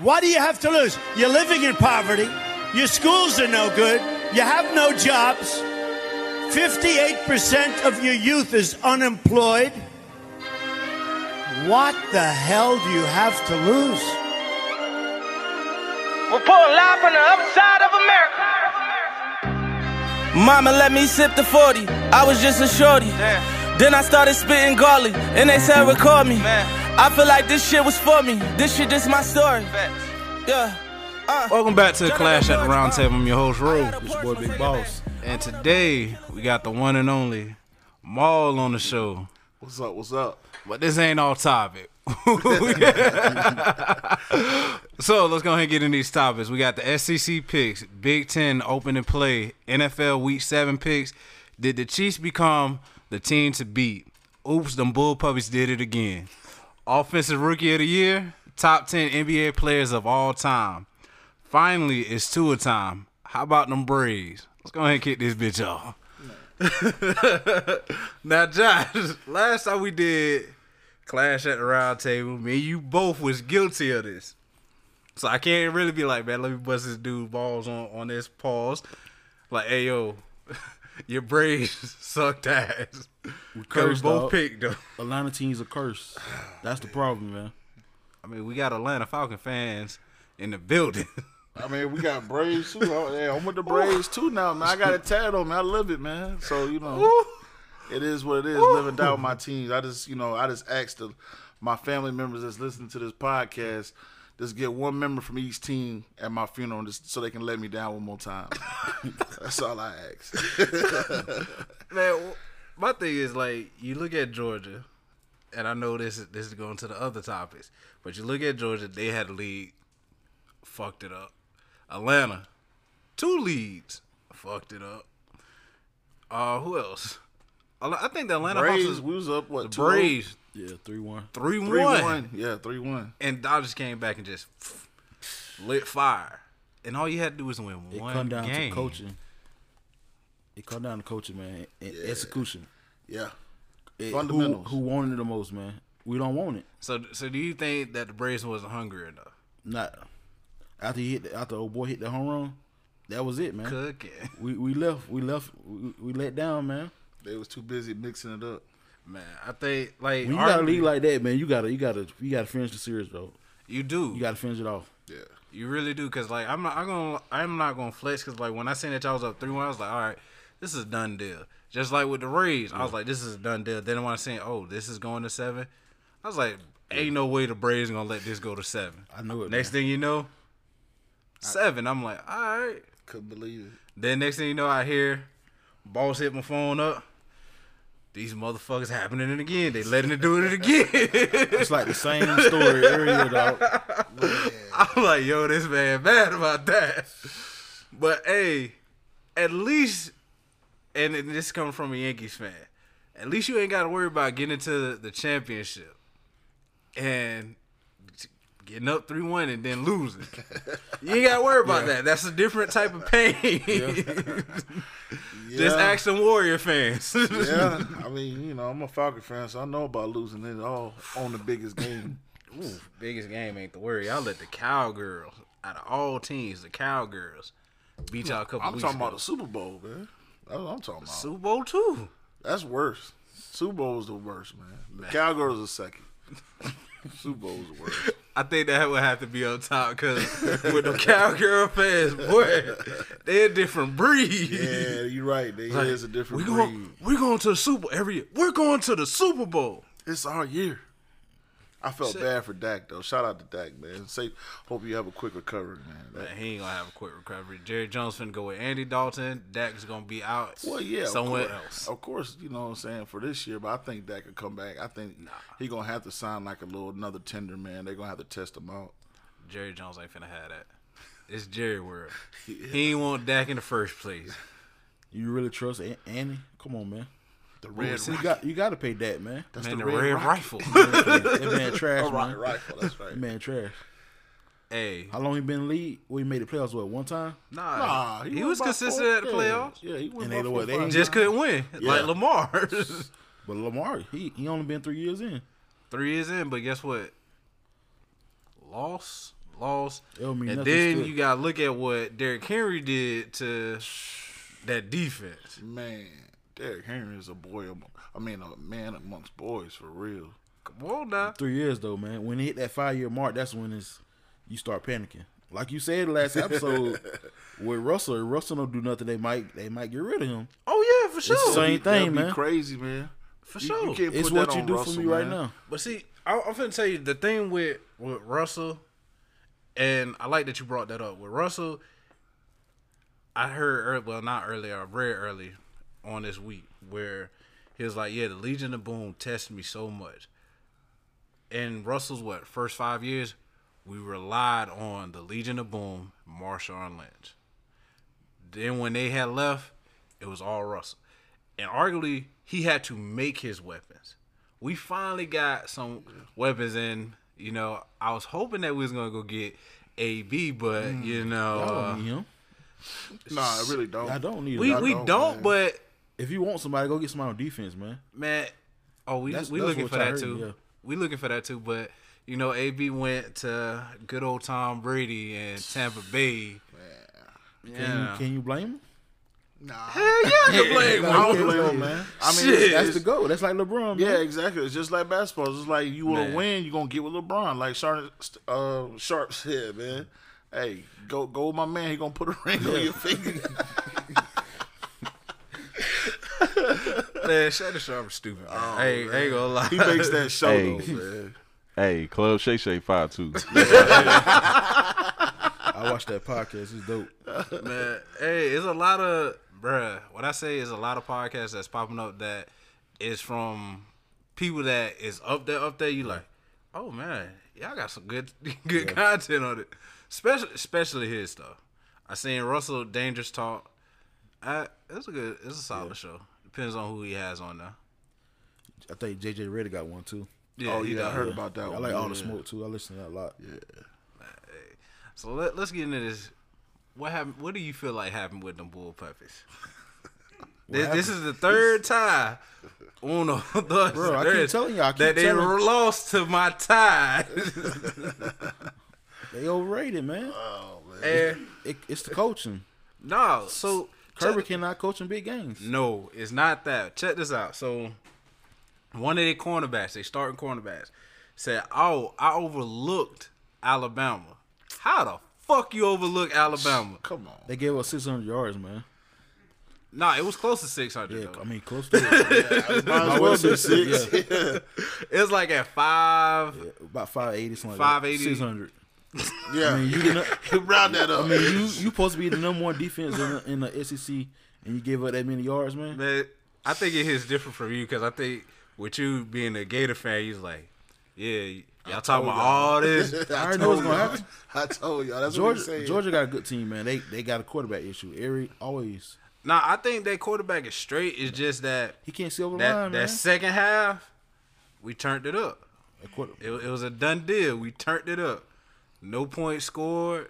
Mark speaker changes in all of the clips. Speaker 1: What do you have to lose? You're living in poverty. Your schools are no good. You have no jobs. 58% of your youth is unemployed. What the hell do you have to lose?
Speaker 2: We'll pull up on the upside of America.
Speaker 3: Mama let me sip the 40. I was just a shorty. Then I started spitting garlic, and they said record me. I feel like this shit was for me. This shit is my story. Yeah.
Speaker 4: Welcome back to the Clash at the Round Table. I'm your host, Ro. This boy, Big Boss. And today, we got the one and only Maul on the show.
Speaker 5: What's up? What's up?
Speaker 4: But this ain't all topic. so let's go ahead and get in these topics. We got the SEC picks, Big Ten open and play, NFL Week Seven picks. Did the Chiefs become the team to beat? Oops, them bull puppies did it again. Offensive Rookie of the Year, top ten NBA players of all time. Finally, it's Tua time. How about them Braves? Let's go ahead and kick this bitch off. now, Josh, last time we did Clash at the Round Table, me and you both was guilty of this. So I can't really be like, man, let me bust this dude balls on on this pause. Like, hey yo, your braids sucked ass.
Speaker 5: We
Speaker 4: Cause we
Speaker 5: cursed,
Speaker 4: both
Speaker 5: dog.
Speaker 4: picked them.
Speaker 5: Atlanta teams are cursed. That's the problem, man.
Speaker 4: I mean, we got Atlanta Falcon fans in the building.
Speaker 5: I mean, we got Braves too. Oh, yeah, I'm with the Braves too now, man. I got a tat on, man. I love it, man. So you know, it is what it is. Living down with my teams. I just, you know, I just asked the, my family members that's listening to this podcast, just get one member from each team at my funeral, just so they can let me down one more time. that's all I ask.
Speaker 4: Man, wh- my thing is like you look at Georgia, and I know this is- this is going to the other topics, but you look at Georgia, they had a lead, fucked it up. Atlanta, two leads, fucked it up. Uh, who else? Al- I think the Atlanta
Speaker 5: Braves,
Speaker 4: Hawks
Speaker 5: we
Speaker 4: was
Speaker 5: was up
Speaker 4: the
Speaker 5: what? 2-0?
Speaker 4: Braves
Speaker 6: Yeah, three one.
Speaker 4: three
Speaker 5: Three
Speaker 4: one,
Speaker 5: one. Yeah, three one.
Speaker 4: and Dodgers came back and just lit fire. And all you had to do was win
Speaker 6: It
Speaker 4: one
Speaker 6: come down
Speaker 4: game.
Speaker 6: to coaching. It come down to coaching, man. And Execution.
Speaker 5: Yeah.
Speaker 6: It-
Speaker 5: Fundamentals.
Speaker 6: Who, who wanted it the most, man? We don't want it.
Speaker 4: So, so do you think that the Braves wasn't hungry enough?
Speaker 6: Not after he hit. The, after old boy hit the home run, that was it, man.
Speaker 4: Cooking.
Speaker 6: We we left. We left. We, we let down, man.
Speaker 5: They was too busy mixing it up.
Speaker 4: Man, I think like
Speaker 6: When you got a
Speaker 4: arguably-
Speaker 6: league like that, man, you gotta you gotta you gotta finish the series though.
Speaker 4: you do,
Speaker 6: You
Speaker 4: you,
Speaker 6: gotta finish it off.
Speaker 5: Yeah.
Speaker 4: really do, cause like I'm not, I'm gonna, I'm not gonna flex, cause like when I seen that y'all was up three one, I was like, all right, this is a done deal. Just like with the Rays, I was like, this is a done deal. Then when I seen, oh, this is going to seven, I was like, ain't no way the Braves gonna let this go to seven.
Speaker 6: I knew it.
Speaker 4: Next
Speaker 6: man.
Speaker 4: thing you know, seven. I'm like, all right.
Speaker 5: Couldn't believe it.
Speaker 4: Then next thing you know, I hear boss hit my phone up. These motherfuckers happening it again. They letting it do it again.
Speaker 6: it's like the same story earlier, dog.
Speaker 4: I'm like, yo, this man mad about that. But hey, at least, and it- this coming from a Yankees fan, at least you ain't got to worry about getting into the championship and getting up three one and then losing. You ain't got to worry about that. That's a different type of pain. Just
Speaker 5: Yeah.
Speaker 4: ask some Warrior fans.
Speaker 5: yeah, I mean, you know, I'm a Falcon fan, so I know about losing it all on the biggest game.
Speaker 4: Ooh, biggest game ain't the worry. I let the Cowgirls out of all teams, the Cowgirls beat y'all a couple.
Speaker 5: I'm
Speaker 4: weeks
Speaker 5: talking
Speaker 4: ago.
Speaker 5: about the Super Bowl, man. That's what I'm talking about.
Speaker 4: Super Bowl two.
Speaker 5: That's worse. Super Bowl is the worst, man. The Cowgirls are second. Super Bowl is the worst.
Speaker 4: I think that would have to be up top because with the cowgirl fans, boy, they're a different breed.
Speaker 5: Yeah, you're right. They
Speaker 4: Like,
Speaker 5: is a different
Speaker 4: we
Speaker 5: breed.
Speaker 4: going, We're going to the Super every year. We're going to the Super Bowl.
Speaker 5: It's our year. I felt bad for Dak though. Shout out to Dak, man. Safe. Hope you have a quick recovery, man. That-
Speaker 4: Man, he ain't gonna have a quick recovery. Jerry Jones finna go with Andy Dalton. Dak's gonna be out
Speaker 5: Well, yeah,
Speaker 4: somewhere
Speaker 5: of course. Oh.
Speaker 4: else.
Speaker 5: Of course, you know what I'm saying for this year, but I think that could come back. I think he gonna have to sign like a little another tender man. They're gonna have to test him out.
Speaker 4: Jerry Jones ain't finna have that. It's Jerry world. He ain't want Dak in the first place.
Speaker 6: You really trust An- Annie? Come on, man.
Speaker 5: The red,
Speaker 6: You got you got to pay that man.
Speaker 5: that's
Speaker 4: Man,
Speaker 5: the,
Speaker 4: the,
Speaker 5: red,
Speaker 4: red,
Speaker 5: rock-
Speaker 4: rifle.
Speaker 6: That man trash,
Speaker 5: rock-
Speaker 6: man.
Speaker 5: rifle. That's
Speaker 6: That
Speaker 5: right.
Speaker 6: man trash.
Speaker 4: hey,
Speaker 6: How long he been in the league? We made the playoffs what one time?
Speaker 4: nah,
Speaker 5: Nah,
Speaker 4: he,
Speaker 5: went
Speaker 4: was
Speaker 5: by
Speaker 4: consistent
Speaker 5: four-
Speaker 4: at the
Speaker 5: yeah,
Speaker 4: playoffs.
Speaker 5: Yeah, he went
Speaker 6: And
Speaker 5: by
Speaker 6: they know what,
Speaker 5: four,
Speaker 6: they
Speaker 5: five
Speaker 4: Just couldn't win like
Speaker 5: Yeah.
Speaker 4: Lamar.
Speaker 6: But Lamar, he he only been three years in.
Speaker 4: Three years in, but guess what? Loss, lost.
Speaker 7: It'll mean
Speaker 4: and
Speaker 7: nothing
Speaker 4: then
Speaker 7: still.
Speaker 4: you gotta look at what Derrick Henry did to that defense.
Speaker 5: Man, Derrick Henry is a boy. am- I mean, a man amongst boys for real.
Speaker 4: Come on now.
Speaker 7: Three years though, man. When it hit that five year mark, that's when it's you start panicking. Like you said last episode with Russell, if Russell don't do nothing, they might they might get rid of him.
Speaker 4: Oh yeah, for sure.
Speaker 7: the same
Speaker 5: That'd be- that'd
Speaker 7: thing,
Speaker 5: be
Speaker 7: man.
Speaker 5: Crazy, man.
Speaker 4: For
Speaker 5: You-
Speaker 4: sure.
Speaker 5: You, can't
Speaker 7: It's
Speaker 5: put that
Speaker 7: what you
Speaker 5: on
Speaker 7: do
Speaker 5: Russell,
Speaker 7: for me right
Speaker 5: man.
Speaker 7: now.
Speaker 4: But see, I, I'm finna tell you the thing with with Russell, and I like that you brought that up with Russell. I heard, ear- well, not earlier, I read early on this week where he was like, "Yeah, the Legion of Boom tested me so much." In Russell's what first five years, we relied on the Legion of Boom, Marshawn Lynch. Then when they had left, it was all Russell, and arguably he had to make his weapons we finally got some weapons in. You know, I was hoping that we was gonna go get AB, but you know,
Speaker 7: I
Speaker 4: uh,
Speaker 7: don't need him.
Speaker 5: Nah, I really don't.
Speaker 7: I don't need
Speaker 4: we
Speaker 7: him.
Speaker 4: we
Speaker 5: don't,
Speaker 4: don't.
Speaker 5: man.
Speaker 4: but
Speaker 7: If you want somebody, go get somebody on defense, man.
Speaker 4: man, oh we
Speaker 7: That's-
Speaker 4: we
Speaker 7: that's
Speaker 4: looking
Speaker 7: what
Speaker 4: for
Speaker 7: I
Speaker 4: that
Speaker 7: heard,
Speaker 4: too.
Speaker 7: yeah.
Speaker 4: We looking for that too. But you know, AB went to good old Tom Brady and Tampa Bay. Yeah.
Speaker 7: Can you blame him?
Speaker 5: I don't blame him, man. I mean, it's-
Speaker 7: That's
Speaker 5: it's-
Speaker 7: the goal. That's like LeBron. Man.
Speaker 5: Yeah, exactly. It's just like basketball. It's just like you want
Speaker 4: Man.
Speaker 5: to win, you're going to get with LeBron. Like Sharp, uh, Sharp said, man. Hey, go go with my man. He going to put a ring on your finger.
Speaker 4: man, Shannon Sharp is stupid. Oh, Man. I, ain't, I ain't gonna lie.
Speaker 5: He makes that show,
Speaker 8: Hey.
Speaker 5: though, man.
Speaker 8: Hey, Club Shay Shay 5 2.
Speaker 7: I watched that podcast. It's dope.
Speaker 4: Man, hey, it's a lot of bruh. What I say is a lot of podcasts that's popping up that is from people that is up there, up there. You like, oh man, y'all got some good, good content on it. Especially, especially his stuff. I seen Russell Dangerous talk. I, it's a good, it's a solid show. Depends on who he has on there.
Speaker 7: I think JJ Reddy got one too.
Speaker 4: Yeah,
Speaker 5: Oh,
Speaker 4: he
Speaker 5: yeah, I
Speaker 4: does.
Speaker 5: heard about that
Speaker 7: I
Speaker 5: one.
Speaker 7: like all the
Speaker 5: Yeah.
Speaker 7: smoke too. I listen to that a lot.
Speaker 4: So let, let's get into this. What happened? What do you feel like happened with them bull puppies? this, this is the third time. Uno, dos,
Speaker 7: Bro, I keep
Speaker 4: tres,
Speaker 7: telling you, I keep
Speaker 4: that they
Speaker 7: telling-
Speaker 4: lost to my tie.
Speaker 7: They overrated, man.
Speaker 4: and
Speaker 7: It, it's the coaching.
Speaker 4: no, so
Speaker 7: Kirby cannot coach in big games.
Speaker 4: No, it's not that. Check this out. So one of their cornerbacks, they starting cornerbacks, said, "Oh, I overlooked Alabama. How the fuck you overlook Alabama?
Speaker 5: Come on.
Speaker 7: They gave us 600 yards, man.
Speaker 4: Nah, it was close to six hundred.
Speaker 7: Yeah, I mean close to it.
Speaker 5: Might as well be six.
Speaker 4: It's like at five.
Speaker 7: about 580, something like
Speaker 4: 580.
Speaker 7: that. 600.
Speaker 5: Yeah.
Speaker 7: I mean, you, the, nu-
Speaker 5: Round that up.
Speaker 7: I mean, you you supposed to be the number one defense in the, in the SEC, and you give up that many yards, man.
Speaker 4: Man, I think it hits different from you because I think with you being a Gator fan, you're like, yeah, y'all talking about all this.
Speaker 7: I already know what's gonna
Speaker 5: y'all.
Speaker 7: happen.
Speaker 5: I told y'all. That's what
Speaker 7: Georgia
Speaker 5: he said.
Speaker 7: Georgia got a good team, man. They they got a quarterback issue. Every always
Speaker 4: nah, I think that quarterback is straight. It's just that
Speaker 7: he can't see over the
Speaker 4: that
Speaker 7: line,
Speaker 4: that
Speaker 7: man.
Speaker 4: second half, we turned it up.
Speaker 7: A quarter-
Speaker 4: It, it was a done deal. We turned it up. No point scored.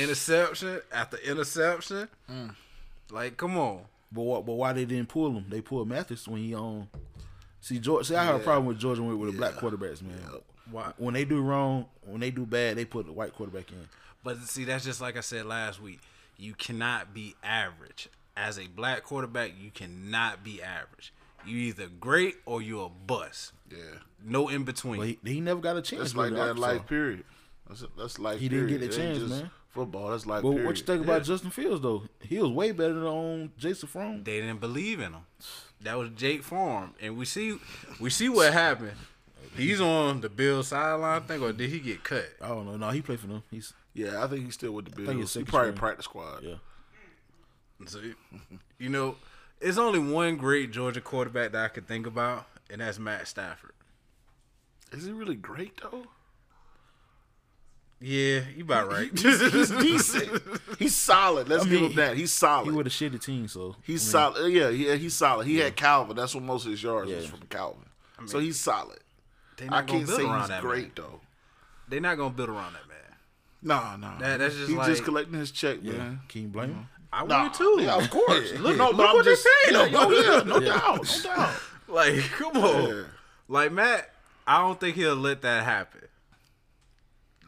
Speaker 4: Interception after interception.
Speaker 7: Mm.
Speaker 4: Like, come on.
Speaker 7: But why, but why they didn't pull him? They pulled Mathis when he on. See, George. See, I have a problem with Georgia with, with the black quarterbacks, man.
Speaker 4: Why?
Speaker 7: When they do wrong, when they do bad, they put the white quarterback in.
Speaker 4: But see, that's just like I said last week. You cannot be average. As a black quarterback, you cannot be average. You either great or you're a bust.
Speaker 5: Yeah.
Speaker 4: No in between.
Speaker 7: But he, he never got a chance.
Speaker 5: That's
Speaker 7: with
Speaker 5: like that
Speaker 7: Arkansas.
Speaker 5: life period. That's, that's life
Speaker 7: He didn't
Speaker 5: period.
Speaker 7: get the
Speaker 5: It ain't
Speaker 7: chance,
Speaker 5: just
Speaker 7: man.
Speaker 5: Football. That's life
Speaker 7: But
Speaker 5: period.
Speaker 7: what you think about Justin Fields though? He was way better than on Jason Fromm.
Speaker 4: They didn't believe in him. That was Jake Farm, and we see, we see what happened. He's on the Bill sideline thing, or did he get cut?
Speaker 5: Oh.
Speaker 7: I don't know. No, he played for them. He's
Speaker 5: Yeah, I think he's still with the
Speaker 7: think
Speaker 5: Bills.
Speaker 7: it's
Speaker 5: He
Speaker 7: second
Speaker 5: probably
Speaker 7: string.
Speaker 5: practice squad.
Speaker 7: Yeah.
Speaker 4: So, you know, it's only one great Georgia quarterback that I could think about, and that's Matt Stafford.
Speaker 5: Is he really great though?
Speaker 4: Yeah, you about right.
Speaker 5: He's decent. he's solid. Let's
Speaker 7: I
Speaker 5: give
Speaker 7: mean,
Speaker 5: him that. He's
Speaker 7: he
Speaker 5: solid.
Speaker 7: would have shitty team. So
Speaker 5: he's solid. Uh, Yeah, yeah, he's solid. He had Calvin. That's what most of his yards was from Calvin. so he's solid.
Speaker 4: They
Speaker 5: I
Speaker 4: not gonna
Speaker 5: can't
Speaker 4: build
Speaker 5: say
Speaker 4: around
Speaker 5: he's
Speaker 4: that
Speaker 5: great
Speaker 4: man.
Speaker 5: though.
Speaker 4: They're not gonna build around that man.
Speaker 5: Nah, nah.
Speaker 4: That- that's just
Speaker 5: he's
Speaker 4: like-
Speaker 5: just collecting his check, man.
Speaker 7: can you blame him?
Speaker 4: I
Speaker 5: Nah,
Speaker 4: would too.
Speaker 5: yeah, of course.
Speaker 4: Look-
Speaker 5: no,
Speaker 4: look
Speaker 5: but I'm
Speaker 4: what they
Speaker 5: just-
Speaker 4: paid
Speaker 5: yeah,
Speaker 4: him.
Speaker 5: oh, yeah, no doubt, no doubt.
Speaker 4: Like,
Speaker 7: Oh.
Speaker 4: come on.
Speaker 5: Yeah.
Speaker 4: Like Matt, I don't think he'll let that happen.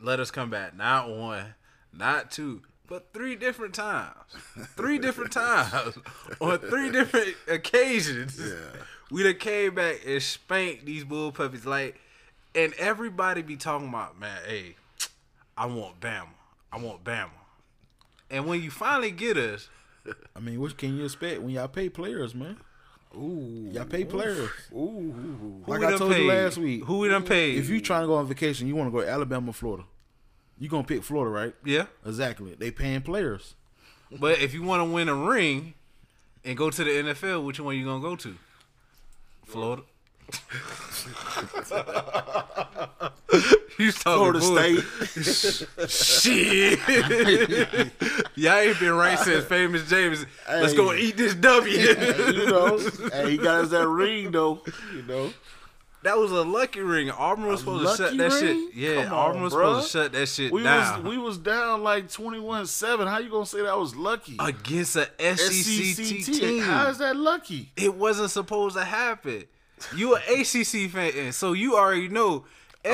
Speaker 4: let us come back. Not one, not two, but three different times. Three different times on three different occasions. We done came back and spanked these bull puppies like, and everybody be talking about, man, hey, I want Bama, I want Bama, and when you finally get us,
Speaker 6: I mean, what can you expect when y'all pay players, man? Ooh, y'all pay players. Ooh,
Speaker 4: who
Speaker 6: like
Speaker 4: we
Speaker 6: I
Speaker 4: done
Speaker 6: told
Speaker 4: paid?
Speaker 6: you last week.
Speaker 4: who we done paid?
Speaker 6: If you trying to go on vacation, you want to go to Alabama, or Florida. You gonna pick Florida, right?
Speaker 4: yeah,
Speaker 6: Exactly. They paying players.
Speaker 4: but if you want to win a ring and go to the NFL, which one you gonna go to? Florida. you
Speaker 5: Florida
Speaker 4: talking
Speaker 5: State.
Speaker 4: Shit. Y'all ain't been right since Famous James. Let's go
Speaker 5: Hey.
Speaker 4: eat this W.
Speaker 5: you know, hey, he got us that ring though. You know,
Speaker 4: that was a lucky ring. Auburn was supposed to shut
Speaker 5: lucky
Speaker 4: that
Speaker 5: ring?
Speaker 4: shit. Yeah,
Speaker 5: Come
Speaker 4: Auburn
Speaker 5: on,
Speaker 4: was
Speaker 5: bruh.
Speaker 4: supposed to shut that shit
Speaker 5: we
Speaker 4: down
Speaker 5: was we was down like twenty one seven. How you gonna say that was lucky?
Speaker 4: against a SEC,
Speaker 5: E
Speaker 4: team.
Speaker 5: How is that lucky?
Speaker 4: it wasn't supposed to happen. You an ACC fan, so you already know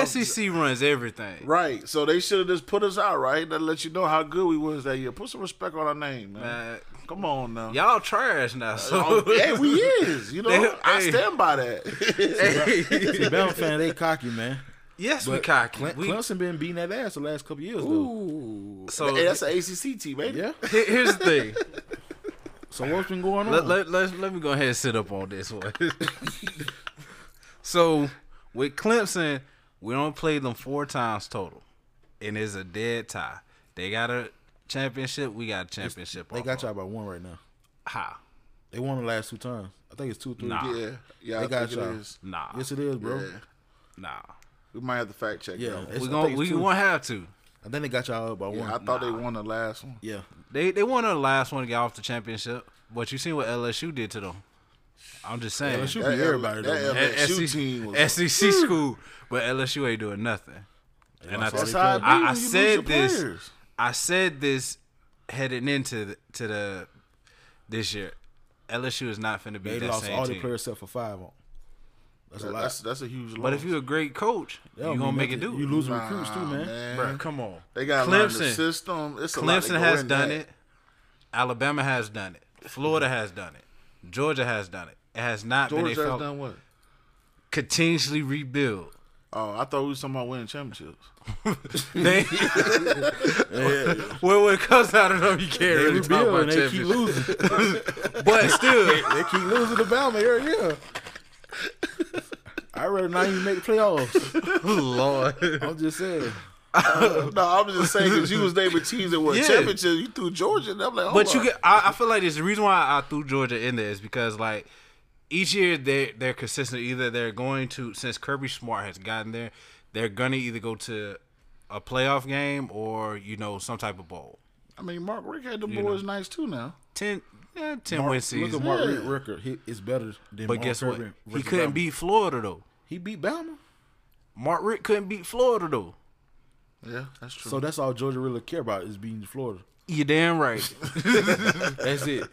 Speaker 4: SEC runs everything.
Speaker 5: Right. So they should have just put us out. Right. That let you know how good we was that year. Put some respect on our name, man.
Speaker 4: Man,
Speaker 5: Come on now.
Speaker 4: Uh, y'all trash now. So
Speaker 5: Oh, hey, we is. You know,
Speaker 4: They-
Speaker 5: I
Speaker 4: hey.
Speaker 5: stand by that.
Speaker 4: Hey.
Speaker 6: See, Bama fan, they cocky, man.
Speaker 4: yes, we cocky.
Speaker 6: Cle-
Speaker 4: we,
Speaker 6: Clemson been beating that ass the last couple years, though.
Speaker 5: Ooh.
Speaker 4: So-
Speaker 5: So hey, that's an ACC team, ain't
Speaker 6: Yeah.
Speaker 5: it?
Speaker 4: here- here's the thing.
Speaker 6: So what's been going on?
Speaker 4: let, let, let, let me go ahead and sit up on this one. so with Clemson, we don't play them four times total, and it's a dead tie. They got a championship. We got a championship.
Speaker 6: they
Speaker 4: off
Speaker 6: got
Speaker 4: of
Speaker 6: y'all by one right now.
Speaker 4: it. How?
Speaker 6: They won the last two times. I think it's two, three.
Speaker 4: Nah.
Speaker 5: Yeah. Yeah.
Speaker 6: Ah, They
Speaker 5: I
Speaker 6: got
Speaker 5: think it
Speaker 6: y'all.
Speaker 5: is.
Speaker 4: Nah,
Speaker 6: Yes, it is, bro.
Speaker 5: Yeah.
Speaker 4: nah.
Speaker 5: We might have to fact check.
Speaker 6: Yeah,
Speaker 5: that one.
Speaker 6: it's-
Speaker 4: We
Speaker 6: I
Speaker 4: gon'
Speaker 6: think
Speaker 4: we
Speaker 6: it's two.
Speaker 4: won't have to.
Speaker 6: I think they got y'all up by one.
Speaker 5: Yeah, I thought they won the last one.
Speaker 6: yeah.
Speaker 4: They they won the last one to get off the championship. But you seen what LSU did to them. I'm just saying.
Speaker 6: It should
Speaker 5: That
Speaker 6: be
Speaker 5: L-
Speaker 6: everybody,
Speaker 5: that
Speaker 6: though.
Speaker 5: L-
Speaker 6: man.
Speaker 4: A-
Speaker 5: LSU
Speaker 4: SEC,
Speaker 5: team was-
Speaker 4: SEC school, but LSU ain't doing nothing. And I,
Speaker 6: That's
Speaker 4: think-
Speaker 5: how it be
Speaker 4: I-
Speaker 5: when
Speaker 4: I
Speaker 5: you lose your
Speaker 4: said this.
Speaker 5: players.
Speaker 4: I said this heading into the, to the this year. LSU is not finna be
Speaker 6: They
Speaker 4: that
Speaker 6: lost
Speaker 4: same
Speaker 6: all
Speaker 4: team.
Speaker 6: their players except for five on. That's a lot.
Speaker 5: That's that's a huge loss.
Speaker 4: But if you're a great coach,
Speaker 6: That don't
Speaker 4: you
Speaker 6: mean
Speaker 4: gonna make it
Speaker 6: nothing.
Speaker 4: do.
Speaker 6: You lose recruits too,
Speaker 5: Nah,
Speaker 6: man.
Speaker 4: Bruh, come on.
Speaker 5: They got learn the
Speaker 4: Clemson.
Speaker 5: system. It's a lot that
Speaker 4: Clemson
Speaker 5: go
Speaker 4: has
Speaker 5: in
Speaker 4: done
Speaker 5: that.
Speaker 4: it. Alabama has done it. Florida has done it. Georgia has done it. It has not been a
Speaker 5: Georgia
Speaker 4: fail-
Speaker 5: has done what?
Speaker 4: continuously rebuild.
Speaker 5: Oh, I thought we was talking about winning championships.
Speaker 4: They, well, when it comes out of them, you can't
Speaker 6: They
Speaker 4: really talk
Speaker 6: rebuild
Speaker 4: about
Speaker 6: and they keep
Speaker 4: championship.
Speaker 6: losing.
Speaker 4: But still,
Speaker 6: they keep losing to Bama every year. I rather not even make playoffs.
Speaker 4: Lord,
Speaker 6: I'm just saying.
Speaker 5: no, I'm just saying because you was naming teams that won
Speaker 4: Yeah.
Speaker 5: championships. You threw Georgia, and I'm like, oh hold
Speaker 4: but
Speaker 5: on.
Speaker 4: you get. I, I feel like it's the reason why I threw Georgia in there is because like each year they they're consistent. Either they're going to since Kirby Smart has gotten there, they're gonna either go to a playoff game or you know some type of bowl.
Speaker 5: I mean, Mark Rick had the boys nice too now.
Speaker 4: Ten, yeah, ten win season.
Speaker 6: Look at Mark
Speaker 5: Yeah.
Speaker 6: Rick record. He is better than.
Speaker 4: but
Speaker 6: Mark
Speaker 4: guess what?
Speaker 6: Rick
Speaker 4: He
Speaker 6: versus
Speaker 4: couldn't
Speaker 6: Bama.
Speaker 4: beat Florida though.
Speaker 6: He beat Bama.
Speaker 4: Mark Rick couldn't beat Florida though.
Speaker 5: Yeah, that's true.
Speaker 6: So that's all Georgia really care about is beating Florida.
Speaker 4: You damn right.
Speaker 6: That's it.
Speaker 4: as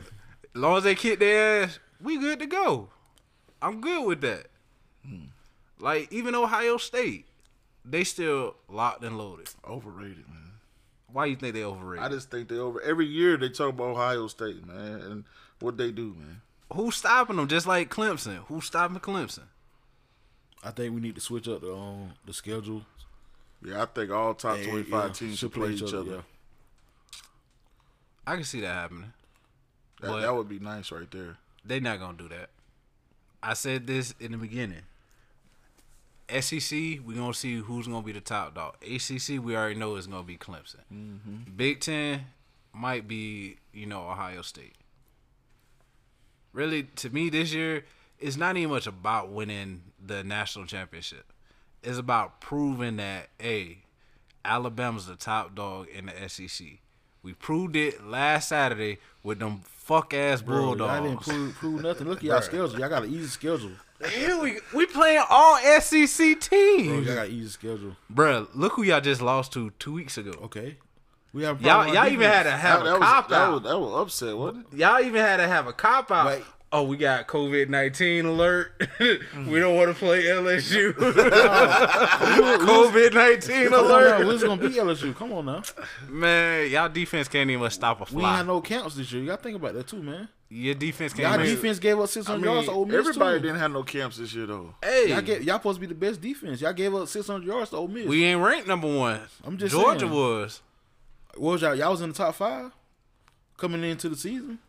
Speaker 4: long as they kick their ass, we good to go. I'm good with that. Hmm. Like even Ohio State, they still locked and loaded.
Speaker 5: overrated, man.
Speaker 4: Why you think they
Speaker 5: I
Speaker 4: overrated?
Speaker 5: just think they over every year they talk about Ohio State, man, and what they do, man.
Speaker 4: Who's stopping them? Just like Clemson. Who's stopping Clemson?
Speaker 6: I think we need to switch up the um, the schedule.
Speaker 5: Yeah, I think all top
Speaker 6: Yeah,
Speaker 5: twenty five
Speaker 6: yeah.
Speaker 5: teams should play each other.
Speaker 6: yeah.
Speaker 4: I can see that happening.
Speaker 5: That,
Speaker 4: But-
Speaker 5: that would be nice right there.
Speaker 4: They not gonna do that. I said this in the beginning. SEC, we gonna see who's gonna be the top dog. ACC, we already know it's gonna be Clemson.
Speaker 6: Mm-hmm.
Speaker 4: Big Ten might be, you know, Ohio State. Really, to me, this year it's not even much about winning the national championship. It's about proving that a Alabama's the top dog in the SEC. We proved it last Saturday with them fuck ass
Speaker 6: Bro,
Speaker 4: bulldogs.
Speaker 6: I didn't prove, prove nothing. Look at y'all schedule. Y'all got an easy schedule.
Speaker 4: Here we we playing all SEC
Speaker 6: Bro, y'all
Speaker 4: teams,
Speaker 6: got an easy schedule.
Speaker 4: Bruh, Look who y'all just lost to two weeks ago.
Speaker 6: Okay. We have a
Speaker 4: Y'all
Speaker 6: problem with
Speaker 4: y'all
Speaker 6: our
Speaker 4: even
Speaker 6: defense.
Speaker 4: had to have
Speaker 5: that,
Speaker 4: a
Speaker 5: was,
Speaker 4: cop
Speaker 5: that was
Speaker 4: out.
Speaker 5: that was upset, wasn't it?
Speaker 4: Y'all even had to have a cop out
Speaker 6: Wait.
Speaker 4: oh, we got COVID nineteen alert. we don't want to play LSU. COVID nineteen
Speaker 6: Come on now,
Speaker 4: alert.
Speaker 6: we was gonna beat LSU. Come on now,
Speaker 4: Man, y'all defense can't even stop a
Speaker 6: we ain't
Speaker 4: fly.
Speaker 6: had no counts this year. You gotta think about that too, man.
Speaker 4: Your defense
Speaker 6: Y'all
Speaker 4: can't. even-
Speaker 6: defense gave up 600
Speaker 5: I
Speaker 6: yards to Ole
Speaker 5: mean,
Speaker 6: Miss.
Speaker 5: everybody
Speaker 6: too.
Speaker 5: didn't have no camps this year though.
Speaker 6: Y'all,
Speaker 4: Hey,
Speaker 6: get, y'all supposed to be the best defense. Y'all gave up 600 yards to Ole Miss.
Speaker 4: we ain't ranked number one.
Speaker 6: I'm just
Speaker 4: Georgia
Speaker 6: saying.
Speaker 4: was.
Speaker 6: what was y'all? Y'all was in the top five coming into the season.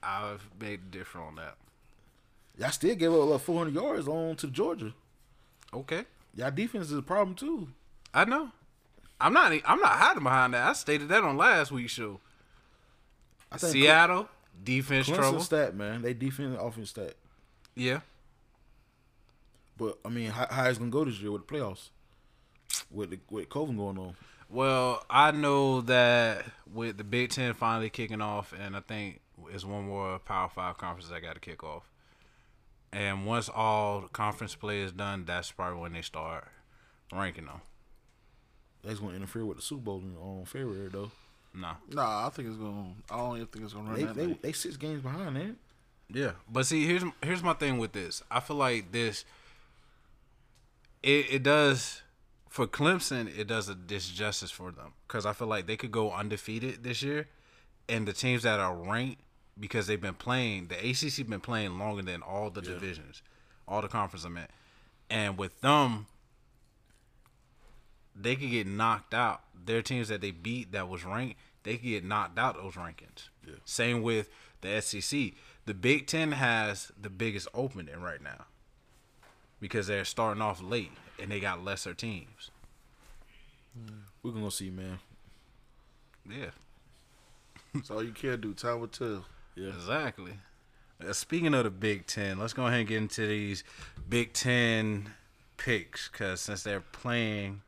Speaker 4: I've made different on that.
Speaker 6: Y'all still gave up like 400 yards on to Georgia.
Speaker 4: Okay,
Speaker 6: Y'all defense is a problem too.
Speaker 4: I know. I'm not. I'm not hiding behind that. I stated that on last week's show.
Speaker 6: I think
Speaker 4: Seattle defense
Speaker 6: Clemson
Speaker 4: trouble.
Speaker 6: stat, man. They defense and offense stat.
Speaker 4: yeah.
Speaker 6: But I mean, how, how it's gonna go this year with the playoffs, with the, with COVID going on.
Speaker 4: Well, I know that with the Big Ten finally kicking off, and I think it's one more Power Five conference that got to kick off. And once all conference play is done, that's probably when they start ranking them.
Speaker 6: That's gonna interfere with the Super Bowl in on February though.
Speaker 4: No.
Speaker 5: Nah, I think it's gonna. I don't even think it's gonna run
Speaker 6: They
Speaker 5: that
Speaker 6: they,
Speaker 5: late.
Speaker 6: they six games behind, man.
Speaker 4: Yeah, but see, here's here's my thing with this. I feel like this. It it does for Clemson. It does a disjustice for them because I feel like they could go undefeated this year, and the teams that are ranked because they've been playing the ACC been playing longer than all the divisions, all the conference I'm at, and with them. They could get knocked out. Their teams that they beat that was ranked, they could get knocked out those rankings. Same with the SEC. The Big Ten has the biggest opening right now because they're starting off late and they got lesser teams.
Speaker 6: We're gonna see, man.
Speaker 4: Yeah,
Speaker 5: So you can do time will tell.
Speaker 4: exactly. Uh, Speaking of the Big Ten, let's go ahead and get into these Big Ten picks because since they're playing,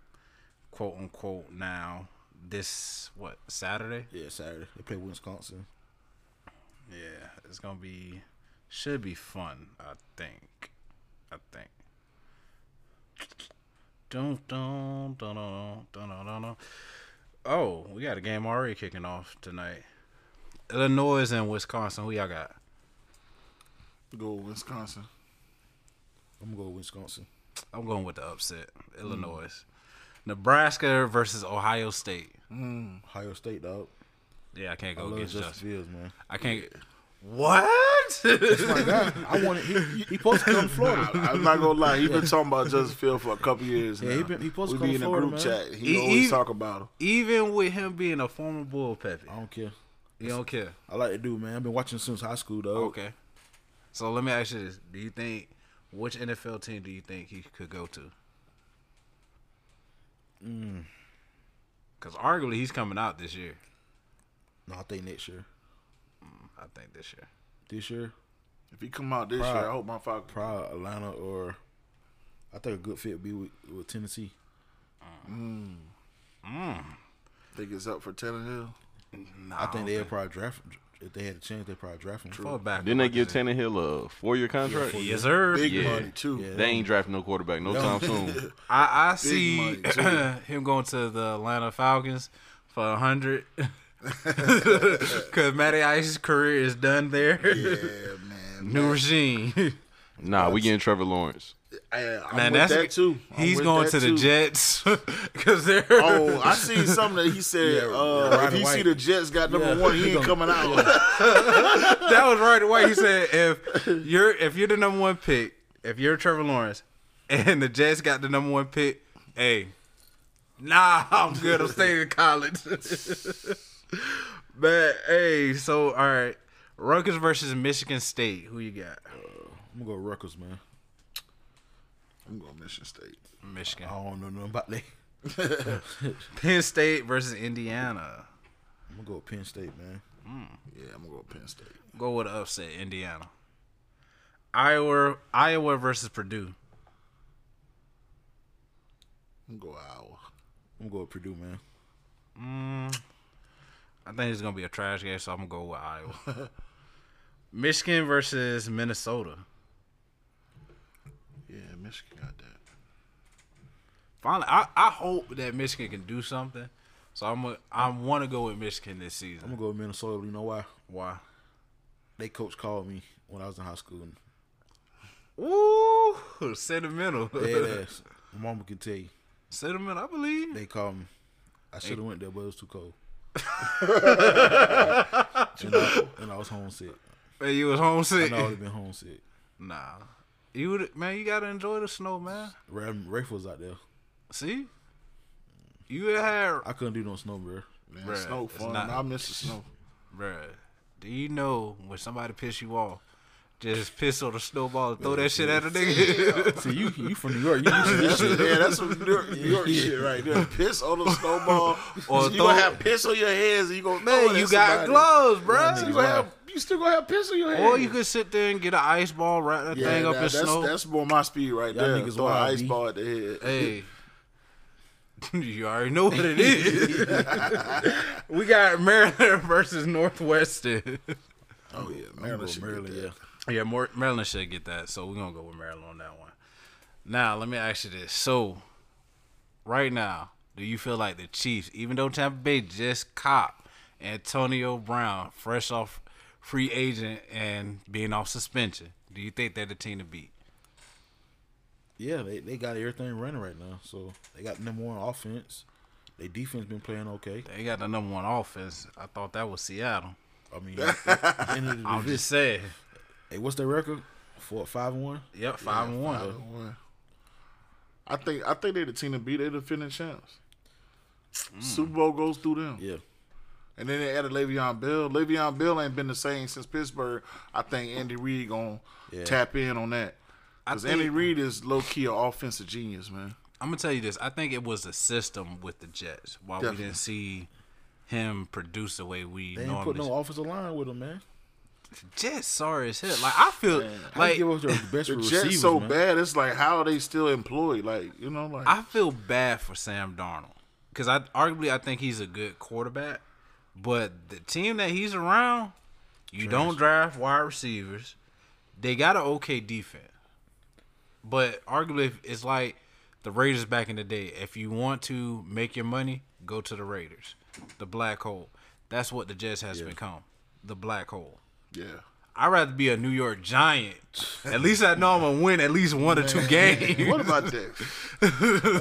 Speaker 4: quote unquote, now this what Saturday?
Speaker 6: Yeah, Saturday they play Wisconsin.
Speaker 4: Yeah, it's gonna be should be fun. I think. I think. Dun, dun, dun, dun, dun, dun, dun, dun. Oh, we got a game already kicking off tonight. Illinois and Wisconsin. Who y'all got?
Speaker 5: Go Wisconsin.
Speaker 6: I'm gonna go with Wisconsin.
Speaker 4: I'm going with the upset. Illinois. Nebraska versus Ohio State.
Speaker 6: Ohio State, dog.
Speaker 4: Yeah, I can't
Speaker 6: I
Speaker 4: go
Speaker 6: love
Speaker 4: against
Speaker 6: Justin
Speaker 4: Justin.
Speaker 6: Fields, man.
Speaker 4: I can't. What?
Speaker 6: My God, I wanted he, he supposed to come to Florida.
Speaker 5: I, am not gonna lie. He been talking about Justin Field for a couple years now.
Speaker 6: Yeah, he been- he supposed to
Speaker 5: we
Speaker 6: come
Speaker 5: be in
Speaker 6: to Florida,
Speaker 5: a group
Speaker 6: man.
Speaker 5: chat. He,
Speaker 4: He-
Speaker 5: always
Speaker 4: he-
Speaker 5: talk about him.
Speaker 4: Even with him being a former bull peppy,
Speaker 6: I don't care.
Speaker 4: you don't care.
Speaker 6: I like the dude, man. I've been watching since high school, though.
Speaker 4: Okay. So let me ask you this: Do you think which NFL team do you think he could go to? Because arguably he's coming out this year.
Speaker 6: No, I think next year.
Speaker 4: I think this year.
Speaker 6: This year,
Speaker 5: If he come out this
Speaker 6: Pride.
Speaker 5: year, I hope my Falcons.
Speaker 6: probably Atlanta or I think a good fit would be with, with Tennessee.
Speaker 5: Think it's up for Tannehill.
Speaker 4: Nah,
Speaker 6: I think they'd probably draft if they had a chance. They probably draft him.
Speaker 4: Fall back.
Speaker 8: Didn't they give
Speaker 4: ten?
Speaker 8: Tannehill a four-year contract?
Speaker 4: Yes, sir.
Speaker 5: Big
Speaker 8: Yeah.
Speaker 5: money too.
Speaker 6: Yeah.
Speaker 8: They ain't drafting no quarterback no time soon.
Speaker 4: I, I see
Speaker 5: money, too.
Speaker 4: him going to the Atlanta Falcons for a hundred. Because Matty Ice's career is done there.
Speaker 5: man.
Speaker 4: New regime.
Speaker 8: Nah, we getting Trevor Lawrence.
Speaker 5: I, I'm
Speaker 4: Man,
Speaker 5: with
Speaker 4: that's
Speaker 5: that too. I'm
Speaker 4: He's
Speaker 5: with
Speaker 4: going
Speaker 5: that,
Speaker 4: to the
Speaker 5: too.
Speaker 4: Jets because they're.
Speaker 5: Oh, I see something that he said.
Speaker 6: Yeah,
Speaker 5: uh,
Speaker 6: Roddy
Speaker 5: if you see
Speaker 6: White.
Speaker 5: the Jets got number
Speaker 6: Yeah.
Speaker 5: one, he ain't coming out.
Speaker 4: that was right away. He said, "If you're if you're the number one pick, if you're Trevor Lawrence, and the Jets got the number one pick, hey, nah, I'm good. I'm staying in college." but hey, so all right, Rutgers versus Michigan State. Who you got?
Speaker 6: I'm gonna go Rutgers, man.
Speaker 5: I'm going Mission State.
Speaker 4: Michigan.
Speaker 6: I don't know nothing about that.
Speaker 4: Penn State versus Indiana.
Speaker 6: I'm gonna go with Penn State, man.
Speaker 5: Yeah, I'm gonna go Penn State.
Speaker 4: Go with an upset, Indiana. Iowa, Iowa versus Purdue.
Speaker 5: I'm gonna go Iowa.
Speaker 6: I'm gonna go with Purdue, man.
Speaker 4: I think it's gonna be a trash game, so I'm gonna go with Iowa. Michigan versus Minnesota.
Speaker 5: Yeah, Michigan got that.
Speaker 4: Finally, I, I hope that Michigan can do something. So I'm a, I want to go with Michigan this
Speaker 6: I'm
Speaker 4: season.
Speaker 6: gonna go with Minnesota. You know why?
Speaker 4: Why?
Speaker 6: They coach called me when I was in high school. and
Speaker 4: Ooh, sentimental.
Speaker 6: Dead ass. My mama can tell you.
Speaker 4: Sentimental, I believe.
Speaker 6: They called me. I should have went there, but it was too cold. and, I, and I was homesick.
Speaker 4: Hey, you was
Speaker 6: I
Speaker 4: homesick.
Speaker 6: know I would have been homesick.
Speaker 4: Nah. You would man, you gotta enjoy the snow, man.
Speaker 6: Ram- Rafe was out there.
Speaker 4: See? You would have
Speaker 6: I couldn't do no snow, bro.
Speaker 5: Man,
Speaker 4: Bruh,
Speaker 5: snow
Speaker 4: it's
Speaker 5: fun.
Speaker 4: not-
Speaker 5: I miss the snow.
Speaker 4: bruh. Do you know when somebody piss you off? Just piss on a snowball and throw that shit at a nigga.
Speaker 6: See, you you from New York. You used to this shit.
Speaker 5: yeah, that's some New York, New York shit right there. Piss on a snowball.
Speaker 4: Or
Speaker 5: you
Speaker 4: throw-
Speaker 5: gonna have piss on your hands and you gonna throw
Speaker 4: Man,
Speaker 5: it
Speaker 4: you
Speaker 5: at
Speaker 4: got
Speaker 5: somebody.
Speaker 4: gloves,
Speaker 5: You,
Speaker 4: bruh.
Speaker 5: gonna have, you still gonna have piss on your hands.
Speaker 4: Or you could sit there and get an ice ball, wrap that
Speaker 5: yeah,
Speaker 4: thing up
Speaker 5: nah,
Speaker 4: in
Speaker 5: that's,
Speaker 4: snow.
Speaker 5: That's more my speed right
Speaker 6: Y'all
Speaker 5: there.
Speaker 6: niggas
Speaker 5: Throw an
Speaker 6: wild,
Speaker 5: ice
Speaker 6: B.
Speaker 5: ball at the head.
Speaker 4: Hey. you already know what it is. we got Maryland versus Northwestern.
Speaker 5: Oh yeah, Maryland. should get
Speaker 6: Maryland,
Speaker 5: that.
Speaker 6: yeah.
Speaker 4: Yeah, Mor- Maryland should get that. So we're gonna go with Maryland on that one. Now, let me ask you this. So, right now, do you feel like the Chiefs, even though Tampa Bay just cop Antonio Brown, fresh off free agent and being off suspension, do you think they're the team to beat?
Speaker 6: Yeah, they, they got everything running right now. So they got number one offense. Their defense been playing okay.
Speaker 4: They got the number one offense. I thought that was Seattle.
Speaker 6: I mean, end of the
Speaker 4: I'm
Speaker 6: division.
Speaker 4: just saying.
Speaker 6: hey, what's their record? Four, five, and one.
Speaker 4: Yep, five and one.
Speaker 5: I think I think they're the team to beat. They're the defending champs.
Speaker 4: Mm.
Speaker 5: Super Bowl goes through them,
Speaker 6: Yeah,
Speaker 5: and then they added Le'Veon Bell. Le'Veon Bell ain't been the same since Pittsburgh. I think Andy Reid gonna tap in on that because
Speaker 4: think-
Speaker 5: Andy Reid is low key an offensive genius, man.
Speaker 4: I'm gonna tell you this. I think it was the system with the Jets. Why we
Speaker 5: Definitely.
Speaker 4: didn't see him produce the way we
Speaker 6: they ain't put
Speaker 4: normally.
Speaker 6: no offensive line with them, man.
Speaker 4: Jets sorry as hell. Like I feel
Speaker 6: Like
Speaker 4: like
Speaker 6: give us your best
Speaker 5: The
Speaker 6: receivers,
Speaker 5: Jets so
Speaker 6: man.
Speaker 5: bad, it's like how are they still employed? Like you know, like
Speaker 4: I feel bad for Sam Darnold because I arguably I think he's a good quarterback, but the team that he's around, you don't draft wide receivers. They got an okay defense, but arguably if- it's like the Raiders back in the day. If you want to make your money, go to the Raiders, the black hole. That's what the Jets has become, the black hole.
Speaker 5: yeah.
Speaker 4: I'd rather be a New York Giant. At least I know I'm gonna win at least one or two games.
Speaker 5: What about that?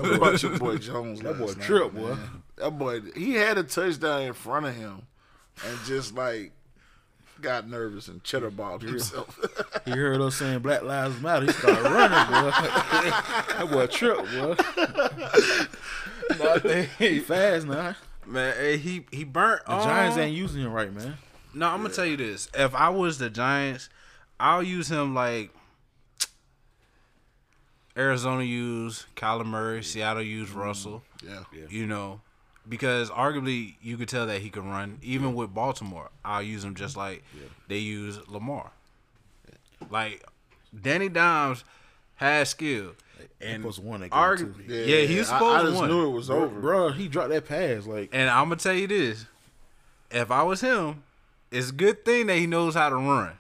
Speaker 5: what about your boy Jones? That
Speaker 6: boy trip, boy.
Speaker 5: That boy, he had a touchdown in front of him, and just like got nervous and cheddar bobbed himself.
Speaker 6: He heard us saying Black Lives Matter. He started running, boy. that boy trip, boy. He fast now.
Speaker 4: Man, hey, he he burnt. um,
Speaker 6: The Giants ain't using him right, man.
Speaker 4: No, I'm gonna tell you this. If I was the Giants, I'll use him like Arizona used Kyler Murray, Seattle used
Speaker 6: Mm-hmm.
Speaker 4: Russell.
Speaker 5: yeah.
Speaker 4: You know, because arguably you could tell that he can run. Even with Baltimore, I'll use him just like they use Lamar. Like Danny Dimes has skill. And
Speaker 6: supposed to win that game,
Speaker 4: argu-
Speaker 6: too.
Speaker 4: yeah, he's
Speaker 5: I-
Speaker 4: supposed
Speaker 5: I,
Speaker 4: to
Speaker 5: just
Speaker 4: win.
Speaker 5: knew it was over.
Speaker 6: Bro, he dropped that pass like
Speaker 4: And I'm gonna tell you this: if I was him, it's a good thing that he knows how to run.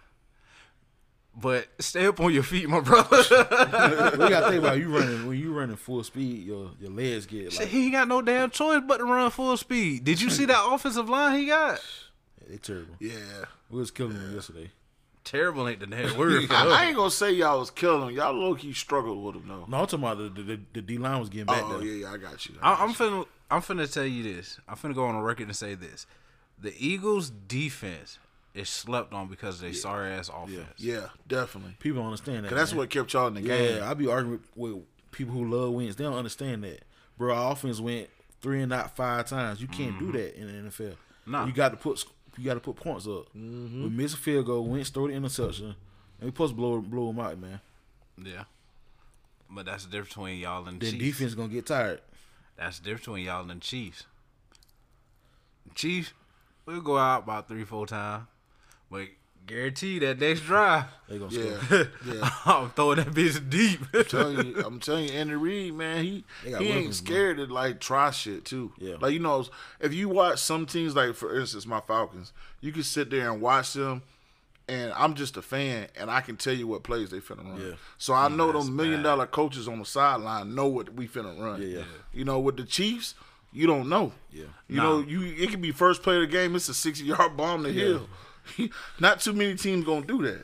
Speaker 4: But stay up on your feet, my brother.
Speaker 6: we gotta think about you running when you running full speed, your your legs get like
Speaker 4: he ain't got no damn choice but to run full speed. Did you see that offensive line he got?
Speaker 6: they terrible.
Speaker 5: Yeah.
Speaker 6: We was killing him yesterday.
Speaker 4: Terrible ain't the damn word for
Speaker 5: I, I
Speaker 4: us.
Speaker 5: ain't gonna say y'all was killing him. Y'all low key struggled with him though.
Speaker 6: No, I'm talking about the the, the D line was getting back
Speaker 5: Oh
Speaker 6: though.
Speaker 5: yeah, yeah, I got you.
Speaker 4: I- I'm finna, I'm finna tell you this. I'm finna go on the record and say this: the Eagles' defense is slept on because they sorry ass offense.
Speaker 5: yeah, definitely.
Speaker 6: People don't understand that.
Speaker 5: 'Cause that's
Speaker 6: man.
Speaker 5: what kept y'all in the game.
Speaker 6: Yeah, I be arguing with, with people who love wins. They don't understand that. Bro, our offense went three and out five times. You can't
Speaker 5: Mm-hmm.
Speaker 6: do that in the NFL.
Speaker 4: Nah.
Speaker 6: You got to put sc- you got to put points up.
Speaker 5: Mm-hmm.
Speaker 6: We missed a field goal, Wentz throw the interception, and we supposed to blow blow them out, man.
Speaker 4: Yeah. But that's the difference between y'all and
Speaker 6: Then
Speaker 4: Chiefs.
Speaker 6: defense gonna get tired.
Speaker 4: That's the difference between y'all and the Chiefs. Chiefs, we'll go out about three, four times. But guarantee that next drive,
Speaker 6: They gonna
Speaker 5: Yeah,
Speaker 6: score.
Speaker 5: yeah.
Speaker 4: I'm throwing that bitch deep.
Speaker 5: telling you, I'm telling you, Andy Reid, man, he he
Speaker 6: got
Speaker 5: ain't
Speaker 6: weapons, man.
Speaker 5: scared to like try shit too.
Speaker 6: Yeah.
Speaker 5: like you know, if you watch some teams, like for instance, my Falcons, you can sit there and watch them, and I'm just a fan, and I can tell you what plays they finna run.
Speaker 6: Yeah.
Speaker 5: So I know
Speaker 4: that's
Speaker 5: them million
Speaker 4: bad.
Speaker 5: dollar coaches on the sideline know what we finna run.
Speaker 6: yeah. Yeah.
Speaker 5: You know, with the Chiefs. You don't know.
Speaker 6: Yeah.
Speaker 5: You know, you it could be first play of the game. It's a sixty yard bomb to hill. Not too many teams gonna do that.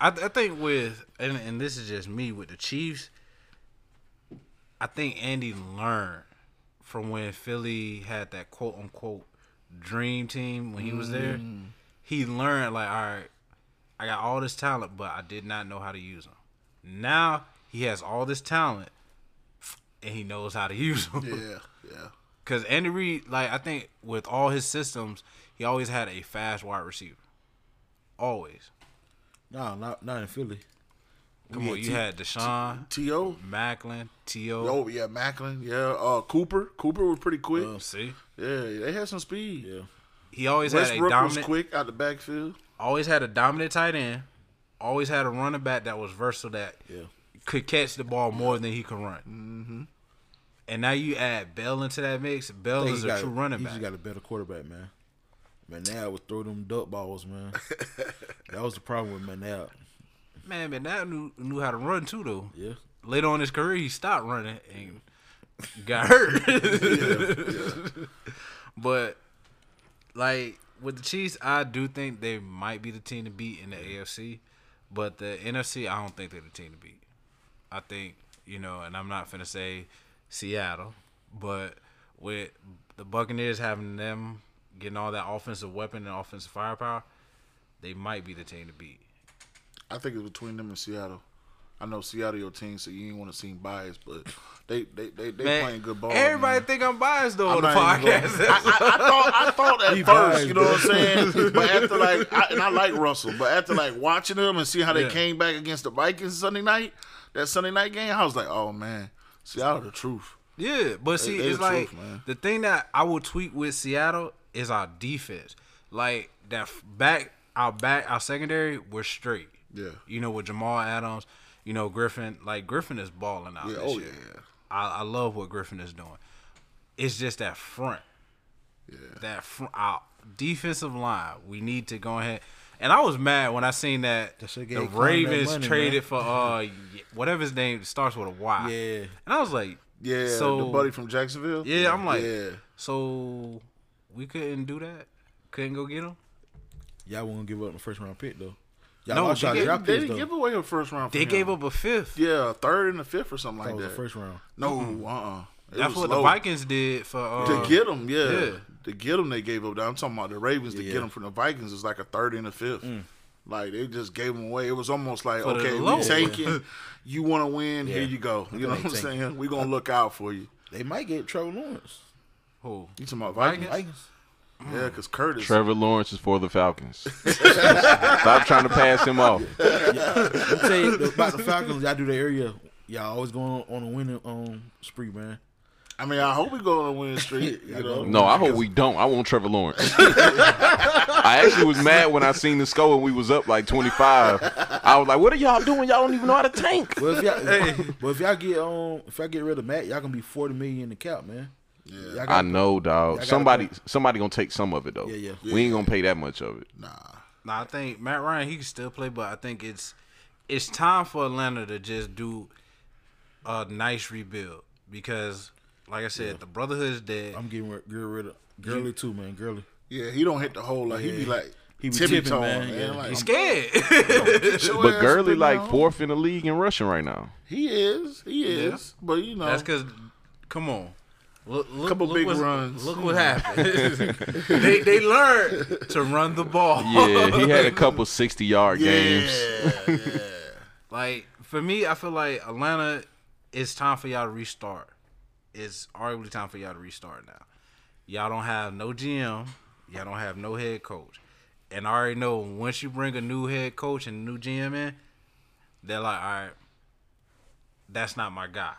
Speaker 4: I, I think with and, and this is just me with the Chiefs. I think Andy learned from when Philly had that quote unquote dream team when he was there. He learned like, all right, I got all this talent, but I did not know how to use them. Now he has all this talent, and he knows how to use them.
Speaker 5: Yeah, yeah.
Speaker 4: Because Andy Reid, like I think with all his systems, he always had a fast wide receiver. Always.
Speaker 6: No, not not in Philly.
Speaker 4: Come on, you had Deshaun,
Speaker 5: To
Speaker 4: Macklin, T.O.
Speaker 5: oh yeah, Macklin, yeah, uh, Cooper. Cooper was pretty quick.
Speaker 4: um, See,
Speaker 5: yeah, they had some speed. Yeah,
Speaker 4: he always had a
Speaker 5: Westbrook was
Speaker 4: dominant.
Speaker 5: quick out the backfield.
Speaker 4: Always had a dominant tight end. Always had a running back that was versatile that could catch the ball more than he could run. Mm-hmm. And now you add Bell into that mix. Bell
Speaker 6: He
Speaker 4: is a
Speaker 6: got-
Speaker 4: true running
Speaker 6: He
Speaker 4: back.
Speaker 6: just got a better quarterback, man. Manal would throw them duck balls, man. that was the problem with Manal.
Speaker 4: Man, but now knew knew how to run too though.
Speaker 6: Yeah.
Speaker 4: Later on in his career, he stopped running and got hurt. But like with the Chiefs, I do think they might be the team to beat in the AFC, but the NFC, I don't think they're the team to beat. I think you know, and I'm not finna say Seattle, but with the Buccaneers having them getting all that offensive weapon and offensive firepower, they might be the team to beat.
Speaker 5: I think it's between them and Seattle. I know Seattle your team, so you ain't want to seem biased, but they they they, they
Speaker 4: Man,
Speaker 5: playing good ball.
Speaker 4: Everybody
Speaker 5: man.
Speaker 4: think I'm biased though
Speaker 5: I'm
Speaker 4: on the
Speaker 5: not even
Speaker 4: podcast.
Speaker 5: gonna- I, I, I thought I thought at first, you know what I'm saying. But after like, I, and I like Russell, but after like watching them and seeing how they
Speaker 4: Yeah.
Speaker 5: came back against the Vikings Sunday night, that Sunday night game, I was like, oh man, Seattle the truth.
Speaker 4: yeah, but see,
Speaker 5: they
Speaker 4: it's
Speaker 5: the
Speaker 4: like
Speaker 5: truth, man.
Speaker 4: the thing that I will tweet with Seattle is our defense. Like that f- back, our back, our secondary, we're straight.
Speaker 5: Yeah.
Speaker 4: you know with Jamal Adams, you know Griffin. Like Griffin is balling out.
Speaker 5: Yeah,
Speaker 4: this
Speaker 5: oh
Speaker 4: year.
Speaker 5: yeah,
Speaker 4: I, I love what Griffin is doing. It's just that front. Yeah. That front, our defensive line. We need to go ahead. And I was mad when I seen that
Speaker 6: That shit
Speaker 4: the
Speaker 6: gave Cam that
Speaker 4: Ravens
Speaker 6: money,
Speaker 4: traded
Speaker 6: man.
Speaker 4: for uh y- whatever his name starts with a Y.
Speaker 6: Yeah.
Speaker 4: And I was like,
Speaker 5: yeah.
Speaker 4: So
Speaker 5: the buddy from Jacksonville.
Speaker 4: yeah, I'm like,
Speaker 5: yeah.
Speaker 4: so we couldn't do that. Couldn't go get him.
Speaker 6: Y'all won't give up the first round pick though. Y'all
Speaker 4: No,
Speaker 6: lost
Speaker 4: they
Speaker 6: y'all
Speaker 4: gave-
Speaker 6: draft
Speaker 5: They
Speaker 6: picks
Speaker 5: didn't
Speaker 6: though.
Speaker 5: give away a first round. for
Speaker 4: They
Speaker 5: him.
Speaker 4: gave up Oh, a fifth.
Speaker 5: yeah, a third and a fifth or something
Speaker 6: that
Speaker 5: like
Speaker 6: was
Speaker 5: that.
Speaker 6: the first round.
Speaker 5: No, uh, uh
Speaker 4: That's what the Vikings did for uh,
Speaker 5: To get them, yeah.
Speaker 4: yeah.
Speaker 5: To get them, they gave up. I'm talking about the Ravens. to get them from the Vikings is like a third and a fifth. Like they just gave them away. It was almost like,
Speaker 4: Mm. For the
Speaker 5: okay,
Speaker 4: low.
Speaker 5: we taking. You want to win? Here
Speaker 6: Yeah.
Speaker 5: you go. You know
Speaker 6: they
Speaker 5: what I'm
Speaker 6: tanking.
Speaker 5: saying? We gonna look out for you.
Speaker 6: They might get Trevor Lawrence.
Speaker 4: who?
Speaker 5: You talking about Vikings?
Speaker 6: Vikings.
Speaker 5: Yeah, because Curtis.
Speaker 8: Trevor Lawrence is for the Falcons. Stop trying to pass him off.
Speaker 6: I'm tell you about the Falcons. Y'all do the area. Y'all always going on a winning um spree, man.
Speaker 5: I mean, I hope we go on a winning streak. You know?
Speaker 8: No, I hope we don't. I want Trevor Lawrence. I actually was mad when I seen the score and we was up like 25. I was like, "What are y'all doing? Y'all don't even know how to tank."
Speaker 6: But if y'all, but if y'all get um, if y'all get rid of Matt, y'all gonna be forty million in the cap, man. Yeah, y'all
Speaker 8: I
Speaker 6: got,
Speaker 8: know, dog.
Speaker 6: gotta
Speaker 8: Somebody, somebody gonna take some of it though.
Speaker 6: Yeah,
Speaker 8: We ain't gonna pay that much of it.
Speaker 5: Nah.
Speaker 4: Nah, I think Matt Ryan he can still play, but I think it's it's time for Atlanta to just do a nice rebuild because, like I said, the brotherhood is dead.
Speaker 6: I'm getting rid, get rid of Gurley too, man. Gurley.
Speaker 5: Yeah, he don't hit the hole like he be like
Speaker 6: He be
Speaker 5: tippy
Speaker 6: tipping,
Speaker 5: toeing,
Speaker 6: man.
Speaker 5: man.
Speaker 6: Yeah.
Speaker 5: Like,
Speaker 4: He's scared.
Speaker 8: But Gurley like fourth in the league in rushing right now.
Speaker 5: He is. He is. But you know,
Speaker 4: That's because, come on. Look, look,
Speaker 5: Couple
Speaker 4: look
Speaker 5: big
Speaker 4: what's-
Speaker 5: runs.
Speaker 4: Look what happened. they they learned to run the ball.
Speaker 8: Yeah, he had a couple sixty yard games.
Speaker 5: Yeah, yeah.
Speaker 4: Like for me, I feel like Atlanta, it's time for y'all to restart. It's arguably time for y'all to restart now. Y'all don't have no GM. Y'all don't have no head coach. And I already know once you bring a new head coach and a new GM in, they're like, all right, that's not my guy.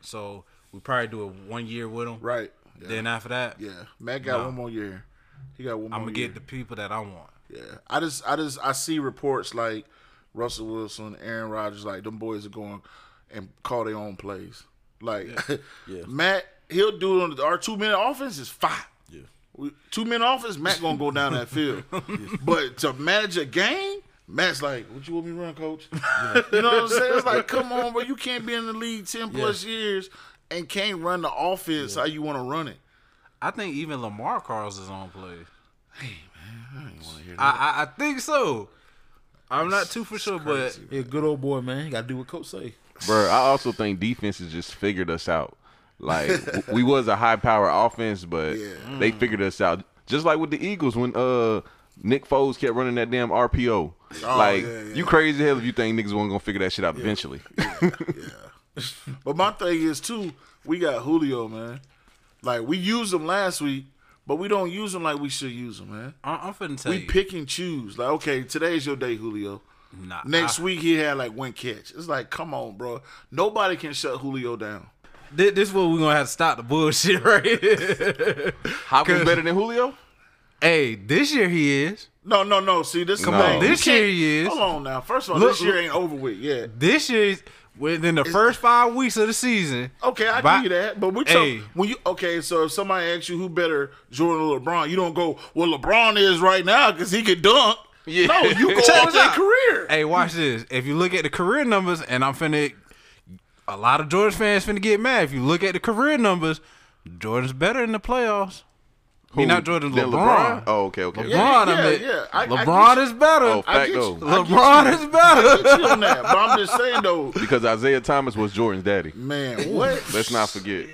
Speaker 4: So we probably do it one year with him.
Speaker 5: right. Yeah.
Speaker 4: Then after that,
Speaker 5: Yeah, Oh, Matt got
Speaker 4: Nah.
Speaker 5: one more year. He got one more
Speaker 4: I'm gonna
Speaker 5: year.
Speaker 4: get the people that I want.
Speaker 5: yeah, I just, I just, I see reports like Russell Wilson, Aaron Rodgers, like them boys are going and call their own plays. Like Matt, he'll do it on the, our two minute offense is fine. Yeah, two minute offense, Matt gonna go down that field. But to manage a game. Matt's like, what you want me to run, coach? you know what I'm saying? It's like, come on, bro. You can't be in the league 10 plus years and can't run the offense how you want to run it.
Speaker 4: I think even Lamar Carl's is on play.
Speaker 5: I didn't want to hear that.
Speaker 4: I, I I think so. I'm not too for sure, but
Speaker 5: crazy.
Speaker 6: Yeah, good old boy, man. You gotta do what coach say.
Speaker 8: Bro, I also think defenses just figured us out. Like w- we was a high power offense, but
Speaker 5: Yeah.
Speaker 8: they figured us out. Just like with the Eagles when uh Nick Foles kept running that damn RPO. like
Speaker 5: Oh, yeah, yeah.
Speaker 8: you crazy hell if you think niggas wasn't gonna figure that shit out eventually.
Speaker 5: But my thing is too, we got Julio, man. Like we used him last week, but we don't use him like we should use him, man.
Speaker 4: I, I'm finna tell
Speaker 5: We
Speaker 4: you.
Speaker 5: pick and choose. Like, okay, today's your day, Julio.
Speaker 4: nah,
Speaker 5: Next
Speaker 4: I-
Speaker 5: week he had like one catch. It's like, come on, bro. Nobody can shut Julio down.
Speaker 4: thi- this is where we gonna have to stop the bullshit right here.
Speaker 8: Hopkins better than Julio?
Speaker 4: hey, this year he is.
Speaker 5: No, no, no. See, this
Speaker 8: Come
Speaker 5: come
Speaker 8: on.
Speaker 5: on.
Speaker 4: This
Speaker 5: You
Speaker 4: year
Speaker 5: can't-
Speaker 4: he is.
Speaker 5: Hold on now. First of all,
Speaker 4: Look-
Speaker 5: this year
Speaker 4: look-
Speaker 5: ain't over with. Yeah.
Speaker 4: This year is within the first five weeks of the season.
Speaker 5: Okay, I
Speaker 4: by-
Speaker 5: give you that. But we talk,
Speaker 4: Hey.
Speaker 5: when you okay, so if somebody asks you who better Jordan or LeBron, you don't go, Well LeBron is right now because he can dunk.
Speaker 8: Yeah.
Speaker 5: No, you go
Speaker 4: Check
Speaker 5: off
Speaker 4: this
Speaker 5: their
Speaker 4: out.
Speaker 5: career.
Speaker 4: Hey, watch this. If you look at the career numbers, and I'm finna, a lot of George fans finna get mad. If you look at the career numbers, Jordan's better in the playoffs. He
Speaker 8: Who,
Speaker 4: not Jordan,
Speaker 8: than
Speaker 4: LeBron.
Speaker 8: Oh, okay, okay.
Speaker 4: LeBron,
Speaker 8: okay.
Speaker 5: yeah,
Speaker 4: I mean,
Speaker 5: yeah. I- I
Speaker 4: LeBron
Speaker 5: get you.
Speaker 4: is better.
Speaker 8: Oh,
Speaker 5: I
Speaker 8: fact
Speaker 5: get
Speaker 8: though.
Speaker 5: you.
Speaker 4: LeBron is better.
Speaker 5: Chill on that. But I'm just saying though,
Speaker 8: Because Isaiah Thomas was Jordan's daddy.
Speaker 5: man, what?
Speaker 8: Let's not forget.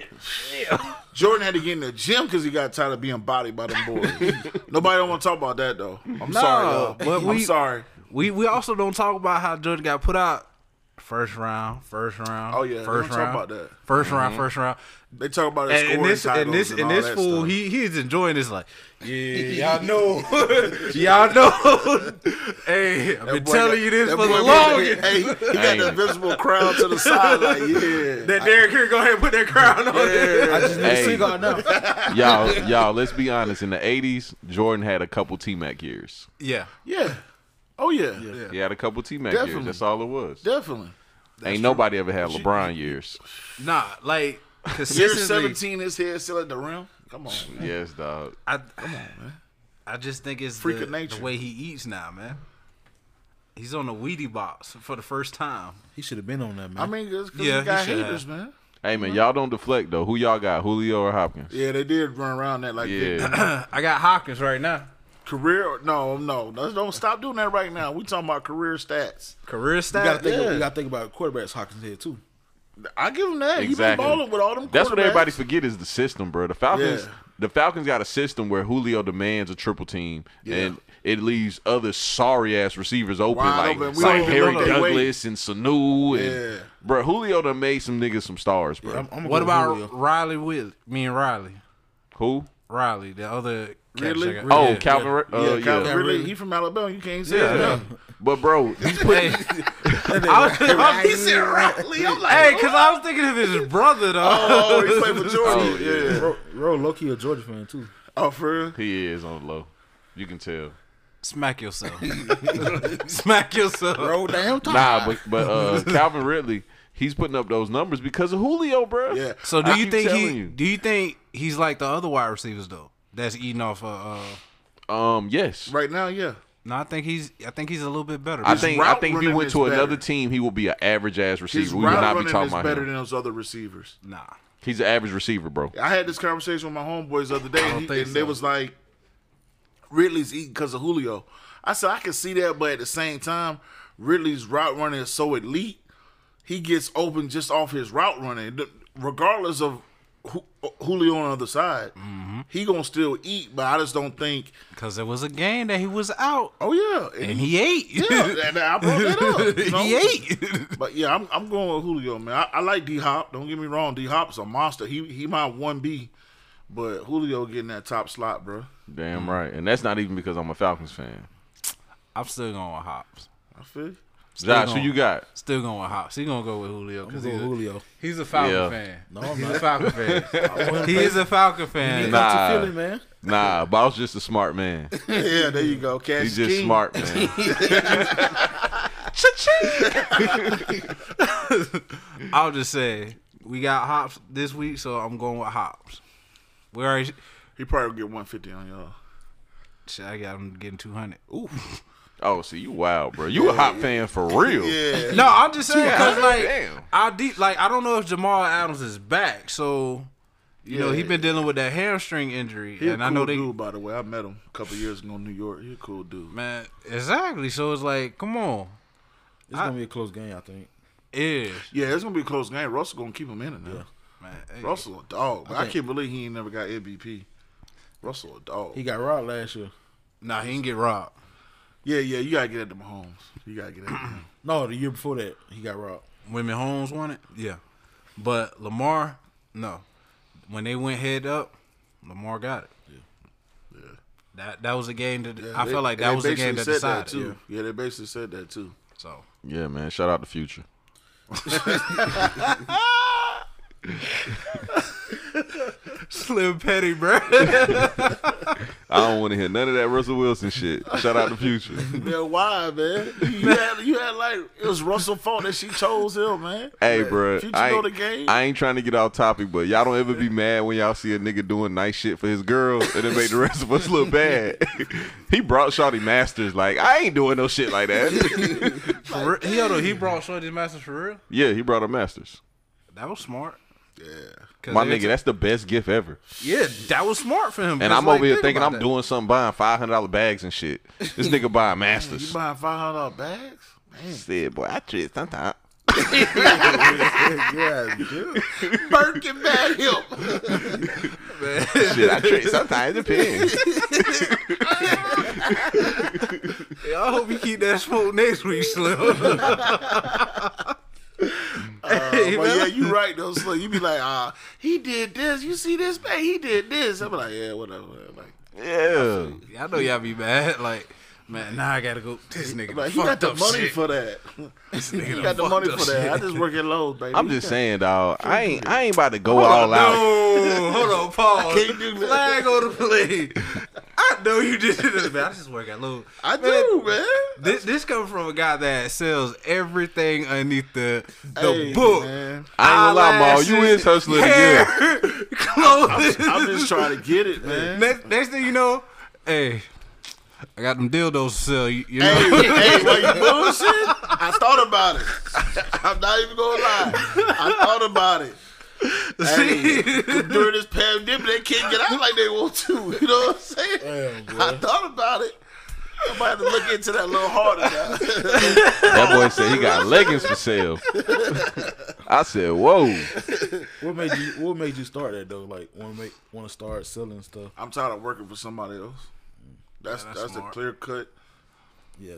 Speaker 5: Jordan had to get in the gym because he got tired of being bodied by them boys. Nobody don't want to talk about that though. I'm sorry, though.
Speaker 4: but
Speaker 5: I'm
Speaker 4: we-
Speaker 5: sorry.
Speaker 4: we we also don't talk about how Jordan got put out first round, first round.
Speaker 5: Oh, yeah, we
Speaker 4: first
Speaker 5: don't talk
Speaker 4: round,
Speaker 5: about that.
Speaker 4: first round,
Speaker 8: Mm-hmm.
Speaker 4: first round.
Speaker 5: They talk about that
Speaker 4: And, and
Speaker 5: scoring
Speaker 4: this
Speaker 5: titles
Speaker 4: and this and, this
Speaker 5: all that
Speaker 4: fool,
Speaker 5: stuff.
Speaker 4: he he's enjoying this. Like, yeah, y'all know, y'all know. hey, I've
Speaker 5: That
Speaker 4: been
Speaker 5: boy
Speaker 4: telling
Speaker 5: got-
Speaker 4: you this
Speaker 5: that
Speaker 4: for the
Speaker 5: boy got the-
Speaker 4: longest.
Speaker 5: Hey, he got the
Speaker 8: Dang.
Speaker 5: invisible crown to the side, like yeah.
Speaker 4: That Derek here, go ahead and put that crown on. there.
Speaker 6: I just need
Speaker 8: Hey.
Speaker 6: a cigar now.
Speaker 8: y'all, y'all, let's be honest. In the eighties, Jordan had a couple T Mac years.
Speaker 4: Yeah,
Speaker 5: Yeah. Oh yeah.
Speaker 8: He had a couple T Mac
Speaker 5: Definitely.
Speaker 8: years. That's all it was.
Speaker 5: Definitely.
Speaker 8: Ain't nobody ever had LeBron years.
Speaker 4: nah, like
Speaker 5: Year
Speaker 4: consistently.
Speaker 5: seventeen, his head still at the rim. Come on. man.
Speaker 8: Yes, dog.
Speaker 4: I, Come on, man. I just think it's
Speaker 5: Freak
Speaker 4: the,
Speaker 5: of nature.
Speaker 4: the way he eats now, man. He's on a weedy box for the first time.
Speaker 6: He should have been on that, man.
Speaker 5: I mean, it's because
Speaker 4: Yeah,
Speaker 5: he
Speaker 4: he
Speaker 5: got
Speaker 4: should
Speaker 5: haters,
Speaker 4: have.
Speaker 5: man.
Speaker 8: Hey man, y'all don't deflect though. Who y'all got? Julio or Hopkins?
Speaker 5: Yeah, they did run around that like that.
Speaker 8: Yeah.
Speaker 4: I got Hopkins right now.
Speaker 5: Career? No, no. Let's- Don't stop doing that right now. We talking about career stats.
Speaker 4: Career
Speaker 6: you gotta
Speaker 4: stat.
Speaker 6: think.
Speaker 5: Yeah.
Speaker 6: You gotta think about quarterbacks Hawkins head too.
Speaker 5: I give him that.
Speaker 8: Exactly.
Speaker 5: He been balling with all them.
Speaker 8: That's what
Speaker 5: quarterbacks.
Speaker 8: everybody forget is the system, bro. The Falcons
Speaker 5: Yeah.
Speaker 8: the Falcons got a system where Julio demands a triple team and it leaves other sorry ass receivers open
Speaker 5: Wide
Speaker 8: like,
Speaker 5: open. We
Speaker 8: like
Speaker 5: don't
Speaker 8: Harry
Speaker 5: even know they wait.
Speaker 8: Douglas and Sanu and
Speaker 5: Yeah.
Speaker 8: bro, Julio done made some niggas some stars, bro.
Speaker 6: I'm, I'm gonna
Speaker 4: What
Speaker 6: go with
Speaker 4: about
Speaker 6: Julio.
Speaker 4: Riley with me and Riley?
Speaker 8: Who?
Speaker 4: Riley, the other catch
Speaker 5: Ridley?
Speaker 4: I got.
Speaker 8: Oh,
Speaker 4: Yeah.
Speaker 8: Calvin Ra- uh,
Speaker 5: Yeah,
Speaker 8: yeah.
Speaker 5: Calvin Ridley.
Speaker 6: Ridley.
Speaker 5: He from Alabama. You can't say
Speaker 8: Yeah.
Speaker 5: that.
Speaker 8: But bro, he's put-
Speaker 4: Hey, I was, I was, he said Riley. I'm like, hey, because I was thinking of his brother though.
Speaker 5: Oh, he played for Georgia.
Speaker 8: Oh,
Speaker 5: yeah.
Speaker 8: yeah.
Speaker 6: Bro, bro Loki a Georgia fan too.
Speaker 5: Oh, for real?
Speaker 8: he is on the low. You can tell.
Speaker 4: Smack yourself. Smack yourself.
Speaker 6: Bro, Oh, damn time.
Speaker 8: Nah, but but uh, Calvin Ridley, he's putting up those numbers because of Julio, bro.
Speaker 5: Yeah.
Speaker 4: So do
Speaker 8: I
Speaker 4: you
Speaker 8: keep
Speaker 4: think he?
Speaker 8: telling you.
Speaker 4: Do you think he's like the other wide receivers though? That's eating off. Uh, uh,
Speaker 8: Um. Yes.
Speaker 5: Right now, yeah.
Speaker 4: no, I think he's. I think he's a little bit better.
Speaker 8: I think I
Speaker 5: route
Speaker 8: think if he
Speaker 5: running
Speaker 8: went
Speaker 5: is
Speaker 8: to another
Speaker 5: better.
Speaker 8: team, he will be an average ass receiver.
Speaker 5: His
Speaker 8: we will
Speaker 5: route
Speaker 8: not be
Speaker 5: running
Speaker 8: talking
Speaker 5: is
Speaker 8: about
Speaker 5: better
Speaker 8: him.
Speaker 5: than those other receivers.
Speaker 4: nah.
Speaker 8: He's an average receiver, bro.
Speaker 5: I had this conversation with my homeboys the other day, and, he-
Speaker 4: think
Speaker 5: and they
Speaker 4: so.
Speaker 5: was like, "Ridley's eating because of Julio." I said, "I can see that, but at the same time, Ridley's route running is so elite. He gets open just off his route running, Th- regardless of who, Julio on the other side.
Speaker 4: Mm-hmm.
Speaker 5: He gonna still eat, but I just don't think.
Speaker 4: Because it was a game that he was out
Speaker 5: Oh yeah,
Speaker 4: and he ate.
Speaker 5: yeah, and I brought that up. you know?
Speaker 4: he ate.
Speaker 5: But yeah, I'm, I'm going with Julio, man. I, I like D Hop. Don't get me wrong, D Hop's a monster. He he might one B, but Julio getting that top slot, bro. Mm-hmm.
Speaker 8: Damn right. And that's not even because I'm a Falcons fan.
Speaker 4: I'm still going with Hops.
Speaker 5: I feel you.
Speaker 8: Josh, who
Speaker 4: on.
Speaker 8: you got?
Speaker 4: Still going with Hops. He's going to go with Julio. because
Speaker 6: go
Speaker 4: he's,
Speaker 6: with Julio.
Speaker 4: A, he's a Falcon
Speaker 8: Yeah.
Speaker 4: fan.
Speaker 6: No, I'm
Speaker 4: he's
Speaker 6: not.
Speaker 4: a Falcon fan. he is a Falcon fan.
Speaker 8: Nah.
Speaker 6: Come to Philly, man.
Speaker 8: Nah, but I was just a smart man.
Speaker 5: yeah, there you go. Cash
Speaker 8: He's just
Speaker 5: King.
Speaker 8: smart man.
Speaker 4: I'll just say, we got Hops this week, so I'm going with Hops. We already.
Speaker 5: He probably will get 150 on y'all.
Speaker 4: Shit, I got him getting 200. Ooh.
Speaker 8: Oh, see, you wild, bro. You a hot fan for real.
Speaker 5: Yeah,
Speaker 4: No, I'm just saying because like
Speaker 8: Damn.
Speaker 4: I deep like I don't know if Jamal Adams is back, so You know, he been dealing with that hamstring injury,
Speaker 5: He a
Speaker 4: and I know
Speaker 5: cool
Speaker 4: they
Speaker 5: dude, by the way. I met him a couple years ago in New York. He a cool dude.
Speaker 4: man exactly. So it's like, come on,
Speaker 6: It's gonna be a close game, I think.
Speaker 4: is
Speaker 5: Yeah, it's gonna be a close game. Russell gonna keep him in it now.
Speaker 4: man, hey,
Speaker 5: Russell a dog. I, can't believe he ain't never got MVP. Russell a dog.
Speaker 6: He got robbed last year.
Speaker 4: nah, he can get robbed.
Speaker 5: yeah, yeah, you gotta get at the Mahomes. You gotta get at him.
Speaker 6: No, the year before that, he got robbed.
Speaker 4: When Mahomes won it, yeah, but Lamar, no. When they went head up, Lamar got it. Yeah, That that was a game that I
Speaker 5: They-
Speaker 4: felt like
Speaker 5: and
Speaker 4: that
Speaker 5: they
Speaker 4: was the game
Speaker 5: basically
Speaker 4: that
Speaker 5: said
Speaker 4: decided. yeah.
Speaker 5: too. Yeah. they basically said that too.
Speaker 4: So
Speaker 8: Yeah, man. Shout out to Future.
Speaker 4: Slim Petty, bro.
Speaker 8: I don't want to hear none of that Russell Wilson shit. Shout out to Future.
Speaker 5: Man, why, man? You had, you had like it was Russell's fault that she chose him, man.
Speaker 8: Hey, bro,
Speaker 5: Future
Speaker 8: I
Speaker 5: know
Speaker 8: ain't,
Speaker 5: the game.
Speaker 8: I ain't trying to get off topic, but y'all don't ever be mad when y'all see a nigga doing nice shit for his girl and it make the rest of us look bad. he brought Shawty Masters like I ain't doing no shit like that.
Speaker 4: for real, he, hold on, he brought Shorty Masters for real.
Speaker 8: yeah, he brought her Masters.
Speaker 4: That was smart. Yeah,
Speaker 8: My nigga, that's the best gift ever.
Speaker 4: yeah, that was smart for him. 'cause,
Speaker 8: And I'm
Speaker 4: like,
Speaker 8: over here
Speaker 4: think
Speaker 8: thinking
Speaker 4: about
Speaker 8: I'm
Speaker 4: that.
Speaker 8: doing something, buying five hundred dollar bags and shit. This nigga buying
Speaker 5: You
Speaker 8: Masters.
Speaker 5: buying five hundred dollar bags? Man,
Speaker 8: Said boy, I trip sometimes.
Speaker 5: Birkin bag him.
Speaker 8: Shit, I trip sometimes. It depends.
Speaker 4: I hope you keep that smoke next week, Slim. Hey,
Speaker 5: Uh, But
Speaker 4: man.
Speaker 5: yeah, you right though. So you be like, ah, he did this. You see this man? He did this. I'm like, yeah, whatever. Like,
Speaker 8: Yeah.
Speaker 4: Yeah, I know y'all be mad. Like, man, now I gotta go. This nigga,
Speaker 5: like
Speaker 4: like,
Speaker 5: he got the money
Speaker 4: shit.
Speaker 5: for that.
Speaker 4: this nigga.
Speaker 5: He
Speaker 4: done
Speaker 5: got the
Speaker 4: fucked
Speaker 5: money
Speaker 4: up
Speaker 5: for that. I
Speaker 4: shit.
Speaker 5: just work at Lowe's, baby.
Speaker 8: I'm
Speaker 5: He
Speaker 8: just
Speaker 5: got-
Speaker 8: saying, dog. I ain't I ain't about to go all out.
Speaker 4: No, hold on, pause.
Speaker 5: can't do that.
Speaker 4: Flag on the play. I know you did this, man. I just work at Lou.
Speaker 5: I do, man.
Speaker 4: This this comes from a guy that sells everything underneath the the
Speaker 5: Hey,
Speaker 4: book.
Speaker 5: man.
Speaker 8: I ain't gonna lie, Maul. You
Speaker 4: Eyelashes,
Speaker 8: is hustling again.
Speaker 4: hair, clothing.
Speaker 5: I'm just trying to get it, man.
Speaker 4: Next, next thing you know, hey, I got them dildos to sell. You, you know,
Speaker 5: hey, hey, were you bullshit? I thought about it. I'm not even gonna lie. I thought about it. Hey, during this pandemic, they can't get out like they want to. You know what I'm saying? I thought about it. I might have to look into that a little harder now.
Speaker 8: That boy said he got leggings for sale. I said, "Whoa,
Speaker 6: What made you What made you start that though? Like, want to make want to start selling stuff?
Speaker 5: I'm tired of working for somebody else. That's
Speaker 4: Yeah, that's
Speaker 5: that's, a
Speaker 4: smart.
Speaker 5: clear cut,
Speaker 6: Yeah,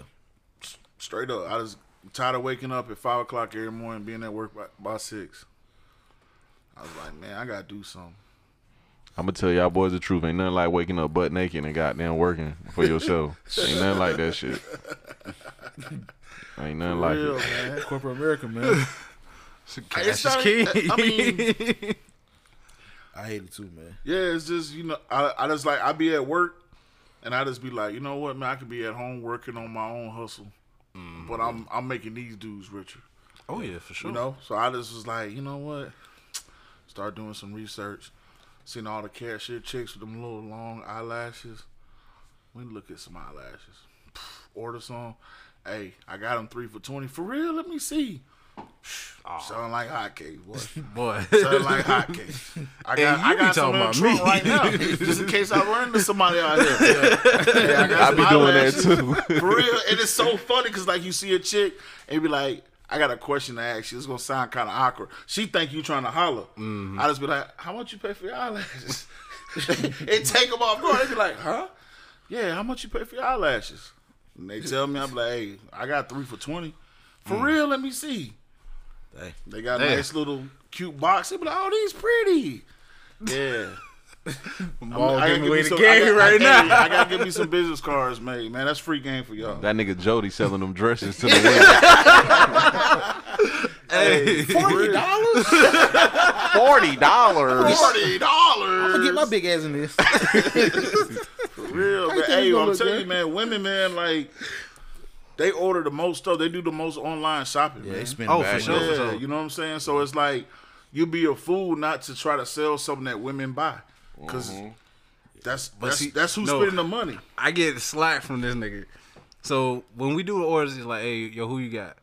Speaker 5: straight up. I just I'm tired of waking up at five o'clock every morning, being at work by, by six. I was like, man, I gotta do something.
Speaker 8: I'm gonna tell y'all boys the truth. Ain't nothing like waking up butt naked and goddamn working for yourself. Ain't nothing like that shit. Ain't nothing like
Speaker 5: Real
Speaker 8: it.
Speaker 5: man.
Speaker 6: corporate America, man.
Speaker 5: It's
Speaker 4: cash is
Speaker 5: not-
Speaker 4: key.
Speaker 5: I mean,
Speaker 6: I hate it too, man.
Speaker 5: yeah, it's just you know, I, I just like I be at work, and I just be like, you know what, man, I could be at home working on my own hustle,
Speaker 6: Mm-hmm.
Speaker 5: but I'm I'm making these dudes richer,
Speaker 4: oh yeah, for sure.
Speaker 5: you know. So I just was like, you know what, start doing some research, seeing all the cashier chicks with them little long eyelashes. Let me look at some eyelashes. Pff, Order some. Hey, I got them three for twenty for real. Let me see. Sound like hotcakes, boy.
Speaker 4: Boy,
Speaker 5: Sound like hotcakes. I got,
Speaker 4: And you
Speaker 5: I
Speaker 4: be
Speaker 5: got some
Speaker 4: talking
Speaker 5: in the
Speaker 4: about me.
Speaker 5: trunk right now, just in case I run into somebody out here. Yeah, I, got
Speaker 8: I
Speaker 5: some
Speaker 8: be doing that
Speaker 5: eyelashes.
Speaker 8: too.
Speaker 5: For real, and it's so funny because like you see a chick and be like, "I got a question to ask you." It's gonna sound kind of awkward. She think you trying to holler.
Speaker 4: Mm-hmm.
Speaker 5: I just be like, "How much you pay for your eyelashes?" and take them off guard. They be like, "Huh? Yeah, how much you pay for your eyelashes?" And they tell me, I'm like, "Hey, I got three for twenty. For real, let me see." They got a
Speaker 4: Mm. Damn.
Speaker 5: nice little cute box. They be like, "Oh, these pretty." Yeah.
Speaker 4: Ball
Speaker 5: I gotta
Speaker 4: giving
Speaker 5: give
Speaker 4: away
Speaker 5: me
Speaker 4: the
Speaker 5: some-
Speaker 4: game
Speaker 5: I got-
Speaker 4: right
Speaker 5: I,
Speaker 4: now.
Speaker 5: gotta- I gotta give me some business cards made, man. That's free game for y'all.
Speaker 8: That nigga Jody selling them dresses to the women.
Speaker 4: Hey,
Speaker 5: Forty dollars?
Speaker 8: Forty dollars.
Speaker 5: Forty
Speaker 6: I get my
Speaker 5: dollars?
Speaker 6: big ass in this.
Speaker 5: Real, man.
Speaker 6: tell
Speaker 5: Hey,
Speaker 6: you
Speaker 5: I'm
Speaker 6: no
Speaker 5: telling
Speaker 6: good.
Speaker 5: you, man. Women, man, like they order the most stuff. They do the most online shopping, man.
Speaker 6: They spend
Speaker 4: Oh,
Speaker 6: oh,
Speaker 4: for
Speaker 6: back.
Speaker 4: sure. for
Speaker 5: Yeah,
Speaker 4: sure.
Speaker 5: you know what I'm saying. So it's like you be a fool not to try to sell something that women buy, because that's that's
Speaker 4: Mm-hmm. see,
Speaker 5: that's who's
Speaker 4: no.
Speaker 5: spending the money.
Speaker 4: I get slack from this nigga. So when we do the orders, he's like, "Hey, yo, who you got?"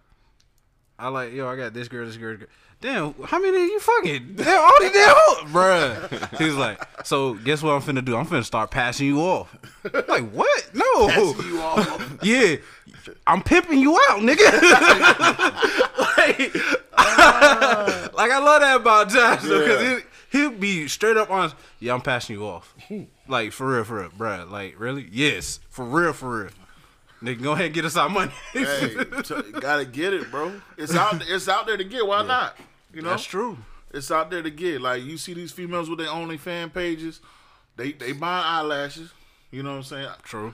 Speaker 4: I like, "Yo, I got this girl, this girl." this girl." damn, how many of you fucking? Damn, all these damn hoes, bruh. He's like, so guess what I'm finna do? I'm finna start passing you off. like what? No.
Speaker 5: You all up.
Speaker 4: Yeah, I'm pimping you out, nigga. like, like I love that about Josh because he he'll be straight up honest. Yeah, I'm passing you off. Like for real, for real, bruh. Like really? Yes, for real, for real. Nigga, go ahead and get us our money.
Speaker 5: hey, t- gotta get it, bro. It's out. It's out there to get. Why not? You know,
Speaker 4: That's true.
Speaker 5: It's out there to get. Like you see these females with their only fan pages, they they buy eyelashes. You know what I'm saying?
Speaker 4: True.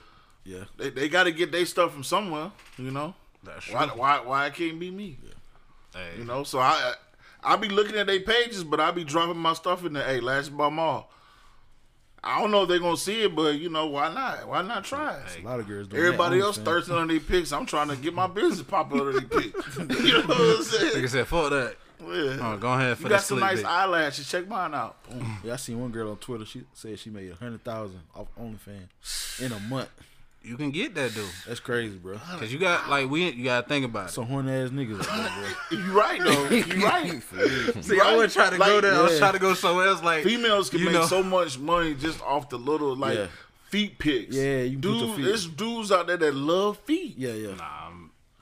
Speaker 5: They, they got to get their stuff from somewhere. You know,
Speaker 4: That's true.
Speaker 5: why why why it can't be me?
Speaker 4: Hey.
Speaker 5: You know, so I I I be looking at their pages, but I be dropping my stuff in there. Hey, last bomb all. I don't know if they're gonna see it, but you know why not? Why not try it?
Speaker 6: A lot of girls. Doing
Speaker 5: Everybody
Speaker 6: that.
Speaker 5: else thirsting under these pics. I'm trying to get my business popping under these pics. you know what I'm
Speaker 4: Like I
Speaker 5: saying?
Speaker 4: said, fuck that.
Speaker 5: Yeah.
Speaker 4: Oh, go ahead for
Speaker 5: You
Speaker 4: the
Speaker 5: got some
Speaker 4: sleep.
Speaker 5: nice
Speaker 4: bit.
Speaker 5: eyelashes. Check mine out.
Speaker 6: Yeah, I seen one girl on Twitter. She said she made a hundred thousand off OnlyFans in a month.
Speaker 4: you can get that dude
Speaker 6: That's crazy, bro.
Speaker 4: because you got like we you gotta think about it.
Speaker 6: Some horn ass niggas, like that,
Speaker 5: You right though. You right.
Speaker 4: See,
Speaker 5: I wasn't trying to go there. I was trying
Speaker 4: to go somewhere else. Like
Speaker 5: Females can make so much money just off the little like
Speaker 6: Yeah.
Speaker 5: feet pics.
Speaker 6: Yeah, you put your
Speaker 5: dudes.
Speaker 6: feet-
Speaker 5: There's dudes out there that love feet.
Speaker 6: bro. Yeah, yeah.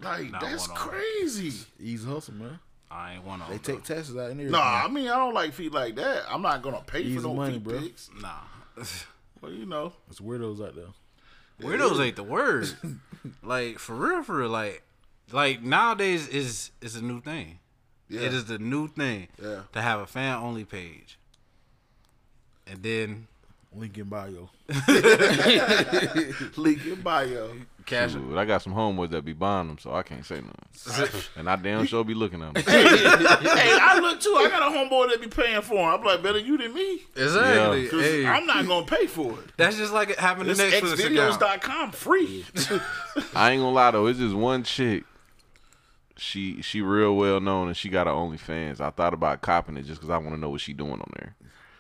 Speaker 5: Like
Speaker 4: Nah,
Speaker 5: that's
Speaker 4: one on one.
Speaker 5: crazy.
Speaker 6: Easy hustle, man.
Speaker 4: I ain't one of
Speaker 6: They
Speaker 4: them.
Speaker 6: take taxes out and everything.
Speaker 5: No, I mean I don't like feet like that. I'm not gonna pay
Speaker 6: Easy
Speaker 5: for no
Speaker 6: money,
Speaker 5: feet
Speaker 6: bro.
Speaker 5: pics.
Speaker 4: Nah,
Speaker 5: Well, you know,
Speaker 6: It's weirdos out there.
Speaker 4: weirdos ain't the word. like for real, for real. Like, like nowadays is is a new thing.
Speaker 5: yeah.
Speaker 4: It is the new thing
Speaker 5: Yeah.
Speaker 4: to have a fan only page, and then
Speaker 6: Link in bio.
Speaker 5: leak your bio.
Speaker 4: cash.
Speaker 8: Dude, I got some homeboys that be buying them, so I can't say nothing. and I damn sure be looking at them.
Speaker 5: hey, I look too. I got a homeboy that be paying for him. I'm like, better you than me.
Speaker 4: Exactly.
Speaker 5: Cause
Speaker 4: Hey,
Speaker 5: I'm not gonna pay for it.
Speaker 4: that's just like having the
Speaker 5: It's
Speaker 4: Netflix account.
Speaker 5: xvideos.com free.
Speaker 8: I ain't gonna lie though, it's just one chick. She she real well known and she got her OnlyFans. I thought about copping it just because I want to know what she doing on there,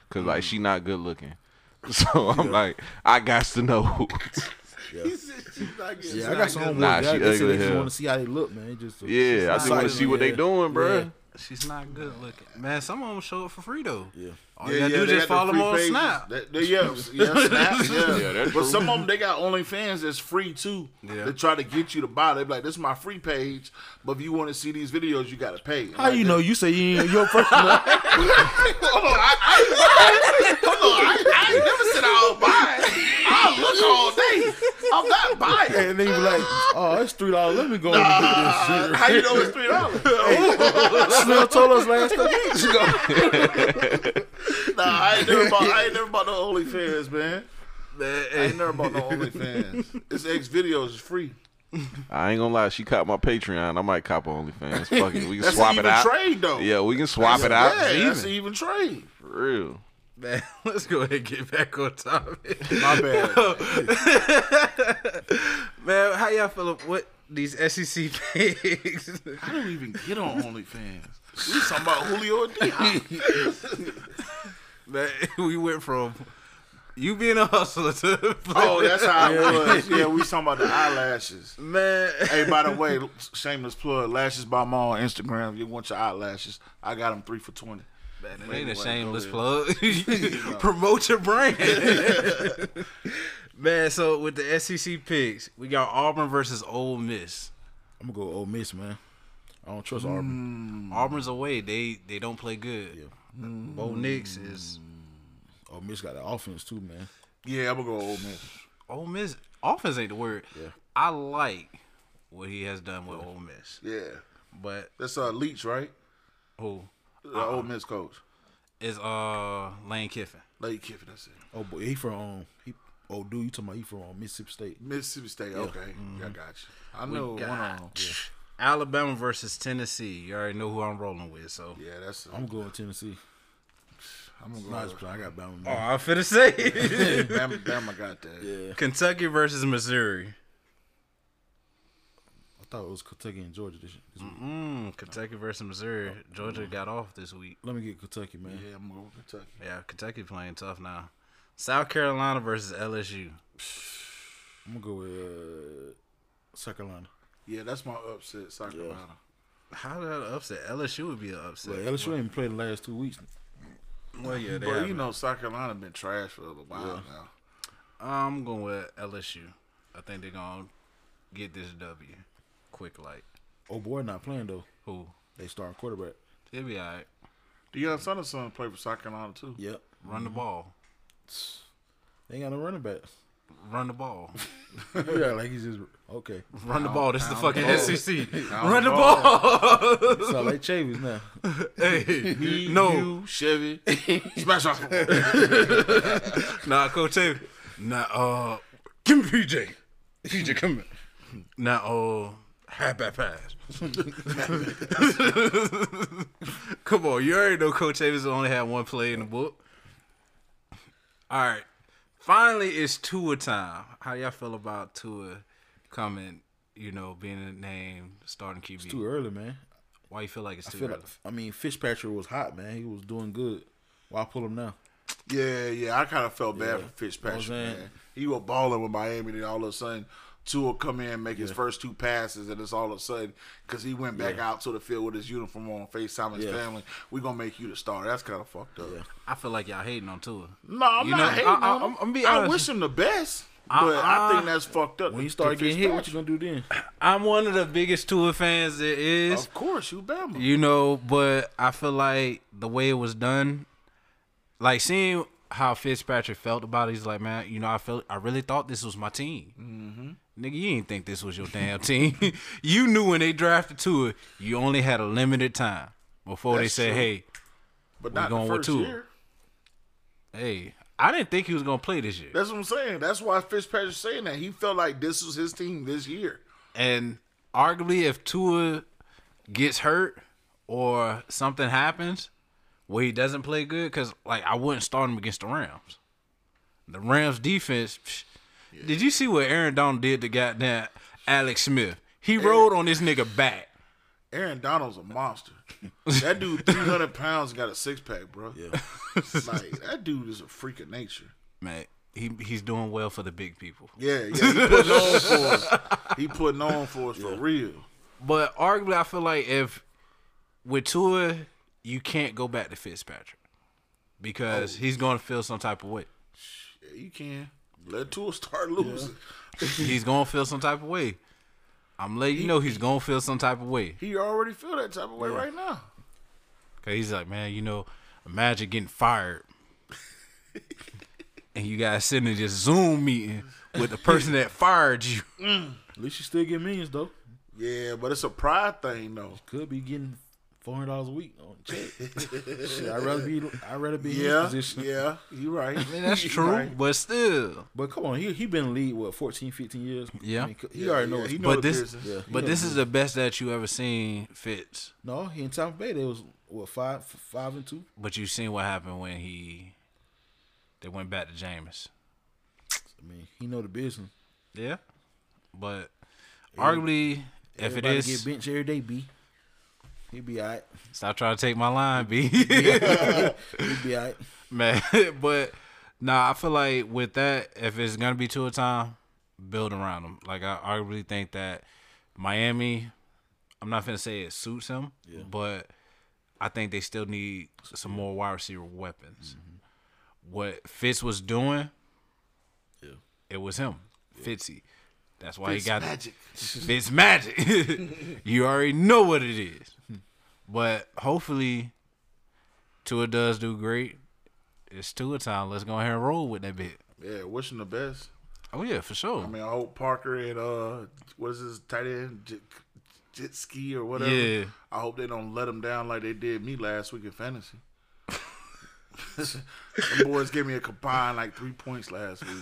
Speaker 8: cause like she not good looking. So I'm like, I got to know.
Speaker 6: Yeah, I got some homeboys.
Speaker 8: Nah,
Speaker 6: that
Speaker 8: she
Speaker 6: I just
Speaker 8: ugly as
Speaker 6: just
Speaker 8: hell.
Speaker 6: want to see how they look, man. It Just
Speaker 8: yeah, I just want to
Speaker 6: exciting,
Speaker 8: see what they
Speaker 6: yeah.
Speaker 8: doing, bruh.
Speaker 4: She's not good looking. Man, some of them show up for free though. Yeah. All
Speaker 5: Yeah,
Speaker 4: you gotta do
Speaker 5: yeah, they
Speaker 4: is just
Speaker 5: got
Speaker 4: follow
Speaker 5: the
Speaker 4: them
Speaker 5: free
Speaker 4: on
Speaker 5: pages.
Speaker 4: Snap.
Speaker 5: That- they- yeah, yeah, Snap, yeah.
Speaker 8: Yeah, that's
Speaker 5: but
Speaker 8: true.
Speaker 5: some of them they got OnlyFans that's free too.
Speaker 4: Yeah.
Speaker 5: They try to get you to buy. They be like, "This is my free page, but if you want to see these videos, you gotta pay."
Speaker 6: How you know? You say you ain't your first love.
Speaker 5: Hold on, I, I, hold on, I, I ain't never said I was buying. I look all day. I'm not buying.
Speaker 6: and then you be like, oh, it's three dollars. Let me go and get
Speaker 5: Uh,
Speaker 6: this shit.
Speaker 5: how you know it's three dollars?
Speaker 6: Snell told us last time.
Speaker 5: nah, I ain't never bought. I ain't never bought no OnlyFans, man.
Speaker 4: Man,
Speaker 5: I
Speaker 4: hey,
Speaker 5: ain't never bought no Oh, OnlyFans. It's X videos is free.
Speaker 8: I ain't gonna lie, she caught my Patreon. I might cop her OnlyFans. Fuck it, we can
Speaker 5: That's
Speaker 8: swap
Speaker 5: an
Speaker 8: it
Speaker 5: even
Speaker 8: out.
Speaker 5: trade though.
Speaker 8: Yeah, we can swap it out.
Speaker 5: Yeah, that's an
Speaker 8: Even.
Speaker 5: even trade.
Speaker 8: For real.
Speaker 4: man, let's go ahead and get back on topic.
Speaker 5: My bad.
Speaker 4: Man, how y'all feel of what these SEC pigs?
Speaker 5: I don't even get on OnlyFans. We talking about Julio D.
Speaker 4: man, we went from you being a hustler to
Speaker 5: Oh, that's how it was. Yeah, we talking about the eyelashes.
Speaker 4: man.
Speaker 5: Hey, by the way, shameless plug. Lashes by Ma on Instagram. If you want your eyelashes, I got them three for twenty.
Speaker 4: That
Speaker 5: Anyway,
Speaker 4: ain't a
Speaker 5: go
Speaker 4: shameless
Speaker 5: ahead.
Speaker 4: plug. Promote your brand. man, so with the SEC picks, we got Auburn versus Ole Miss.
Speaker 6: I'm gonna go Ole Miss, man. I don't trust Auburn.
Speaker 4: Auburn's away. They they don't play good. Bo Nix is
Speaker 6: Ole Miss got the offense too, man.
Speaker 5: Yeah, I'm gonna go old man.
Speaker 4: Ole Miss offense ain't the word. I like what he has done with Ole Miss,
Speaker 5: Yeah,
Speaker 4: but
Speaker 5: that's uh Leach, right?
Speaker 4: who
Speaker 5: The old Miss coach,
Speaker 4: is uh Lane Kiffin?
Speaker 5: Lane Kiffin. That's it.
Speaker 6: Oh, boy, he from um, he. Oh, dude, you talking about he from um, Mississippi State? Mm-hmm.
Speaker 5: Mississippi State. Okay, yeah, I got you. I know one
Speaker 4: got-
Speaker 5: of them. Yeah,
Speaker 4: Alabama versus Tennessee. You already know who I'm rolling with, so.
Speaker 5: yeah that's.
Speaker 6: I'm going Tennessee.
Speaker 5: I'm gonna go.
Speaker 6: Nah, it's I got Bama.
Speaker 4: Oh,
Speaker 6: Man.
Speaker 4: I'm finna say
Speaker 5: Bama, Bama got that.
Speaker 4: Kentucky versus Missouri.
Speaker 6: I thought it was Kentucky and Georgia this, this week.
Speaker 4: Mm, Kentucky versus Missouri. Georgia got off this week.
Speaker 6: Let me get Kentucky, man.
Speaker 5: Yeah, I'm going to Kentucky.
Speaker 4: Yeah, Kentucky playing tough now. South Carolina versus LSU.
Speaker 6: I'm gonna go with uh, South Carolina.
Speaker 5: Yeah, that's my upset, South Carolina.
Speaker 4: How did that upset? LSU would be an upset.
Speaker 6: But LSU ain't played the last two weeks.
Speaker 4: Well, yeah, they
Speaker 5: But you
Speaker 4: haven't.
Speaker 5: know, South Carolina been trash for a little while now.
Speaker 4: I'm going with LSU. I think they're gonna get this W. Quick light.
Speaker 6: Oh boy, not playing though.
Speaker 4: Who?
Speaker 6: They starting quarterback.
Speaker 4: They'll be alright.
Speaker 5: Deion Sanderson played for South Carolina too.
Speaker 6: Yep.
Speaker 4: Run the ball.
Speaker 6: They ain't got no running backs.
Speaker 4: Run the ball.
Speaker 6: yeah, like he's just okay.
Speaker 4: Run the ball. This is the fucking SEC.
Speaker 5: Pound
Speaker 4: Run the ball.
Speaker 6: So like Chavis now.
Speaker 4: hey, no,
Speaker 5: You, Chevy, smash off.
Speaker 4: nah, Coach Taylor. Nah, uh, give me PJ. PJ, come here. Nah, uh, halfback pass. come on, you already know Coach Taylor's only had one play in the book. All right, finally it's Tua time. How y'all feel about Tua coming? You know, being a name starting QB.
Speaker 6: Too early, man.
Speaker 4: Why you feel like it's
Speaker 6: I
Speaker 4: too
Speaker 6: feel
Speaker 4: early?
Speaker 6: like I mean Fitzpatrick was hot, man. He was doing good. Why pull him now?
Speaker 5: Yeah, yeah. I kind of felt bad
Speaker 6: Yeah.
Speaker 5: for Fitzpatrick.
Speaker 6: You know what I'm saying?
Speaker 5: man. He was balling with Miami, then all of a sudden, Tua come in, make his first two passes, and it's all of a sudden because he went back out to the field with his uniform on, FaceTime his
Speaker 6: Yeah.
Speaker 5: family. We gonna make you the star. That's kind of fucked up.
Speaker 4: I feel like y'all hating on Tua.
Speaker 5: No, I'm
Speaker 4: You
Speaker 5: not
Speaker 4: know,
Speaker 5: hating
Speaker 4: I-
Speaker 5: on
Speaker 4: I-
Speaker 5: him.
Speaker 4: I'm- I'm being
Speaker 5: I
Speaker 4: honest.
Speaker 5: wish him the best, but
Speaker 4: I-
Speaker 5: I,
Speaker 4: I-
Speaker 5: think that's fucked up.
Speaker 6: When you
Speaker 5: to
Speaker 6: start getting hit, what you
Speaker 5: Fitzpatrick.
Speaker 6: gonna do then?
Speaker 4: I'm one of the biggest Tua fans there is.
Speaker 5: of course, you Bama.
Speaker 4: You know, but I feel like the way it was done, like seeing how Fitzpatrick felt about it, he's like, man, you know, I felt, I really thought this was my team.
Speaker 5: Mm-hmm.
Speaker 4: Nigga, you didn't think this was your damn team. you knew when they drafted to it, you only had a limited time before
Speaker 5: That's
Speaker 4: they said,
Speaker 5: true.
Speaker 4: hey,
Speaker 5: but not the
Speaker 4: going with
Speaker 5: first
Speaker 4: Tua.
Speaker 5: year.
Speaker 4: hey, I didn't think he was gonna play this year,
Speaker 5: That's what I'm saying. That's why Fitzpatrick's saying that he felt like this was his team this year.
Speaker 4: and arguably, if Tua gets hurt or something happens where he doesn't play good, because like I wouldn't start him against the Rams. The Rams defense. psh, Did you see what Aaron Donald did to goddamn Alex Smith? He rode on this nigga back.
Speaker 5: Aaron Donald's a monster. That dude, 300 pounds, and got a six pack, bro. Yeah. like, that dude is a freak of nature.
Speaker 4: Man, he he's doing well for the big people.
Speaker 5: Yeah, yeah. He putting on for us. He putting on for us for real.
Speaker 4: But arguably, I feel like if with Tua, you can't go back to Fitzpatrick because he's going to feel some type of way.
Speaker 5: Yeah, you can. Let Tua start losing.
Speaker 4: he's gonna feel some type of way. I'm letting you know he's gonna feel some type of way.
Speaker 5: He already feel that type of way right now.
Speaker 4: Cause he's like, man, you know, imagine getting fired, and you guys sitting in this Zoom meeting with the person that fired you.
Speaker 6: At least you still get millions though.
Speaker 5: Yeah, but it's a pride thing, though.
Speaker 6: Could be getting four hundred dollars a week on check. Shit, I'd rather be I'd rather be in
Speaker 5: Yeah,
Speaker 6: his position.
Speaker 5: yeah. You right.
Speaker 4: That's
Speaker 5: You
Speaker 4: true,
Speaker 5: right.
Speaker 4: but still.
Speaker 6: But come on, he he been in the league what 14, 15 years.
Speaker 4: Yeah.
Speaker 6: I mean, he
Speaker 5: Yeah,
Speaker 6: already
Speaker 5: yeah,
Speaker 6: knows.
Speaker 5: he know
Speaker 4: But
Speaker 5: the
Speaker 4: this,
Speaker 5: business.
Speaker 6: Yeah.
Speaker 4: but this is the best that you ever seen Fitz.
Speaker 6: No, he in Tampa Bay they was what five five and two.
Speaker 4: But you seen what happened when he, they went back to Jameis.
Speaker 6: I mean, he know the business.
Speaker 4: Yeah, but arguably, if it
Speaker 6: Everybody
Speaker 4: is,
Speaker 6: get benched every day, B. He be alright.
Speaker 4: stop trying to take my line, B.
Speaker 6: He be alright.
Speaker 4: man. but nah, I feel like with that, if it's gonna be two a time, build around him. Like I, I really think that Miami, I'm not gonna say it suits him, but I think they still need some more wide receiver weapons. What Fitz was doing, it was him, Fitzy. That's why he got magic. Fitz magic. you already know what it is. But hopefully, Tua does do great it's Tua time. Let's go ahead and roll with that bit.
Speaker 5: Yeah, wishing the best.
Speaker 4: Oh yeah, for sure.
Speaker 5: I mean, I hope Parker and uh, what is his tight end J- Jitski or whatever.
Speaker 4: Yeah.
Speaker 5: I hope they don't let him down like they did me last week in fantasy. the boys gave me a combined like three points last week.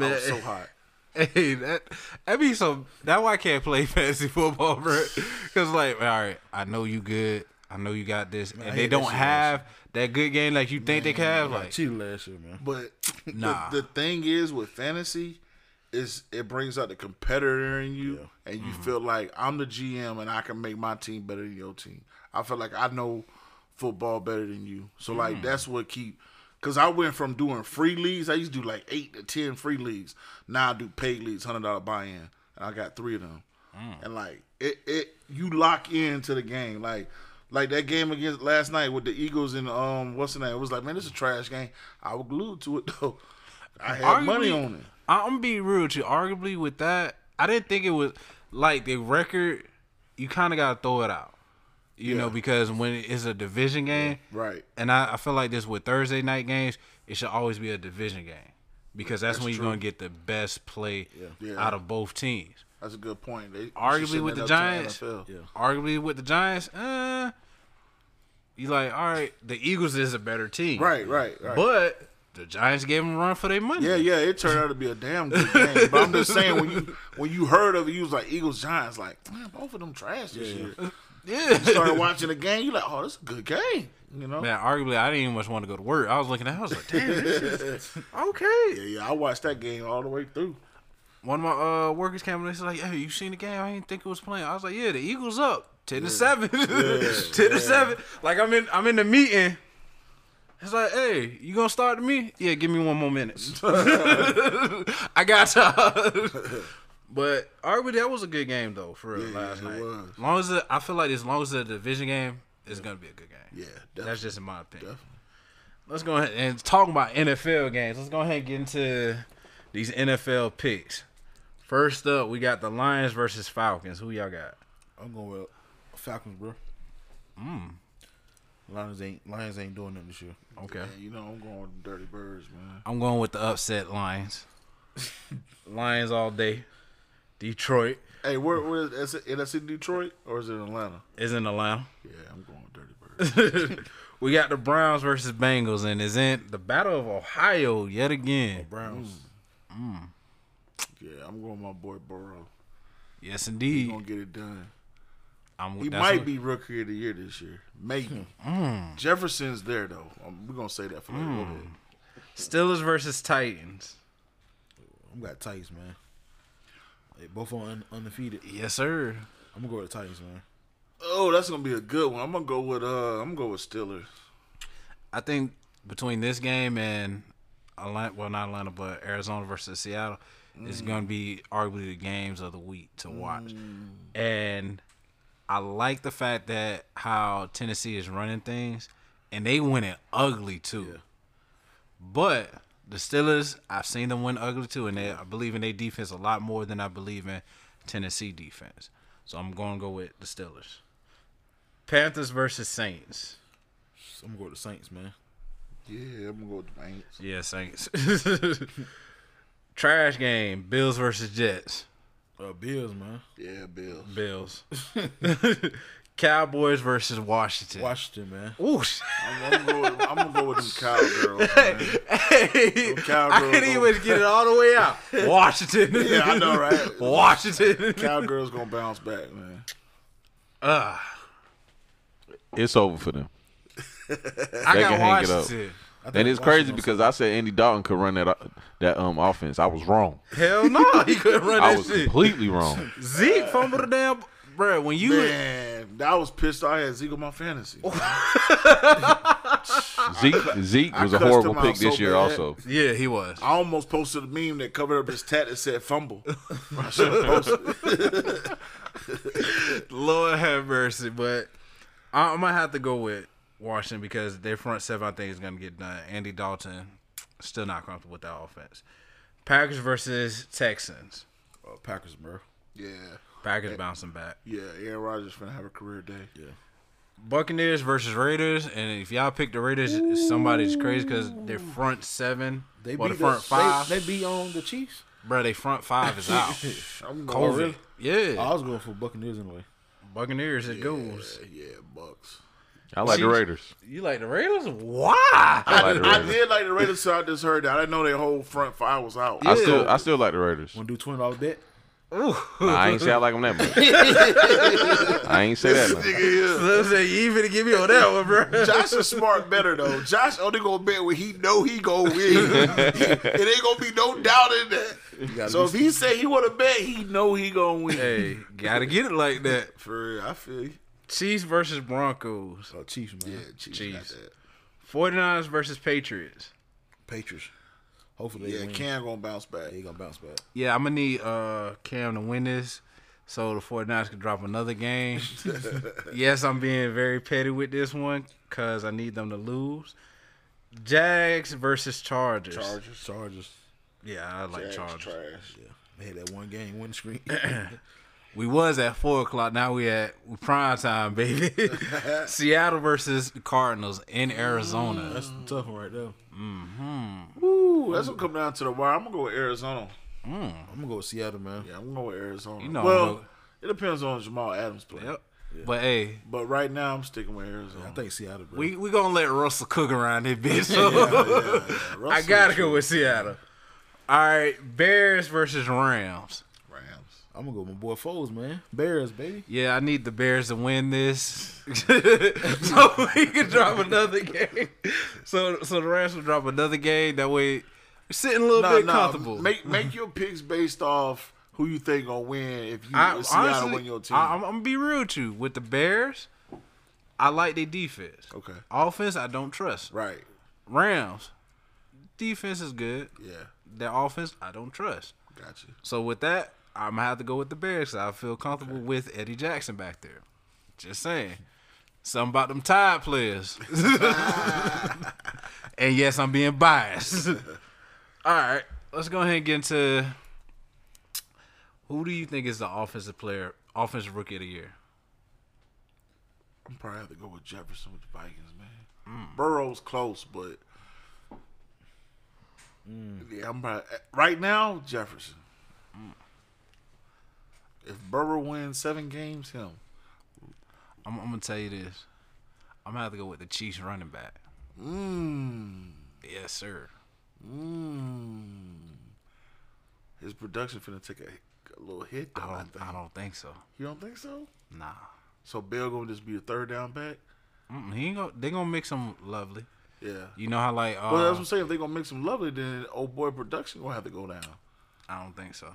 Speaker 5: I was so hot.
Speaker 4: hey, that that be so. That why I can't play fantasy football, bro. Because like, all right, I know you good. I know you got this, and they
Speaker 6: hate that
Speaker 4: don't
Speaker 6: shit,
Speaker 4: have that good game like you think they can have. Like,
Speaker 6: Cheated last year, man.
Speaker 5: But
Speaker 4: Nah.
Speaker 5: the, the thing is with fantasy is it brings out the competitor in you, and you feel like I'm the GM and I can make my team better than your team. I feel like I know football better than you, so like that's what keep. Cause I went from doing free leagues, I used to do like eight to ten free leagues. Now I do paid leagues, hundred dollar buy in, and I got three of them. and like it, it you lock into the game like. Like that game against last night with the Eagles and um, what's the name? It was like, man, this is a trash game. I was glued to it though. I had money
Speaker 4: Arguably-
Speaker 5: on it.
Speaker 4: I- I'm gonna be real with you. Arguably, with that, I didn't think it was like the record. You kind of gotta throw it out, you know, because when it's a division game,
Speaker 5: right.
Speaker 4: And I, I feel like this with Thursday night games, it should always be a division game because that's, when you're gonna get the best play
Speaker 5: Yeah.
Speaker 4: out of both teams.
Speaker 5: That's a good point. They, she
Speaker 4: Arguably
Speaker 5: shouldn't
Speaker 4: with the
Speaker 5: let that
Speaker 4: Giants,
Speaker 5: up to NFL.
Speaker 4: arguably with the Giants, uh, you like all right. The Eagles is a better team,
Speaker 5: Right, right, right.
Speaker 4: But the Giants gave them a run for their money.
Speaker 5: yeah, yeah, it turned out to be a damn good game. But I'm just saying, when you when you heard of it, you was like Eagles Giants, like man, both of them trash this year.
Speaker 4: yeah.
Speaker 5: Started watching the game, you like, oh, this is a good game, you know?
Speaker 4: Man, arguably, I didn't even much want to go to work. I was looking at it, I was like, damn, this is okay.
Speaker 5: Yeah, yeah, I watched that game all the way through.
Speaker 4: One of my uh, workers came and they said, like, hey, you seen the game? I didn't think it was playing. I was like, yeah, the Eagles up. 10 to 7. 10 to 7. Like, I'm in I'm in the meeting. It's like, hey, you going to start me? Yeah, give me one more minute. I got time. but arguably, that was a good game, though, for real, last
Speaker 5: yeah, it
Speaker 4: night.
Speaker 5: was.
Speaker 4: As long as it, I feel like as long as the division game, it's going to be a good game.
Speaker 5: Yeah,
Speaker 4: That's
Speaker 5: definitely.
Speaker 4: just in my opinion.
Speaker 5: Definitely.
Speaker 4: Let's go ahead and talk about NFL games. Let's go ahead and get into these NFL picks. First up, we got the Lions versus Falcons. Who y'all got?
Speaker 6: I'm going with Falcons, bro. Mm. Lions ain't Lions ain't doing nothing this year.
Speaker 4: Okay.
Speaker 5: Man, you know, I'm going with Dirty Birds, man.
Speaker 4: I'm going with the upset Lions. Lions all day. Detroit
Speaker 5: Hey, where, where is, is it? And that's in Detroit or is it Atlanta?
Speaker 4: is in Atlanta.
Speaker 5: Yeah, I'm going with Dirty Birds.
Speaker 4: we got the Browns versus Bengals, and it's in the Battle of Ohio yet again.
Speaker 5: Oh,
Speaker 6: Browns.
Speaker 4: Mm.
Speaker 5: yeah, I'm going with my boy Burrow.
Speaker 4: Yes,
Speaker 5: He's
Speaker 4: indeed.
Speaker 5: gonna get it done.
Speaker 4: I'm,
Speaker 5: He
Speaker 4: that's Hmm. Mm.
Speaker 5: might
Speaker 4: what-
Speaker 5: be rookie of the year this year, maybe. Jefferson's there though. Um, we're gonna say that for later.
Speaker 4: Hmm.
Speaker 5: Go ahead.
Speaker 4: Steelers versus Titans.
Speaker 6: I'm got Titans, man. They both on un- undefeated.
Speaker 4: Yes, sir.
Speaker 6: I'm gonna go with the Titans, man.
Speaker 5: Oh, that's gonna be a good one. I'm gonna go with uh, I'm gonna go with Steelers.
Speaker 4: I think between this game and Atlanta, well, not Atlanta, but Arizona versus Seattle, is going to be arguably the games of the week to watch. And I like the fact that how Tennessee is running things, and they win it ugly too. But the Steelers, I've seen them win ugly too, and they, I believe in their defense a lot more than I believe in Tennessee defense. So I'm going to go with the Steelers. Panthers versus Saints.
Speaker 6: I'm gonna go with the Saints, man.
Speaker 5: Yeah, I'm gonna go with the Saints.
Speaker 4: Yeah, Saints. Trash game. Bills versus Jets.
Speaker 6: Uh, Bills, man.
Speaker 5: Yeah, Bills.
Speaker 4: Bills. Cowboys versus Washington.
Speaker 6: Washington, man.
Speaker 4: Ooh.
Speaker 5: I'm, I'm, gonna, go with, I'm gonna go with them cowgirls. Man.
Speaker 4: Hey, I
Speaker 5: Cowgirls
Speaker 4: couldn't
Speaker 5: gonna-
Speaker 4: even get it all the way out. Washington.
Speaker 5: Yeah, I know, right?
Speaker 4: Washington.
Speaker 5: Cowgirls gonna bounce back, man.
Speaker 8: It's over for them.
Speaker 4: I
Speaker 8: They
Speaker 4: got
Speaker 8: can hang it up.
Speaker 4: Washington.
Speaker 8: And it's crazy because I said Andy Dalton could run that that um offense. I was wrong.
Speaker 4: Hell no, he couldn't run
Speaker 8: I
Speaker 4: that
Speaker 8: was
Speaker 4: shit.
Speaker 8: completely wrong.
Speaker 4: Zeke fumbled the damn. Bro, when you
Speaker 5: Man, I was pissed. I had Zeke on my fantasy.
Speaker 4: Oh,
Speaker 8: Zeke Zeke
Speaker 5: I
Speaker 8: was a
Speaker 5: cussed
Speaker 8: horrible
Speaker 5: him out
Speaker 8: pick this
Speaker 5: so
Speaker 8: year.
Speaker 5: bad.
Speaker 8: Also,
Speaker 4: yeah, he was.
Speaker 5: I almost posted a meme that covered up his tat that said fumble. I should have posted. it.
Speaker 4: Lord have mercy, but I- I'm gonna have to go with Washington because their front seven I think is gonna get done. Andy Dalton still not comfortable with that offense. Packers versus Texans.
Speaker 6: Uh, Packers, bro.
Speaker 5: Yeah,
Speaker 4: Packers bouncing back.
Speaker 5: yeah. Aaron Rodgers gonna have a career day. Yeah.
Speaker 4: Buccaneers versus Raiders, and if y'all pick the Raiders, somebody's crazy because their front seven,
Speaker 6: They
Speaker 4: or the
Speaker 6: beat
Speaker 4: front
Speaker 6: the,
Speaker 4: five,
Speaker 6: They, they beat on the Chiefs.
Speaker 4: bro, they front five is out.
Speaker 5: I'm going
Speaker 4: Over.
Speaker 5: with-
Speaker 4: Yeah,
Speaker 6: I was going for Buccaneers anyway.
Speaker 4: Buccaneers, it goes.
Speaker 5: Yeah, Bucks.
Speaker 8: I like the
Speaker 4: Chiefs-
Speaker 8: Raiders.
Speaker 4: You like the Raiders? Why?
Speaker 8: I like the
Speaker 5: I
Speaker 8: Raiders.
Speaker 5: did like the Raiders, so I just heard that. I didn't know their whole front five was out.
Speaker 8: I still I still like the Raiders.
Speaker 6: Wanna do twenty dollar bet?
Speaker 8: Nah, I ain't say I like them that much. I ain't say that. Much.
Speaker 5: Yeah.
Speaker 4: So say you even give me on that one, bro.
Speaker 5: Josh is smart better though. Josh only gonna bet when he know he gonna win. it ain't gonna be no doubt in that. So if he say he wanna bet, he know he gonna win.
Speaker 4: Hey, gotta get it like that.
Speaker 5: For real, I feel you.
Speaker 4: Chiefs versus Broncos.
Speaker 6: Uh, Chiefs, man.
Speaker 5: Yeah, Chiefs got
Speaker 4: Jeez.
Speaker 5: that.
Speaker 4: 49ers versus Patriots.
Speaker 6: Patriots. Hopefully they
Speaker 5: Yeah,
Speaker 6: win.
Speaker 5: Cam gonna bounce back.
Speaker 6: They gonna bounce back.
Speaker 4: Yeah, I'm gonna need uh Cam to win this So the 49ers could drop another game. yes, I'm being very petty with this one because I need them to lose. Jags versus Chargers.
Speaker 5: Chargers.
Speaker 6: Chargers.
Speaker 4: Yeah, I like
Speaker 5: Jags
Speaker 4: Chargers.
Speaker 5: Trash.
Speaker 6: They had that one game win streak.
Speaker 4: We was at four o'clock. Now we at prime time, baby. Seattle versus the Cardinals in Arizona.
Speaker 6: That's the tough one right there.
Speaker 5: Ooh, that's gonna come down to the wire. I'm gonna go with Arizona.
Speaker 6: I'm gonna go with Seattle, man.
Speaker 5: Yeah, I'm gonna go with Arizona.
Speaker 4: You know I'm
Speaker 5: well,
Speaker 4: gonna-
Speaker 5: it depends on Jamal Adams play.
Speaker 4: Yep. But hey,
Speaker 5: But right now, I'm sticking with Arizona.
Speaker 6: I think Seattle, bro.
Speaker 4: we we gonna let Russell cook around this bitch. So I gotta go with Seattle. All right, Bears versus Rams.
Speaker 5: Rams.
Speaker 6: I'm gonna go with my boy Foles, man. Bears, baby.
Speaker 4: Yeah, I need the Bears to win this, so we can drop another game. So so the Rams will drop another game. That way, we're sitting a little
Speaker 5: No,
Speaker 4: bit
Speaker 5: no.
Speaker 4: comfortable.
Speaker 5: Make make your picks based off who you think gonna win. If you
Speaker 4: I
Speaker 5: if Seattle
Speaker 4: honestly,
Speaker 5: win your team,
Speaker 4: I, am gonna be real with you. With the Bears, I like their defense.
Speaker 5: Okay.
Speaker 4: Offense, I don't trust.
Speaker 5: right?
Speaker 4: Rams, defense is good.
Speaker 5: Yeah,
Speaker 4: Their offense, I don't trust.
Speaker 5: got you.
Speaker 4: So with that, I'm gonna have to go with the Bears. 'cause I feel comfortable with Eddie Jackson back there. Just saying, something about them tied players. and yes, I'm being biased. All right, let's go ahead and get into who do you think is the offensive player, offensive rookie of the year?
Speaker 5: I'm probably have to go with Jefferson with the Vikings, man.
Speaker 4: Hmm.
Speaker 5: Burrow's close, but
Speaker 4: Hmm.
Speaker 5: yeah, I'm probably right now Jefferson. If Burrow wins seven games, him.
Speaker 4: I'm, I'm gonna tell you this. I'm gonna have to go with the Chiefs running back. Hmm. Yes, sir. Hmm.
Speaker 5: His production finna take a, a little hit. Though,
Speaker 4: I
Speaker 5: I
Speaker 4: don't.
Speaker 5: think.
Speaker 4: I don't think so.
Speaker 5: You don't think so?
Speaker 4: Nah.
Speaker 5: So Bill gonna just be the third down back?
Speaker 4: Mm-mm, he ain't gonna, they gonna mix him lovely.
Speaker 5: Yeah.
Speaker 4: You know how like uh,
Speaker 5: Well, that's what I'm saying. If they gonna make some lovely, then old boy production gonna have to go down.
Speaker 4: I don't think so.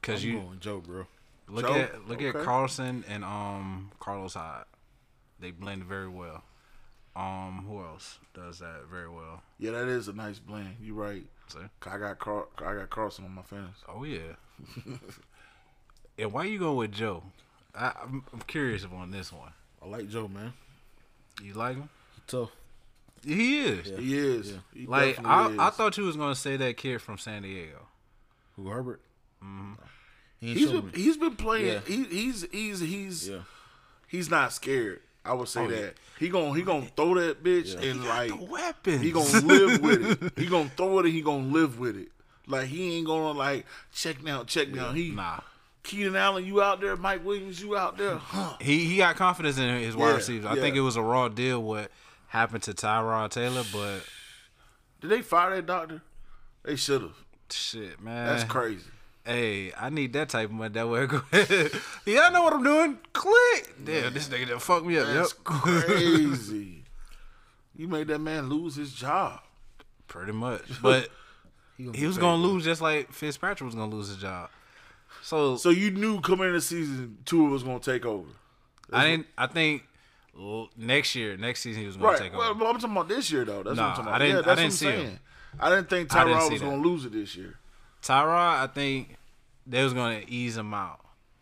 Speaker 4: Cause
Speaker 6: I'm
Speaker 4: you
Speaker 6: going Joe, bro.
Speaker 4: look
Speaker 5: Hmm. Joe?
Speaker 4: at look at
Speaker 5: Okay.
Speaker 4: Carlson and um Carlos Hyde. They blend very well. Um, who else does that very well?
Speaker 5: Yeah, that is a nice blend. You right.
Speaker 4: See?
Speaker 5: I got Car- I got Carson on my fans.
Speaker 4: Oh yeah. and why you going with Joe? I, I'm, I'm curious on this one.
Speaker 6: I like Joe, man.
Speaker 4: You like him?
Speaker 6: He tough.
Speaker 4: He is.
Speaker 5: He is. He
Speaker 4: Like I,
Speaker 5: definitely
Speaker 4: I
Speaker 5: is.
Speaker 4: thought you was gonna say that kid from San Diego.
Speaker 6: Who Herbert? Mm-hmm. He ain't
Speaker 5: he's
Speaker 6: showed
Speaker 5: been,
Speaker 6: me.
Speaker 5: he's been playing.
Speaker 6: Yeah.
Speaker 5: He, he's he's he's
Speaker 6: Yeah. Oh,
Speaker 5: he's not scared. I would say that he gon' he gonna throw that bitch and like
Speaker 4: Weapons.
Speaker 5: he gonna live with it. He gonna throw it and he gonna live with it. Like he ain't gonna like check down, check down. He
Speaker 4: nah.
Speaker 5: Keenan Allen, you out there? Mike Williams, you out there? Huh?
Speaker 4: He he got confidence in his wide
Speaker 5: Yeah,
Speaker 4: receivers. I
Speaker 5: yeah.
Speaker 4: think it was a raw deal what happened to Tyrod Taylor, but
Speaker 5: Did they fire that doctor? They should have.
Speaker 4: shit, man.
Speaker 6: Eh.
Speaker 5: That's crazy.
Speaker 4: Hey, I need that type of money that way. Go ahead. yeah, I know what I'm doing. Click. Damn, this nigga done fucked me up.
Speaker 5: That's
Speaker 4: yep.
Speaker 5: crazy. You made that man lose his job.
Speaker 4: Pretty much. But
Speaker 6: gonna
Speaker 4: he was gonna lose just like Fitzpatrick was gonna lose his job. So,
Speaker 5: So you knew coming into the season, two of us gonna take over.
Speaker 4: I didn't I think l- next year, next season he was gonna
Speaker 5: Right.
Speaker 4: take
Speaker 5: Well,
Speaker 4: over.
Speaker 5: but I'm talking about this year though. That's what
Speaker 4: Nah,
Speaker 5: I'm talking
Speaker 4: I
Speaker 5: about.
Speaker 4: didn't-
Speaker 5: yeah,
Speaker 4: I
Speaker 5: that's
Speaker 4: didn't
Speaker 5: what I'm
Speaker 4: see
Speaker 5: saying. I didn't think
Speaker 4: I didn't
Speaker 5: Tyrod
Speaker 4: see
Speaker 5: was
Speaker 4: that.
Speaker 5: gonna lose it this year.
Speaker 4: Tyrod, I think they was gonna ease him out.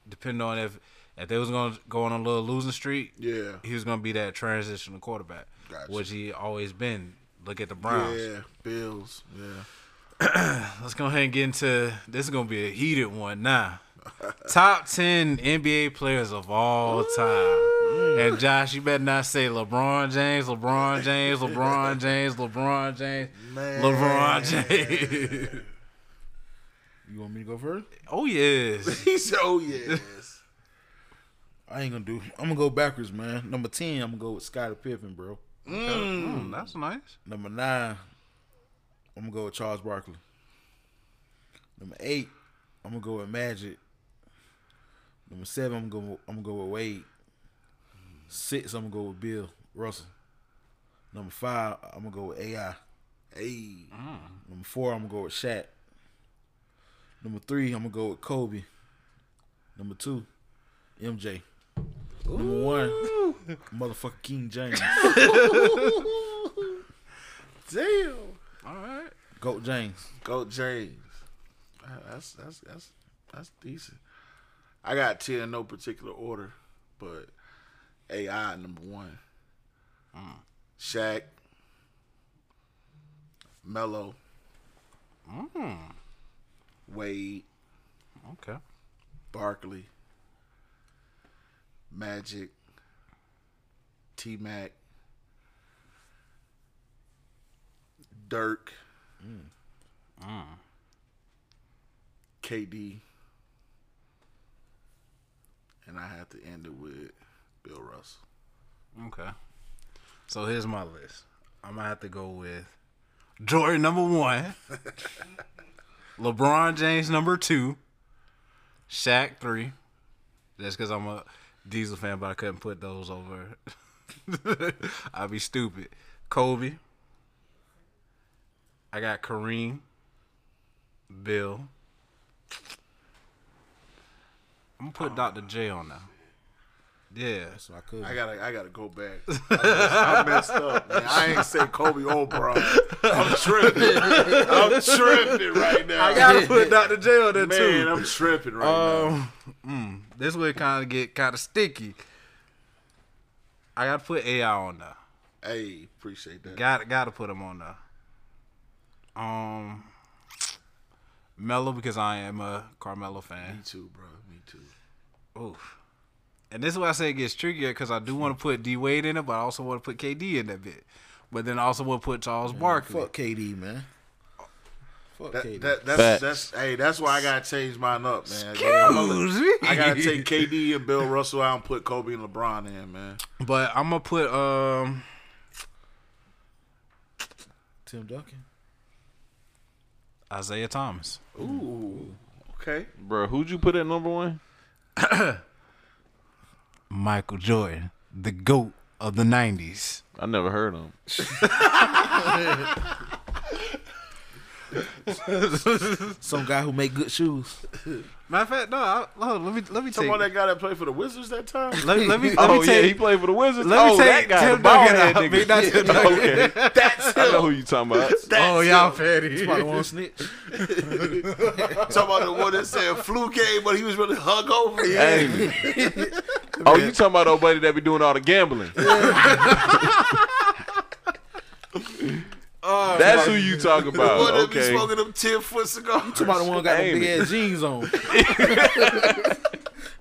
Speaker 4: Depending on if if they was gonna go on a little losing streak,
Speaker 5: Yeah.
Speaker 4: he was gonna be that transitional quarterback,
Speaker 5: Gotcha.
Speaker 4: which he always been. Look at the Browns.
Speaker 5: Yeah. Bills. Yeah.
Speaker 4: Let's go ahead and get into this. Is gonna be a heated one now. Top ten NBA players of all time. And Josh, you better not say LeBron James, LeBron James, LeBron James, LeBron James, LeBron James.
Speaker 6: You want me to go first?
Speaker 4: oh yes,
Speaker 5: He said, "Oh yes."
Speaker 6: I ain't gonna do. I'm gonna go backwards, man. Number ten, I'm gonna go with Scottie Pippen, bro.
Speaker 4: Mm, that's nice.
Speaker 6: Number nine, I'm gonna go with Charles Barkley. Number eight, I'm gonna go with Magic. Number seven, I'm gonna I'm gonna go with Wade. Six, I'm gonna go with Bill Russell. Number five, I'm gonna go with AI.
Speaker 5: hey.
Speaker 6: Number four, I'm gonna go with Shaq. Number three, I'm gonna go with Kobe. Number two, MJ. Number one, motherfucking King James.
Speaker 5: Damn.
Speaker 4: All right.
Speaker 6: Goat James.
Speaker 5: Uh, Go James. Wow, That's that's that's that's decent. I got ten in no particular order, but AI number one.
Speaker 4: Mm.
Speaker 5: Shaq. Mello. Wade.
Speaker 4: Mm. Okay.
Speaker 5: Barkley. Magic. T Mac. Dirk.
Speaker 4: Mm.
Speaker 5: KD. And I have to end it with Bill Russell.
Speaker 4: Okay. So here's my list. I'm gonna have to go with Jordan number one, LeBron James number two, Shaq three. That's because I'm a Diesel fan, but I couldn't put those over. I'd be stupid. Kobe. I got Kareem. Bill. I'm gonna put Dr. J on now. Yeah.
Speaker 6: So I could.
Speaker 5: I gotta, I gotta go back. I, messed- I messed up. Man. I ain't say Kobe O'Brien. I'm tripping. I'm tripping right now. I
Speaker 4: gotta put Dr. J on there
Speaker 5: man. I'm tripping right now.
Speaker 4: Um, mm, this would kind of get kind of sticky. I gotta put AI on there.
Speaker 5: Hey, appreciate that.
Speaker 4: Got gotta put him on there. Um, Mello because I am a Carmelo
Speaker 5: Me
Speaker 4: fan.
Speaker 5: too, bro. Me too.
Speaker 4: Oof. And this is why I say it gets trickier because I do want to put D Wade in it, but I also want to put KD in that bit. But then I also want to put Charles Barkley.
Speaker 6: Fuck KD, man. Fuck
Speaker 5: That,
Speaker 6: KD.
Speaker 5: that, that's,
Speaker 8: Facts.
Speaker 5: that's hey. That's why I gotta change mine up, man.
Speaker 4: Excuse me.
Speaker 5: I gotta take KD and Bill Russell out and put Kobe and LeBron in, man.
Speaker 4: But I'm gonna put um.
Speaker 6: Tim Duncan.
Speaker 4: Isaiah Thomas.
Speaker 5: Ooh. Okay.
Speaker 8: Bro, who'd you put at number one?
Speaker 4: Michael Jordan, the GOAT of the 90s.
Speaker 8: I never heard him.
Speaker 6: Some guy who make good shoes.
Speaker 4: Matter of fact, no, I, hold on, let me let me take
Speaker 5: Someone that guy that played for the Wizards that time.
Speaker 4: let, me- let me let me
Speaker 8: Oh yeah, he
Speaker 4: take
Speaker 8: played for the Wizards.
Speaker 4: let me
Speaker 8: oh,
Speaker 4: take
Speaker 8: that guy,
Speaker 4: Tim
Speaker 8: the bald
Speaker 4: Duncan
Speaker 8: head
Speaker 4: out.
Speaker 8: nigga.
Speaker 4: Nigga. Not Tim Duncan.
Speaker 8: Okay, that's I know who you talking about.
Speaker 4: Oh y'all petty.
Speaker 6: Probably want to snitch.
Speaker 5: Talking about the one that said flu game, but he was really hungover.
Speaker 8: Hey. oh, you talking about old buddy that be doing all the gambling? That's who you talking
Speaker 5: What
Speaker 8: about.
Speaker 5: if
Speaker 8: Okay.
Speaker 5: he smoking them ten foot cigars?
Speaker 6: Somebody one got them
Speaker 8: Damn
Speaker 6: big
Speaker 8: it.
Speaker 6: ass jeans on.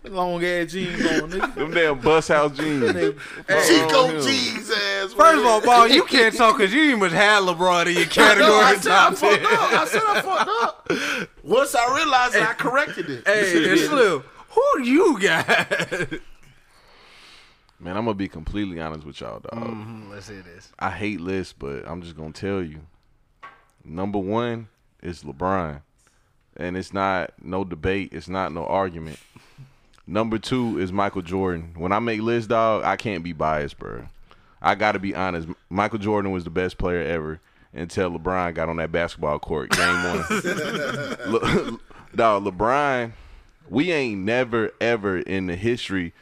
Speaker 6: Long ass jeans on, nigga.
Speaker 8: Them damn bus house jeans. Oh,
Speaker 5: Chico G's ass.
Speaker 4: First of all, ball, you can't talk because you even much had LeBron in your
Speaker 5: no, I
Speaker 4: category
Speaker 5: said I
Speaker 4: top
Speaker 5: fucked
Speaker 4: ten.
Speaker 5: up. I said I fucked up. Once I realized it, I corrected it.
Speaker 4: Hey, and Slim, who you got?
Speaker 8: Man, I'm gonna be completely honest with y'all, dog.
Speaker 4: Mm-hmm. Let's hear this.
Speaker 8: I hate lists, but I'm just gonna tell you. Number one is LeBron, and it's not no debate. It's not no argument. Number two is Michael Jordan. When I make lists, dog, I can't be biased, bro. I gotta be honest. M- Michael Jordan was the best player ever until LeBron got on that basketball court game one. Le- dog, LeBron, we ain't never ever in the history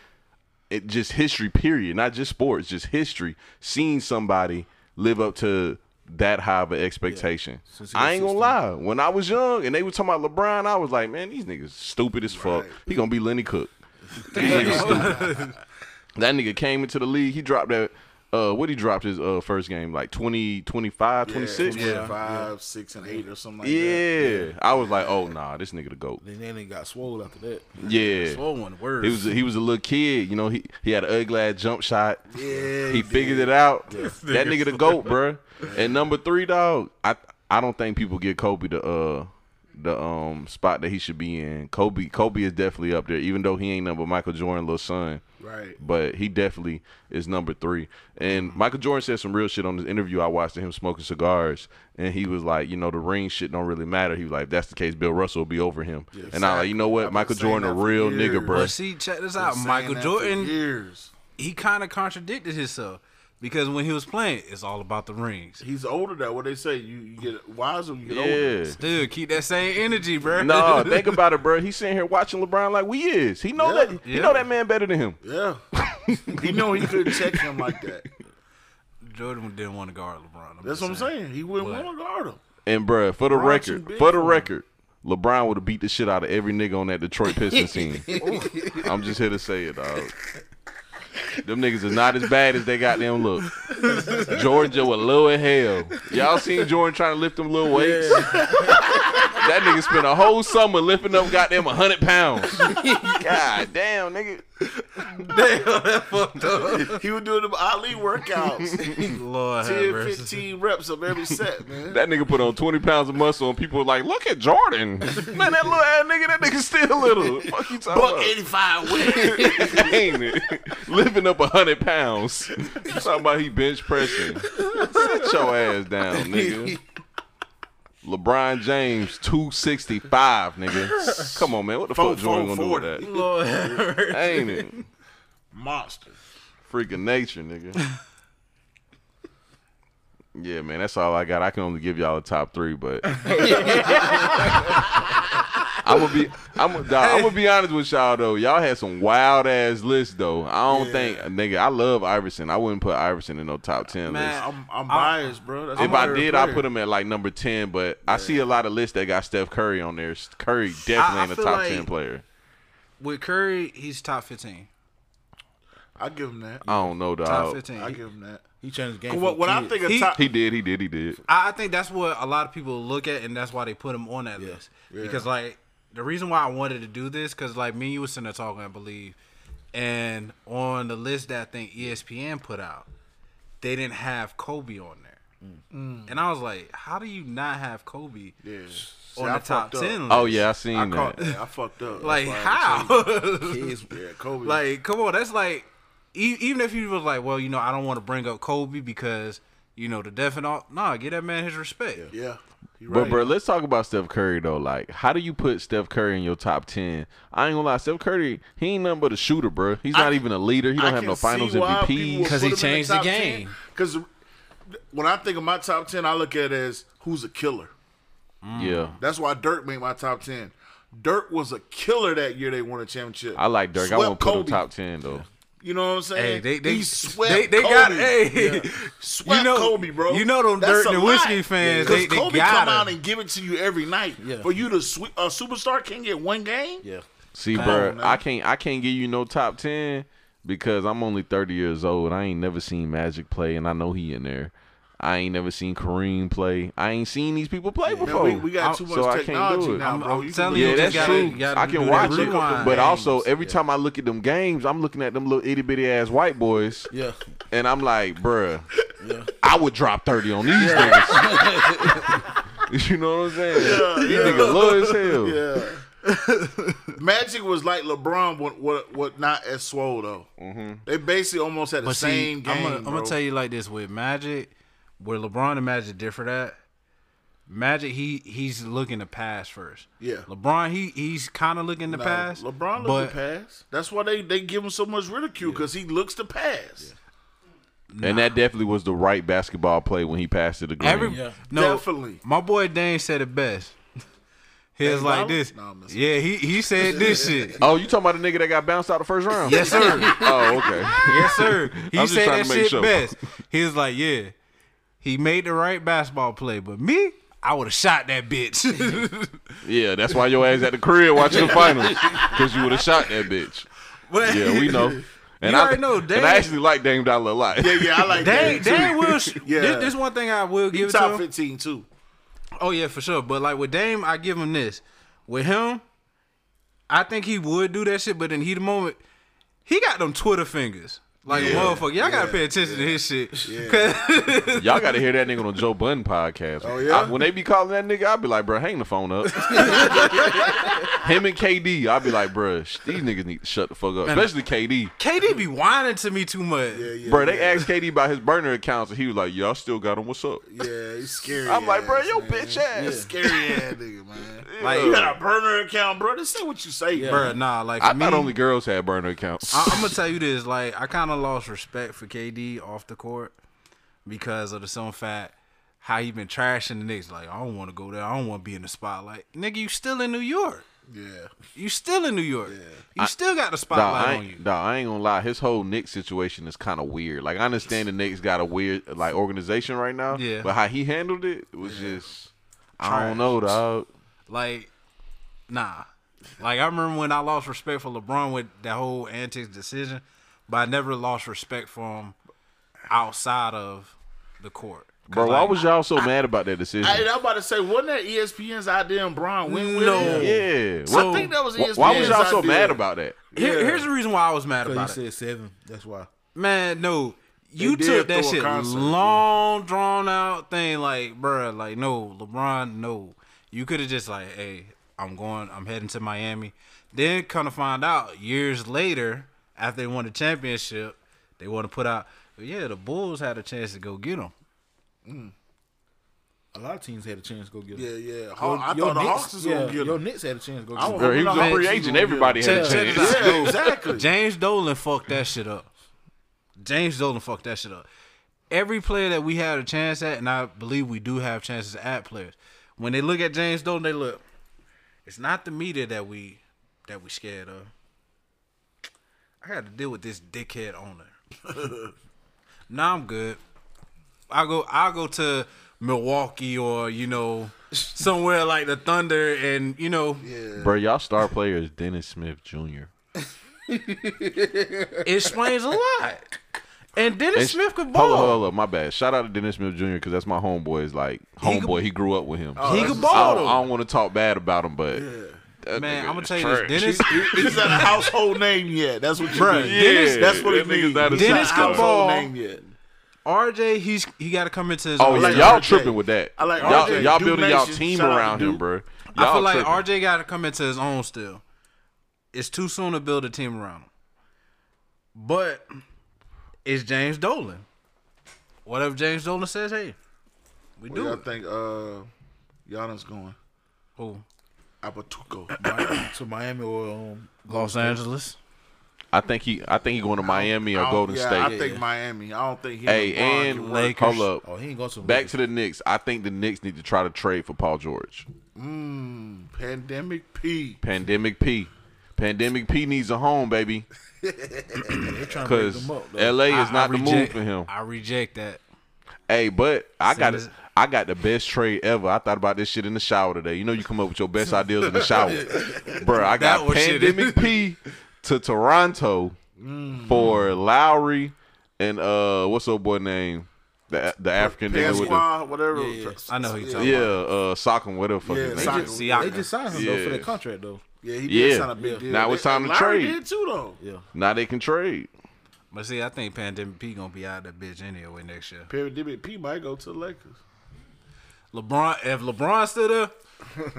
Speaker 8: it just history period not just sports just history seeing somebody live up to that high of an expectation i ain't gonna lie when i was young and they were talking about lebron i was like man these niggas stupid as fuck he gonna be lenny cook These niggas stupid. that nigga came into the league he dropped that uh what he dropped his uh first game like 20 25 26 yeah,
Speaker 5: Yeah, five, six, and eight or something like that.
Speaker 8: i was like oh nah this nigga the goat
Speaker 6: Then they ain't got swole after that.
Speaker 8: yeah
Speaker 4: one word.
Speaker 8: he was a, he was a little kid, you know. He he had an ugly ass jump shot. Yeah, he figured it out. That nigga the goat, bruh. And number three, dog. I I don't think people get Kobe the uh the um spot that he should be in. Kobe Kobe is definitely up there, even though he ain't number Michael Jordan little son.
Speaker 5: Right.
Speaker 8: But he definitely is number three. And
Speaker 5: Mm-hmm.
Speaker 8: Michael Jordan said some real shit on this interview I watched of him smoking cigars. And he was like, you know, the ring shit don't really matter. He was like, if that's the case, Bill Russell will be over him. and I like, you know what?
Speaker 5: I've been
Speaker 8: Michael
Speaker 5: saying
Speaker 8: Jordan a
Speaker 5: that for
Speaker 8: real
Speaker 5: years.
Speaker 8: nigga, bruh.
Speaker 4: But see, check this out.
Speaker 5: Saying
Speaker 4: Michael
Speaker 5: that for
Speaker 4: Jordan,
Speaker 5: years.
Speaker 4: he kind of contradicted himself because when he was playing, it's all about the rings.
Speaker 5: He's older now. What they say, you, you get wiser when you get older.
Speaker 8: Yeah.
Speaker 4: Dude, keep that same energy, bro.
Speaker 8: No, think about it, bro. He's sitting here watching LeBron like we is. He know
Speaker 5: Yeah.
Speaker 8: that he know that man better than him.
Speaker 5: Yeah. he know he couldn't check him like that.
Speaker 4: Jordan didn't want to guard LeBron.
Speaker 5: That's what I'm saying. He wouldn't
Speaker 4: But-
Speaker 5: want to guard him.
Speaker 8: And bruh, for the
Speaker 5: Bronson
Speaker 8: record,
Speaker 5: big
Speaker 8: for the
Speaker 5: for him.
Speaker 8: record, LeBron would have beat the shit out of every nigga on that Detroit Pistons team.
Speaker 5: Oh.
Speaker 8: I'm just here to say it, dog. Them niggas is not as bad as they got them look. Georgia was low as hell. Y'all seen Jordan trying to lift them little weights? That nigga spent a whole summer lifting up goddamn 100 pounds. God damn, nigga.
Speaker 5: He was doing them Ali workouts,
Speaker 4: Lord have
Speaker 5: 10,
Speaker 4: mercy.
Speaker 5: 15 reps of every set, man.
Speaker 8: That nigga put on 20 pounds of muscle and people were like, look at Jordan. Man, that little ass nigga, that nigga still little. Fuck you talking about?
Speaker 5: 85 wins.
Speaker 8: Ain't it? Living up 100 pounds. You talking about he bench pressing. Sit your ass down, nigga. LeBron James, 265, nigga. Come on, man. What the fuck Jordan gonna do with that?
Speaker 4: Lord have mercy.
Speaker 8: Ain't it?
Speaker 5: Monster.
Speaker 8: Freaking nature, nigga. Yeah, man, that's all I got. I can only give y'all the top three, but I'm gonna be I'm gonna, I'm gonna be honest with y'all though. Y'all had some wild ass lists though. I don't think nigga. I love Iverson. I wouldn't put Iverson in no top ten list.
Speaker 5: I'm, I'm biased, bro. That's
Speaker 8: If
Speaker 5: my
Speaker 8: I
Speaker 5: favorite
Speaker 8: did, I
Speaker 5: player.
Speaker 8: put him at like number ten. But I see a lot of lists that got Steph Curry on there. Curry definitely
Speaker 4: I
Speaker 8: ain't a
Speaker 4: feel
Speaker 8: top
Speaker 4: like-
Speaker 8: ten player.
Speaker 4: With Curry, he's top 15.
Speaker 5: I give him that.
Speaker 8: I don't know, dog.
Speaker 4: Top
Speaker 5: I
Speaker 4: 15.
Speaker 5: give him that.
Speaker 6: He changed the game.
Speaker 5: What,
Speaker 6: for
Speaker 5: what I
Speaker 6: kids.
Speaker 5: think of
Speaker 4: He-
Speaker 5: top,
Speaker 8: He did. He did. He did.
Speaker 4: I, I think that's what a lot of people look at, and that's why they put him on that list. Because, like, the reason why I wanted to do this, because, like, me and you was sitting there talking, I believe, and on the list that I think E ESPN put out, they didn't have Kobe on there. And I was like, how do you not have Kobe
Speaker 5: yeah. See,
Speaker 4: on
Speaker 5: I
Speaker 4: the top
Speaker 5: fucked up.
Speaker 4: 10 list?
Speaker 8: Oh yeah, I
Speaker 5: I
Speaker 8: seen
Speaker 5: caught
Speaker 8: that.
Speaker 5: that. I fucked up. That's
Speaker 4: Like,
Speaker 5: why I
Speaker 4: how?
Speaker 5: was- Yeah, Kobe.
Speaker 4: Like, come on, that's like, e- even if you was like, well, you know, I don't want to bring up Kobe because you know the death and all. Nah, give that man his respect.
Speaker 5: yeah. You
Speaker 8: But
Speaker 5: right.
Speaker 8: bro, let's talk about Steph Curry though. Like, how do you put Steph Curry in your top ten? I ain't gonna lie, Steph Curry, he ain't nothing but a shooter, bro. He's not even a leader. He don't
Speaker 5: I
Speaker 8: have
Speaker 5: can
Speaker 8: no Finals
Speaker 5: see why
Speaker 8: MVP.
Speaker 5: people would
Speaker 4: 'Cause
Speaker 5: put
Speaker 4: he
Speaker 5: him in
Speaker 4: changed the game.
Speaker 5: Because when I think of my top ten, I look at it as who's a killer.
Speaker 8: Yeah,
Speaker 5: That's why Dirk made my top ten. Dirk was a killer that year. They won a championship.
Speaker 8: I like Dirk. I
Speaker 5: Swept
Speaker 8: won't put him
Speaker 5: Kobe.
Speaker 8: top ten though.
Speaker 5: You know what I'm saying?
Speaker 4: Hey, they they
Speaker 5: he swept
Speaker 4: they, they
Speaker 5: Kobe.
Speaker 4: got hey,
Speaker 5: Swept
Speaker 4: you know
Speaker 5: Kobe, bro.
Speaker 4: You know them dirt and whiskey fans. They,
Speaker 5: Because
Speaker 4: they
Speaker 5: Kobe
Speaker 4: got
Speaker 5: come
Speaker 4: him.
Speaker 5: out and give it to you every night.
Speaker 6: Yeah.
Speaker 5: For you to sweep a superstar can't get one game.
Speaker 6: Yeah.
Speaker 8: See, bro,
Speaker 5: on, man.
Speaker 8: I can't I can't give you no top ten because I'm only 30 years old. I ain't never seen Magic play, and I know he in there. I ain't never seen Kareem play. I ain't seen these people play before.
Speaker 5: we, we got
Speaker 4: I-
Speaker 5: too much
Speaker 8: so I can't do
Speaker 5: technology
Speaker 8: it.
Speaker 5: now,
Speaker 4: I'm-
Speaker 5: bro.
Speaker 4: I'm
Speaker 5: You can
Speaker 4: telling
Speaker 5: look
Speaker 4: you,
Speaker 8: Yeah,
Speaker 5: at
Speaker 8: that's
Speaker 5: the
Speaker 4: gotta-
Speaker 8: true.
Speaker 5: game.
Speaker 4: you gotta
Speaker 8: I
Speaker 4: do
Speaker 8: can
Speaker 4: that
Speaker 8: watch it,
Speaker 4: rewind.
Speaker 8: but also every time I look at them games, I'm looking at them little itty bitty ass white boys,
Speaker 6: Yeah.
Speaker 8: and I'm like, bruh, I would drop thirty on these niggas. you know what I'm saying? these niggas low as hell.
Speaker 5: Magic was like LeBron, what what, what not as swole though.
Speaker 8: Mm-hmm.
Speaker 5: They basically almost had the
Speaker 4: But see,
Speaker 5: same game.
Speaker 4: I'm gonna, I'm
Speaker 5: bro.
Speaker 4: gonna tell you like this with Magic, where LeBron and Magic differ at. Magic, he he's looking to pass first.
Speaker 5: Yeah.
Speaker 4: LeBron, he he's kind of looking to
Speaker 5: No,
Speaker 4: pass.
Speaker 5: LeBron
Speaker 4: but
Speaker 5: looks to pass. That's why they, they give him so much ridicule because he looks to pass.
Speaker 8: And that definitely was the right basketball play when he passed it to Green.
Speaker 4: Every no,
Speaker 5: Definitely.
Speaker 4: My boy Dane said it best. He was like
Speaker 5: Dollar?
Speaker 4: this.
Speaker 5: No, I'm messing
Speaker 4: yeah, he he said this shit.
Speaker 8: oh, you talking about the nigga that got bounced out the first round?
Speaker 4: Yes, sir.
Speaker 8: Oh, okay.
Speaker 4: Yes, sir. He
Speaker 8: just
Speaker 4: said
Speaker 8: trying
Speaker 4: that
Speaker 8: to make
Speaker 4: shit
Speaker 8: sure.
Speaker 4: best. He was like, yeah, he made the right basketball play, but me, I would have shot that bitch.
Speaker 8: Yeah, that's why your ass at the crib watching the finals because you would have shot that bitch.
Speaker 4: but
Speaker 8: Yeah, we know. And
Speaker 4: You
Speaker 8: I
Speaker 4: already know,
Speaker 8: And
Speaker 4: Dame-
Speaker 8: I actually like Dame Dollar a lot.
Speaker 5: Yeah, yeah, I like
Speaker 4: Dang,
Speaker 5: that.
Speaker 4: Dame will.
Speaker 5: Yeah.
Speaker 4: yeah. this, this one thing I will give
Speaker 5: He's
Speaker 4: it to
Speaker 5: top
Speaker 4: him.
Speaker 5: 15 too.
Speaker 4: Oh yeah, for sure. But like with Dame, I give him this. With him, I think he would do that shit. But in heat of moment, he got them Twitter fingers. Like motherfucker, y'all gotta pay attention to his shit. Cause
Speaker 8: Y'all got to hear that nigga on the Joe Budden podcast. Oh
Speaker 5: yeah?
Speaker 8: when they be calling that nigga, I'll be like, bro, hang the phone up. Him and KD, I'll be like, bro, sh- these niggas need to shut the fuck up, especially KD.
Speaker 4: KD be whining to me too much.
Speaker 8: bro, they asked KD about his burner accounts, and he was like, y'all still got him. What's up?
Speaker 5: Yeah, he's scary.
Speaker 8: I'm like, bro,
Speaker 5: ass,
Speaker 8: yo,
Speaker 5: man.
Speaker 8: bitch ass.
Speaker 5: Scary ass nigga, man.
Speaker 4: Like,
Speaker 5: You got a burner account, bro. Just say what you say,
Speaker 4: Bruh, nah, like for
Speaker 8: I
Speaker 4: me,
Speaker 8: thought only girls had burner accounts.
Speaker 4: I, I'm gonna tell you this. Like, I kind of lost respect for KD off the court because of the some fact how he been trashing the niggas. Like, I don't want to go there. I don't want to be in the spotlight. Nigga, you still in New York.
Speaker 5: Yeah.
Speaker 4: You still in New York. You still got the
Speaker 8: Dawg,
Speaker 4: spotlight
Speaker 8: I,
Speaker 4: on you.
Speaker 8: ain't, dawg, I ain't gonna lie. His whole Knicks situation is kind of weird. Like I understand the Knicks got a weird like organization right now.
Speaker 4: Yeah.
Speaker 8: But how he handled it was just I don't know, dog.
Speaker 4: Like, Nah. Like I remember when I lost respect for LeBron with that whole antics decision, but I never lost respect for him outside of the court. 'Cause,
Speaker 8: Bro, why
Speaker 4: like,
Speaker 8: was y'all so mad about that decision?
Speaker 5: Hey, I'm about to say, wasn't that E ESPN's idea and Brian went with
Speaker 4: No.
Speaker 5: it?
Speaker 8: yeah.
Speaker 5: I think that was
Speaker 8: why,
Speaker 5: ESPN's
Speaker 8: why was y'all so
Speaker 5: idea.
Speaker 8: mad about that?
Speaker 4: Here- here's the reason why I was mad
Speaker 6: Because
Speaker 4: about
Speaker 6: he
Speaker 4: it.
Speaker 6: said seven. That's why.
Speaker 4: Man, no. You
Speaker 5: did
Speaker 4: took that
Speaker 5: throw a
Speaker 4: shit
Speaker 5: concert,
Speaker 4: long, drawn out thing, like, bruh, like, no, LeBron, no. You could have just, like, hey, I'm going, I'm heading to Miami. Then kind of find out years later, after they won the championship, they want to put out, yeah, the Bulls had a chance to go get him.
Speaker 6: A lot of teams had a chance to go get him.
Speaker 5: Yeah, yeah. Haw- I thought the
Speaker 6: Knicks-
Speaker 5: Hawks was
Speaker 6: yeah,
Speaker 5: gonna get
Speaker 6: Your
Speaker 5: him.
Speaker 6: Knicks had a chance to go
Speaker 5: I
Speaker 6: get him.
Speaker 8: Bro, he was a
Speaker 5: Hawks
Speaker 8: free
Speaker 5: was
Speaker 8: agent.
Speaker 5: gonna
Speaker 8: Everybody
Speaker 5: get
Speaker 8: had a
Speaker 4: him. Check-
Speaker 8: chance.
Speaker 4: check this
Speaker 5: Yeah, exactly.
Speaker 4: James Dolan fucked that shit up. James Dolan fucked that shit up. Every player that we had a chance at, and I believe we do have chances at players, when they look at James Dolan, they look. It's not the media that we that we scared of. I got to deal with this dickhead owner. nah, I'm good. I go I go to Milwaukee or you know somewhere like the Thunder, and you know
Speaker 8: Bro, y'all star player is Dennis Smith Jr.
Speaker 4: it explains a lot. And Dennis
Speaker 8: And sh-
Speaker 4: Smith could ball.
Speaker 8: Hold up, hold up, my bad. Shout out to Dennis Smith Jr. because that's my homeboy's like
Speaker 4: He Oh,
Speaker 8: homeboy. He, grew up with him.
Speaker 4: he
Speaker 8: So
Speaker 4: could
Speaker 8: I
Speaker 4: ball,
Speaker 8: don't,
Speaker 4: though.
Speaker 8: I don't want to talk bad about him, but that
Speaker 4: Man, I'm
Speaker 8: nigga
Speaker 4: gonna
Speaker 8: is
Speaker 4: tell you
Speaker 8: trash.
Speaker 4: this: Dennis,
Speaker 5: He's not a household name yet. That's what you
Speaker 4: Bruh,
Speaker 5: mean.
Speaker 8: Dennis-
Speaker 5: that's what
Speaker 8: that
Speaker 5: it
Speaker 8: nigga's
Speaker 5: means.
Speaker 8: not a
Speaker 5: He's
Speaker 4: Dennis
Speaker 5: not a
Speaker 4: can ball.
Speaker 5: household name yet.
Speaker 4: RJ, he's he got to come into his.
Speaker 8: oh
Speaker 4: own.
Speaker 8: yeah,
Speaker 5: like
Speaker 8: y'all
Speaker 5: RJ.
Speaker 8: tripping with that?
Speaker 5: I like
Speaker 8: y'all,
Speaker 5: RJ.
Speaker 8: y'all
Speaker 5: Duke
Speaker 8: building y'all
Speaker 5: Nation.
Speaker 8: team
Speaker 5: Shout out to
Speaker 8: around him,
Speaker 5: Duke.
Speaker 8: bro.
Speaker 4: I feel
Speaker 8: Y'all
Speaker 4: like
Speaker 8: tripping.
Speaker 4: RJ got to come into his own still. It's too soon to build a team around him. But it's James Dolan. Whatever James Dolan says, hey, we
Speaker 5: Where
Speaker 4: do.
Speaker 5: y'all
Speaker 4: It.
Speaker 5: think uh, Giannis going?
Speaker 4: Who?
Speaker 5: Apatuco.
Speaker 6: to Miami or um,
Speaker 4: Los Angeles.
Speaker 8: I think he, I think he going to Miami or
Speaker 5: I don't-
Speaker 8: Golden
Speaker 5: yeah,
Speaker 8: State.
Speaker 5: I think Miami. I don't think he
Speaker 8: hey,
Speaker 5: and LeBron
Speaker 8: and
Speaker 5: can work.
Speaker 4: Lakers.
Speaker 8: hold up.
Speaker 6: oh he ain't going to
Speaker 8: Back to the Knicks. I think the Knicks need to try to trade for Paul George.
Speaker 5: pandemic P.
Speaker 8: Pandemic P. Pandemic P needs a home, baby,
Speaker 6: they trying to break
Speaker 8: because
Speaker 6: them up. though.
Speaker 8: LA is
Speaker 4: I-
Speaker 8: not
Speaker 4: I
Speaker 8: the move
Speaker 4: reject-
Speaker 8: for him.
Speaker 4: I reject that.
Speaker 8: Hey, but I
Speaker 4: Send
Speaker 8: got
Speaker 4: us-
Speaker 8: I got the best trade ever. I thought about this shit in the shower today. You know, you come up with your best ideas in the shower, Bruh, I
Speaker 4: That
Speaker 8: got
Speaker 4: was shit.
Speaker 8: pandemic P to Toronto for Lowry and uh, what's her boy name? The the African nigga with the
Speaker 5: Pasquale, whatever.
Speaker 6: Yeah, yeah.
Speaker 4: I know who you're talking
Speaker 8: yeah, uh, Sockham, whatever the fuck
Speaker 5: Yeah,
Speaker 8: his
Speaker 5: Siakam.
Speaker 8: name.
Speaker 6: they,
Speaker 8: is.
Speaker 6: just,
Speaker 4: Siakam.
Speaker 6: they just signed him though for
Speaker 8: Yeah.
Speaker 6: that contract though.
Speaker 5: Yeah, he did
Speaker 8: Yeah.
Speaker 5: sign a big deal.
Speaker 8: Now it's
Speaker 5: They-
Speaker 8: time to
Speaker 5: Lowry
Speaker 8: trade.
Speaker 5: did too, though.
Speaker 8: Now they can trade.
Speaker 4: But see, I think Pandemic P gonna be out of that bitch anyway next year.
Speaker 5: Pandemic P might go to the Lakers.
Speaker 4: LeBron, if LeBron still there,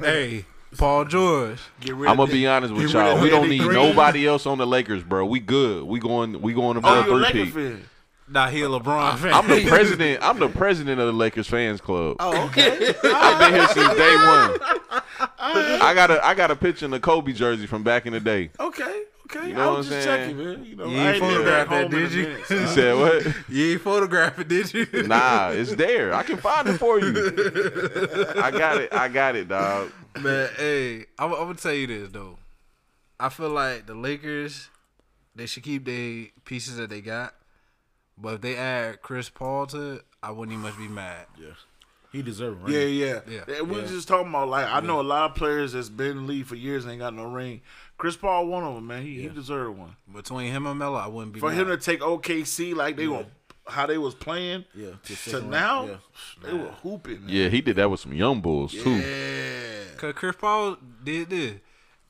Speaker 4: hey, Paul George.
Speaker 5: Get rid
Speaker 8: I'm
Speaker 5: of
Speaker 8: gonna be honest with
Speaker 5: get rid
Speaker 8: y'all.
Speaker 5: of
Speaker 8: We don't
Speaker 5: Danny
Speaker 8: need
Speaker 5: Green.
Speaker 8: nobody else on the Lakers, bro. We good. We going. We going to
Speaker 5: Oh,
Speaker 8: for
Speaker 5: you're a
Speaker 8: three
Speaker 5: Lakers
Speaker 8: peat.
Speaker 5: fan.
Speaker 4: Nah, he a LeBron fan.
Speaker 8: I'm the president. I'm the president of the Lakers fans club.
Speaker 5: Oh, okay.
Speaker 8: I've been here since day one. I got a I got a picture in the Kobe jersey from back in the day.
Speaker 5: okay. Okay.
Speaker 8: You know
Speaker 5: Oh, I was
Speaker 8: what I'm
Speaker 5: just
Speaker 8: saying?
Speaker 5: checking, man. You know,
Speaker 4: You
Speaker 5: I
Speaker 4: ain't
Speaker 5: ain't been back
Speaker 4: photographed that,
Speaker 5: home in
Speaker 4: did
Speaker 5: a
Speaker 4: you?
Speaker 5: minute, so-
Speaker 8: You said what?
Speaker 4: You ain't photograph it, did you?
Speaker 8: Nah, it's there. I can find it for you. I got it. I got it, dog.
Speaker 4: Man, hey, I'm, I'm gonna tell you this though. I feel like the Lakers, they should keep the pieces that they got, but if they add Chris Paul to it, I wouldn't even much be mad.
Speaker 6: He deserved a ring.
Speaker 5: Yeah, yeah.
Speaker 4: Yeah.
Speaker 5: And We was just talking about like I know a lot of players that's been in the league for years and ain't got no ring. Chris Paul, one of them, man. He, he deserved one.
Speaker 4: Between him and Melo, I wouldn't be
Speaker 5: For
Speaker 4: mad.
Speaker 5: him to take OKC like they were how they was playing.
Speaker 6: Yeah, to
Speaker 5: To
Speaker 6: second
Speaker 5: now,
Speaker 6: round,
Speaker 5: they were hooping. Man.
Speaker 8: Yeah, he did that with some young bulls too.
Speaker 4: Cause Chris Paul did this.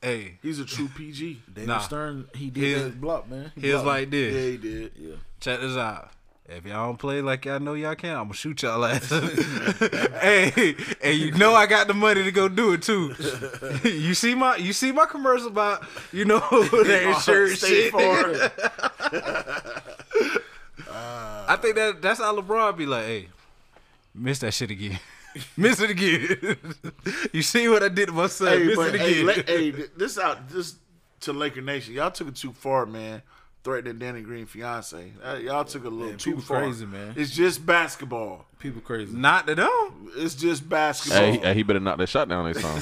Speaker 4: Hey,
Speaker 5: He's a true PG.
Speaker 6: David
Speaker 4: Nah.
Speaker 6: Stern, he did
Speaker 4: His-
Speaker 6: that block, man.
Speaker 4: he was
Speaker 6: blocked
Speaker 4: like this.
Speaker 5: Yeah, he did.
Speaker 4: Check this out. If y'all don't play like y'all know y'all can, I'm gonna shoot y'all ass. hey, and you know I got the money to go do it too. you see my you see my commercial about you know that insurance shit.
Speaker 5: State Farm.
Speaker 4: I think that that's how LeBron be like, hey, miss that shit again. miss it again. you see what I did to my son.
Speaker 5: hey,
Speaker 4: miss
Speaker 5: but,
Speaker 4: it
Speaker 5: hey,
Speaker 4: again.
Speaker 5: la- hey, th- this out this to Laker Nation. Y'all took it too far, man. Threatening Danny Green fiance. Uh, Y'all took it a little too
Speaker 6: people
Speaker 5: far.
Speaker 6: crazy, man.
Speaker 5: It's just basketball.
Speaker 6: people crazy.
Speaker 4: Not to them.
Speaker 5: It's just basketball.
Speaker 8: Hey, he- hey, he better knock that shot down next time.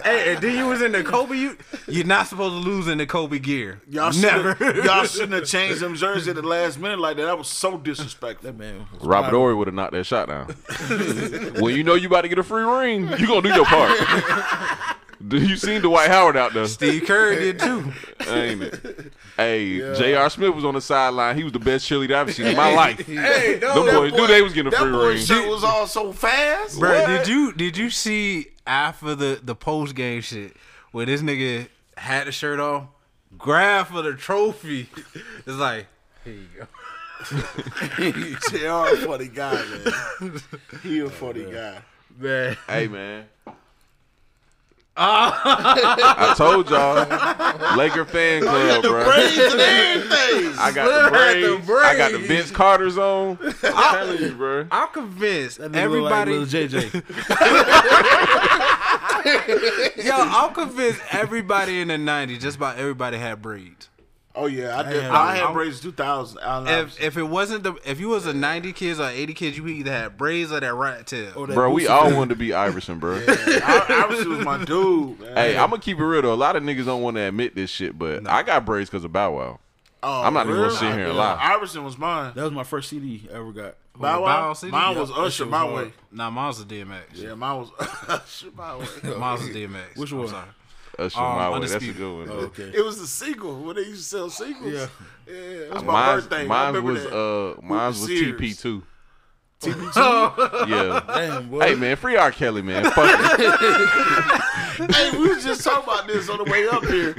Speaker 4: Hey, and then you was in the Kobe. You you're not supposed to lose in the Kobe gear.
Speaker 5: Y'all
Speaker 4: never.
Speaker 5: shouldn't- y'all shouldn't have changed them jerseys at the last minute like that. That was so disrespectful.
Speaker 6: That man, was
Speaker 8: Robert Ory would have knocked that shot down. when you know you about to get a free ring, you gonna do your part. Do you seen Dwight Howard out there?
Speaker 4: Steve Curry did too.
Speaker 8: Ain't it? Hey, J.R. Smith was on the sideline. He was the best cheerleader I've ever seen in my life.
Speaker 5: Hey,
Speaker 8: Them boys knew they was getting a
Speaker 5: that
Speaker 8: free
Speaker 5: boy's
Speaker 8: ring.
Speaker 5: shirt was all so fast.
Speaker 4: Bro,
Speaker 5: What?
Speaker 4: did you did you see after the the post game shit where this nigga had the shirt off, grabbed for the trophy? It's like
Speaker 5: JR a funny guy, man. He a funny guy.
Speaker 4: man,
Speaker 8: Hey man. I told y'all, Laker fan club, bro.
Speaker 5: Braids and everything.
Speaker 8: I got the
Speaker 4: Had the
Speaker 8: braids. I got the
Speaker 4: braids.
Speaker 8: Vince Carter's on. I'm telling you, bro.
Speaker 4: I'm convinced everybody.
Speaker 6: Everybody, look like little JJ.
Speaker 4: yo, I'm convinced everybody in the '90s, just about everybody had braids.
Speaker 5: Oh yeah, I did.
Speaker 4: had
Speaker 5: I
Speaker 4: braids.
Speaker 5: had braids two thousand.
Speaker 4: If if it wasn't the if you was a '90 kids or '80 kids, you either had braids or that rat tail.
Speaker 6: Oh, that
Speaker 8: Bro, we
Speaker 6: Boosie
Speaker 8: all
Speaker 6: fan.
Speaker 8: wanted to be Iverson, bro.
Speaker 5: Iverson was my dude, man.
Speaker 8: Hey, I'm gonna keep it real though. A lot of niggas don't want to admit this shit, but I got braids because of Bow Wow.
Speaker 5: Oh,
Speaker 8: I'm not even gonna
Speaker 5: really?
Speaker 8: sit here and
Speaker 5: Yeah,
Speaker 8: lie.
Speaker 5: Iverson was mine.
Speaker 6: That was my first CD I ever got.
Speaker 5: Bow
Speaker 4: Bow
Speaker 5: Wow,
Speaker 4: Wow CD?
Speaker 5: Oh, mine
Speaker 4: Yeah,
Speaker 5: was
Speaker 4: that
Speaker 5: Usher, my way.
Speaker 4: Nah, mine was a DMX.
Speaker 5: Yeah, mine was Usher, my way.
Speaker 4: Mine was a DMX.
Speaker 6: Which
Speaker 4: I'm
Speaker 6: one?
Speaker 4: sorry.
Speaker 8: That's
Speaker 4: Um,
Speaker 8: my way. That's a
Speaker 4: Undisputed.
Speaker 8: good
Speaker 5: Oh.
Speaker 8: one.
Speaker 6: Okay.
Speaker 5: It was the sequel when they used to sell sequels. Yeah,
Speaker 6: Yeah.
Speaker 5: it was my
Speaker 8: Mine,
Speaker 5: birthday. I
Speaker 8: mine
Speaker 5: remember
Speaker 8: was
Speaker 5: that.
Speaker 8: uh, mine was
Speaker 5: Sears.
Speaker 8: TP two. TP two. yeah.
Speaker 6: Damn, boy.
Speaker 8: Hey man, free R. Kelly, man. Fuck it.
Speaker 5: hey, we was just talking about this on the way up here.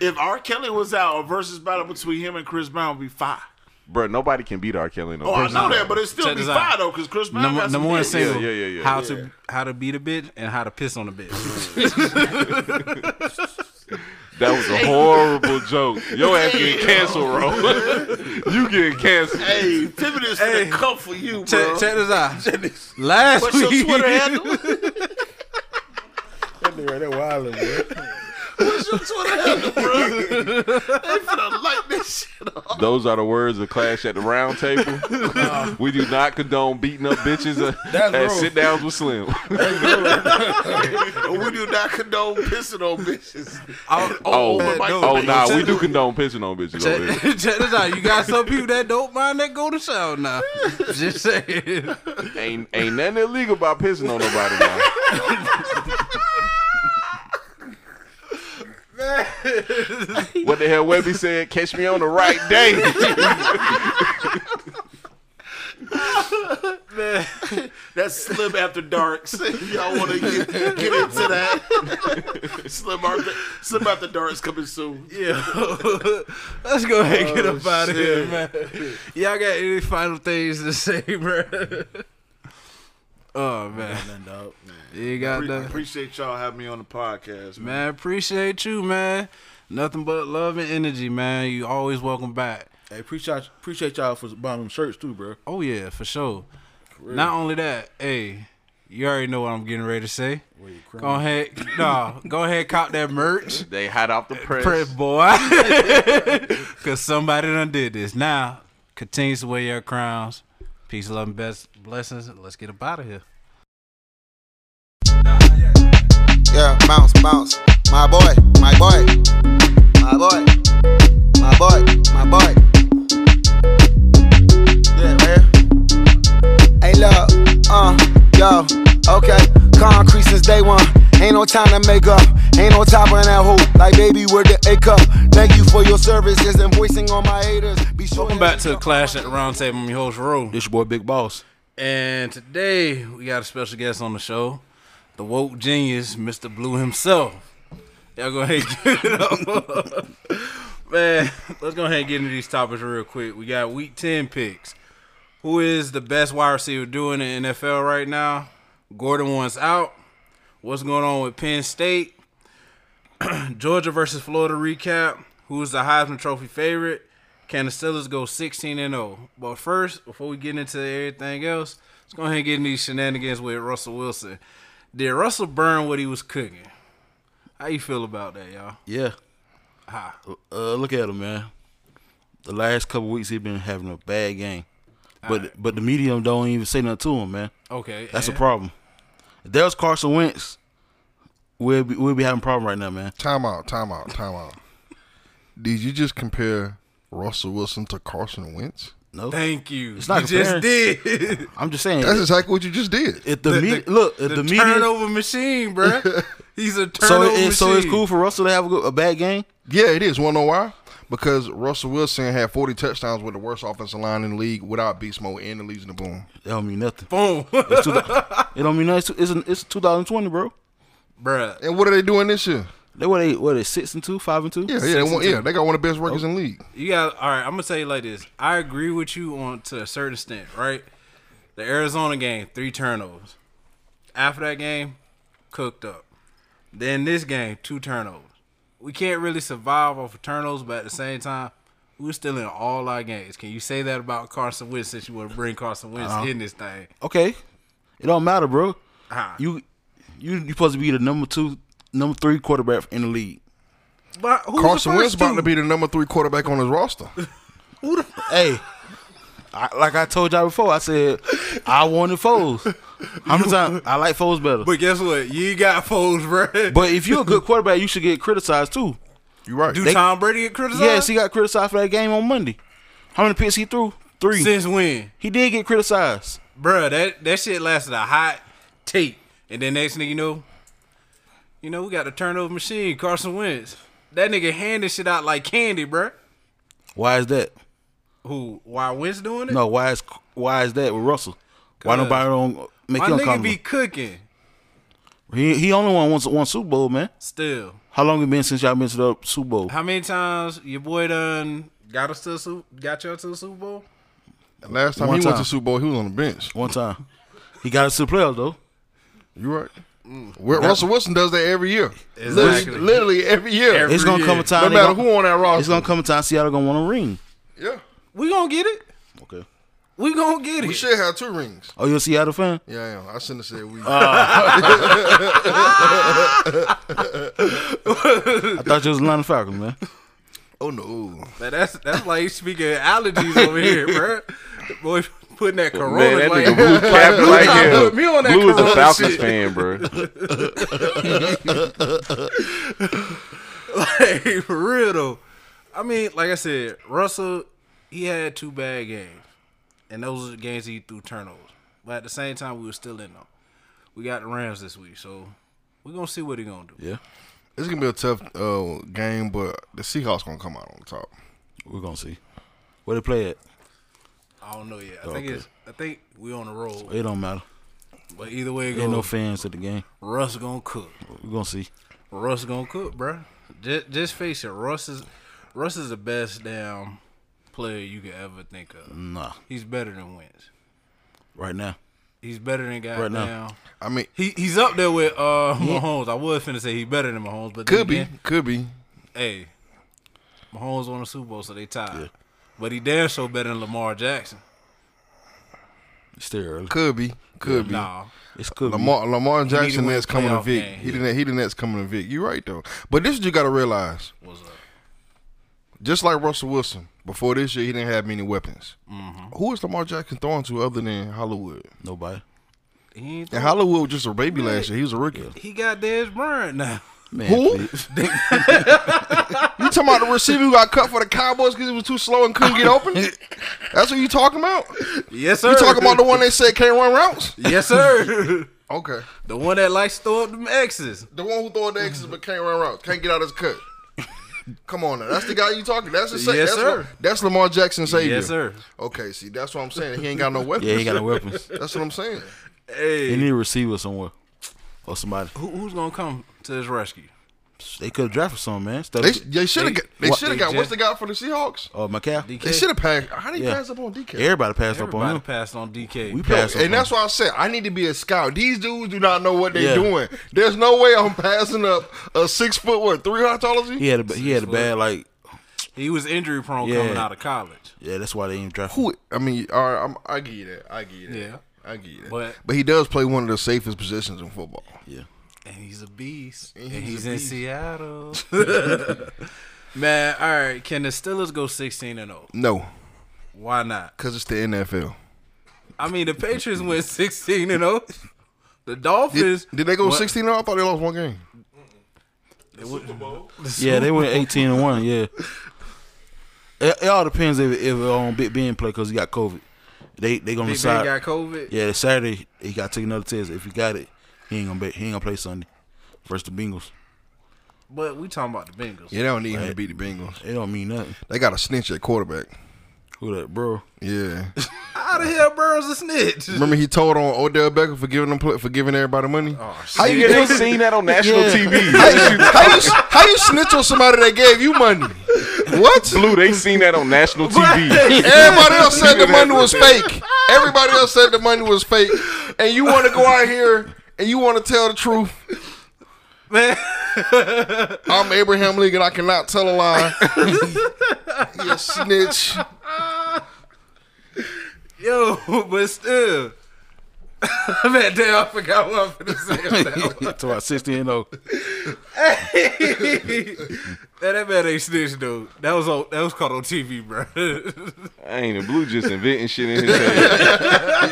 Speaker 5: If R. Kelly was out, a versus battle between him and Chris Brown would be fire.
Speaker 8: bro. Nobody can beat R. Kelly. No.
Speaker 5: Oh, I know
Speaker 4: Brown.
Speaker 5: that, but it still
Speaker 4: Check
Speaker 5: be
Speaker 4: this out.
Speaker 5: fire though, because Chris Brown
Speaker 4: Number,
Speaker 5: got
Speaker 4: number
Speaker 5: some
Speaker 4: one
Speaker 5: hits.
Speaker 4: single.
Speaker 8: yeah, yeah, yeah.
Speaker 4: How to how to beat a bitch and how to piss on a bitch.
Speaker 8: That was a horrible joke. Your ass getting canceled, bro. you getting canceled.
Speaker 5: Hey, feminists hey. finna come for you, bro.
Speaker 4: check, check this out. Last
Speaker 5: What's your
Speaker 4: week,
Speaker 5: Twitter handle?
Speaker 6: That nigga right there wildin', boy.
Speaker 5: What's your Twitter handle, bro? they finna light this shit up.
Speaker 8: Those are the words of Clash at the Round Table. we do not condone beating up bitches uh,
Speaker 6: That's
Speaker 8: at
Speaker 6: wrong.
Speaker 8: sit downs with Slim.
Speaker 5: we do not condone pissing on bitches.
Speaker 4: oh,
Speaker 8: Oh,
Speaker 5: man,
Speaker 8: oh,
Speaker 5: no.
Speaker 8: nah, we do condone pissing on bitches over
Speaker 4: check,
Speaker 8: here.
Speaker 4: check this out. You got some people that don't mind that go to shower now. Just saying.
Speaker 8: Ain't ain't nothing illegal about pissing on nobody now. What the hell Webby said, catch me on the right day.
Speaker 5: That's Slim After Darks. Y'all want to get, get into that? Slim After Slim After Darks coming soon.
Speaker 4: Yeah. Let's go ahead and
Speaker 8: Oh,
Speaker 4: get up out of here, man. Y'all got any final things to say, bro? Oh man,
Speaker 6: Nothing, dog.
Speaker 4: you got
Speaker 5: Pre-
Speaker 4: nothing.
Speaker 5: appreciate y'all having me on the podcast, man.
Speaker 4: Man, appreciate you, man. Nothing but love and energy, man. You always welcome back.
Speaker 6: Hey, appreciate appreciate y'all for buying them shirts too, bro.
Speaker 4: Oh yeah, for sure. Not only that, hey, you already know what I'm getting ready to say. Go ahead, no, go ahead, cop that merch,
Speaker 8: they hot off the press.
Speaker 4: press boy, cause somebody done did this. Now, continues to wear your crowns. Peace, love, and best blessings. Let's get up out of here.
Speaker 9: Yeah, bounce, bounce. My boy, my boy, my boy, my boy, my boy. Yeah, man. Hey, look, uh, yo, okay. Concrete since day one. Ain't no time to make up. Ain't no time on that hoop. Like, baby, we're the A cup. Thank you for your services and voicing all my haters. Be sure
Speaker 4: Welcome back to the Clash at the Round Table. I'm your host, Ro.
Speaker 6: This your boy Big Boss.
Speaker 4: And today we got a special guest on the show, the woke genius, Mr. Blue himself. Y'all go ahead and give it up. Man, let's go ahead and get into these topics real quick. We got week 10 picks. Who is the best wide receiver doing in the NFL right now? Gordon wants out. What's going on with Penn State? Georgia versus Florida recap. Who's the Heisman Trophy favorite? Can the Steelers go 16 and 0? But first, before we get into everything else, let's go ahead and get into these shenanigans with Russell Wilson. Did Russell burn what he was cooking? How you feel about that, y'all?
Speaker 6: Yeah. Uh, look at him, man. The last couple weeks he been having a bad game, but but the media don't even say nothing to him, man.
Speaker 4: Okay,
Speaker 6: That's
Speaker 4: and-
Speaker 6: a problem. If there was Carson Wentz, we'll be, we'll be having a problem right now, man.
Speaker 10: Time out, time out, time out. Did you just compare Russell Wilson to Carson Wentz?
Speaker 6: No,
Speaker 4: Thank you.
Speaker 6: It's not
Speaker 4: you just
Speaker 6: comparing.
Speaker 4: did.
Speaker 6: I'm just saying.
Speaker 10: That's exactly what you just did.
Speaker 6: if the, media look, if
Speaker 4: the,
Speaker 6: the, media
Speaker 4: turnover machine, bruh. He's a
Speaker 6: So
Speaker 4: turnover
Speaker 6: it, so it's
Speaker 4: machine.
Speaker 6: cool for Russell to have a, good, a bad game.
Speaker 10: Yeah, it is. Wanna know why? Because Russell Wilson had 40 touchdowns with the worst offensive line in the league without Beast Mode and the leads in the boom.
Speaker 6: That don't mean nothing.
Speaker 4: Boom,
Speaker 6: It's two, it don't mean nothing. It's, it's, it's 2020, bro.
Speaker 4: bruh.
Speaker 10: And what are they doing this year?
Speaker 6: They what they what they six and two, five and two.
Speaker 10: Yeah,
Speaker 6: Six
Speaker 10: yeah, they
Speaker 6: and
Speaker 10: want,
Speaker 6: two.
Speaker 10: yeah, they got one of the best records in the league.
Speaker 4: You got all right. I'm gonna tell you like this. I agree with you on to a certain extent, right? The Arizona game, three turnovers. After that game, cooked up. Then this game, two turnovers. We can't really survive off of turnovers, but at the same time, we're still in all our games. Can you say that about Carson Wentz since you want to bring Carson Wentz
Speaker 10: Uh-huh.
Speaker 4: in this thing?
Speaker 10: Uh,
Speaker 6: Okay, it don't matter, bro.
Speaker 4: Ah.
Speaker 6: You you you supposed to be the number two, number three quarterback in the league.
Speaker 4: But who's
Speaker 10: Carson
Speaker 4: the first
Speaker 10: Wentz about
Speaker 4: two?
Speaker 10: to be the number three quarterback on his roster.
Speaker 6: Hey, I, like I told y'all before, I said I wanted Foles. How many times I like Foles better? But,
Speaker 4: But guess what? You ain't got foes, bruh.
Speaker 6: if you're a good quarterback, you should get criticized too.
Speaker 10: You're right.
Speaker 4: do
Speaker 6: they-
Speaker 4: Tom Brady get criticized?
Speaker 6: Yes, he got criticized for that game on Monday. How many picks he threw? Three.
Speaker 4: since when?
Speaker 6: He did get criticized.
Speaker 4: Bruh, that, that shit lasted a hot tape. And then next thing you know, you know, we got a turnover machine, Carson Wentz. That nigga handing shit out like candy, bruh.
Speaker 6: Why is that?
Speaker 4: Who, why Wentz doing it?
Speaker 6: No, why is why is that with Russell? Why
Speaker 4: Cause
Speaker 6: nobody don't make
Speaker 4: My
Speaker 6: him
Speaker 4: nigga be
Speaker 6: come?
Speaker 4: cooking
Speaker 6: He he only won one, one Super Bowl, man.
Speaker 4: still.
Speaker 6: How long it been since y'all been to the Super Bowl?
Speaker 4: How many times your boy done got us to the Super, got y'all to the Super Bowl?
Speaker 10: Last time
Speaker 6: One
Speaker 10: he went
Speaker 6: time.
Speaker 10: to Super Bowl, he was on the bench.
Speaker 6: One time. He got us to the playoffs though.
Speaker 10: You're right. Well, Russell Wilson does that every year.
Speaker 4: Mm. Exactly.
Speaker 10: Literally, literally every year.
Speaker 4: Every-
Speaker 6: It's gonna come a
Speaker 4: year.
Speaker 6: time.
Speaker 10: no
Speaker 6: they
Speaker 10: matter
Speaker 6: gonna-
Speaker 10: who on that roster.
Speaker 6: It's gonna come a time Seattle gonna want a ring.
Speaker 10: yeah.
Speaker 4: We gonna get it.
Speaker 6: Okay.
Speaker 4: We gonna get it.
Speaker 10: We should have two rings.
Speaker 6: Oh, you a Seattle fan?
Speaker 10: Yeah, I am. I shouldn't have said we.
Speaker 4: Uh.
Speaker 6: I thought you was Atlanta Falcons, man.
Speaker 10: oh, no.
Speaker 4: Man, that's that's like speaking of allergies over here, bro. Boy, putting that corona
Speaker 8: Man, that
Speaker 4: like,
Speaker 8: nigga blue cap
Speaker 4: Blue
Speaker 8: like
Speaker 4: Cap
Speaker 8: hell.
Speaker 4: put me on that
Speaker 8: Blue is a
Speaker 4: Corona
Speaker 8: Falcons
Speaker 4: shit.
Speaker 8: fan,
Speaker 4: like
Speaker 8: bro.
Speaker 4: for real though. I mean, like I said, Russell, he had two bad games, and those are the games he threw turnovers. But at the same time, we were still in them. We got the Rams this week, so we're gonna see what he gonna do.
Speaker 6: Yeah.
Speaker 10: It's going to be a tough uh, game, but the Seahawks going to come out on top.
Speaker 6: We're gonna see. Where they play at?
Speaker 4: I don't know yet. I think
Speaker 6: Okay.
Speaker 4: it's. I think we on the road,
Speaker 6: It don't matter.
Speaker 4: but either way it goes,
Speaker 6: Ain't no fans at the game.
Speaker 4: Russ gonna cook.
Speaker 6: We're gonna see.
Speaker 4: Russ gonna cook, bruh. Just, just face it, Russ is Russ is the best damn player you could ever think of.
Speaker 6: Nah.
Speaker 4: He's better than Wentz.
Speaker 6: Right now.
Speaker 4: He's better than goddamn.
Speaker 6: Right now.
Speaker 10: I mean,
Speaker 4: He he's up there with uh Mahomes. I was finna say he's better than Mahomes, but then
Speaker 10: could be.
Speaker 4: again,
Speaker 10: Could be.
Speaker 4: Hey, Mahomes won the Super Bowl, so they tied. But he damn so better than Lamar Jackson.
Speaker 6: It's still early.
Speaker 10: Could be. Could be.
Speaker 4: Nah,
Speaker 6: It's cool.
Speaker 10: Lamar Lamar Jackson
Speaker 4: win
Speaker 10: is coming to
Speaker 4: playoff
Speaker 10: Vic.
Speaker 4: game.
Speaker 10: He didn't. He didn't. That's coming to Vic. You're right though. But this is what you got to realize.
Speaker 4: what's up?
Speaker 10: Just like Russell Wilson before this year, he didn't have many weapons.
Speaker 4: Mm-hmm.
Speaker 10: Who is Lamar Jackson throwing to other than Hollywood?
Speaker 6: Nobody.
Speaker 4: He ain't
Speaker 10: And
Speaker 4: throw-
Speaker 10: Hollywood was just a baby last year. He was a rookie.
Speaker 4: he got Dez Bryant now.
Speaker 6: Man,
Speaker 10: Who?
Speaker 6: please.
Speaker 10: You talking about the receiver who got cut for the Cowboys because he was too slow and couldn't get open? That's what you talking about?
Speaker 4: Yes sir.
Speaker 10: You talking about the one they said can't run routes?
Speaker 4: yes sir.
Speaker 10: Okay,
Speaker 4: the one that likes to throw up them X's.
Speaker 10: the one who throwing the X's but can't run routes, can't get out of his cut. Come on, now. that's the guy you talking. That's the sa-
Speaker 4: Yes,
Speaker 10: that's,
Speaker 4: sir.
Speaker 10: that's Lamar Jackson savior.
Speaker 4: Yes sir.
Speaker 10: Okay, see, that's what I'm saying. He ain't got no weapons.
Speaker 6: Yeah, he ain't got no weapons.
Speaker 10: That's what I'm saying.
Speaker 4: Hey,
Speaker 6: He need a receiver somewhere. Or somebody.
Speaker 4: Who, who's gonna come to his rescue?
Speaker 6: They could have drafted some, man. Stuff-
Speaker 10: They they should
Speaker 4: They-
Speaker 10: have got they
Speaker 6: what-
Speaker 10: should
Speaker 4: they
Speaker 10: have got what's
Speaker 4: just-
Speaker 10: the guy for the Seahawks?
Speaker 6: Oh, McCaff.
Speaker 10: They should have passed. How did he
Speaker 6: Yeah.
Speaker 10: pass up on DK?
Speaker 6: Everybody passed up on
Speaker 4: Everybody
Speaker 6: him.
Speaker 4: passed on DK.
Speaker 6: We passed up
Speaker 10: and
Speaker 6: on
Speaker 10: that's why I said I need to be a scout. These dudes do not know what they're
Speaker 6: Yeah.
Speaker 10: doing. There's no way I'm passing up a six foot what three hundred dollars.
Speaker 6: him. He had a he had a bad like
Speaker 4: he was injury prone
Speaker 6: Yeah.
Speaker 4: coming out of college.
Speaker 6: yeah. That's why they ain't draft.
Speaker 10: Who? I mean, all right, I'm, I give you that. I give you that.
Speaker 4: Yeah.
Speaker 10: I give you that.
Speaker 4: But-
Speaker 10: But, he does play one of the safest positions in football.
Speaker 6: Yeah,
Speaker 4: And he's a beast. And
Speaker 10: And
Speaker 4: he's,
Speaker 10: he's a
Speaker 4: in
Speaker 10: beast.
Speaker 4: Seattle. Man, all right. Can the Steelers go 16 and 0?
Speaker 10: No,
Speaker 4: Why not?
Speaker 10: because it's the NFL.
Speaker 4: I mean, the Patriots went 16 and 0. The Dolphins.
Speaker 10: Did, did they go
Speaker 4: What?
Speaker 10: sixteen? oh? I thought they lost one game.
Speaker 6: yeah. They went eighteen and one. Yeah. It, it all depends if um, if on Big Ben play because he got COVID. They they gonna
Speaker 4: Big Ben
Speaker 6: decide.
Speaker 4: got COVID.
Speaker 6: yeah, Saturday he got to take another test. If he got it, he ain't gonna be, he ain't gonna play Sunday. versus the Bengals.
Speaker 4: But we talking about the Bengals.
Speaker 10: Yeah, they don't need him to beat the Bengals.
Speaker 6: It don't mean nothing.
Speaker 10: They got a snitch at quarterback.
Speaker 6: Who that, bro?
Speaker 10: Yeah.
Speaker 4: How the hell Burrow's a snitch?
Speaker 10: Remember he told on Odell Beckham for giving them pl- for giving everybody money. how you
Speaker 8: You
Speaker 10: get
Speaker 8: ain't seen that on national
Speaker 10: how,
Speaker 8: TV.
Speaker 10: you, how you how you snitch on somebody that gave you money? What?
Speaker 8: Blue, they seen that on national TV.
Speaker 10: Everybody else said the money was fake. Everybody else said the money was fake, and you want to go out here and you want to tell the truth.
Speaker 4: Man.
Speaker 10: I'm Abraham Lincoln. I cannot tell a lie. you snitch.
Speaker 4: Yo, but still. Man, damn, I forgot what I'm finna say on that one.
Speaker 6: Talk about 16 and oh. 0.
Speaker 4: Man, that man ain't snitch, dude. That was on, that was caught on TV, bro.
Speaker 8: I ain't a Blue just inventing shit in his head.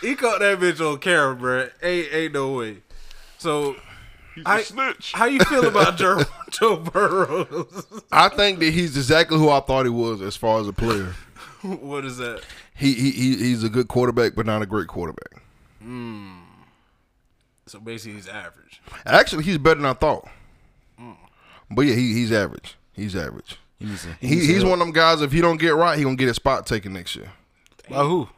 Speaker 4: he caught that bitch on camera, bro. Ain't ain't no way. So, I-
Speaker 8: snitch.
Speaker 4: how you feel about Joe, Joe Burrow?
Speaker 10: I think that he's exactly who I thought he was as far as a player.
Speaker 4: what is that?
Speaker 10: He he, he he's a good quarterback, but not a great quarterback.
Speaker 4: So basically, he's average.
Speaker 10: Actually, he's better than I thought. But yeah, he, he's average. He's average.
Speaker 6: He needs to-
Speaker 10: He,
Speaker 6: needs to
Speaker 10: he's
Speaker 6: help.
Speaker 10: one of them guys. If he don't get right, he gonna get his spot taken next year.
Speaker 6: By who?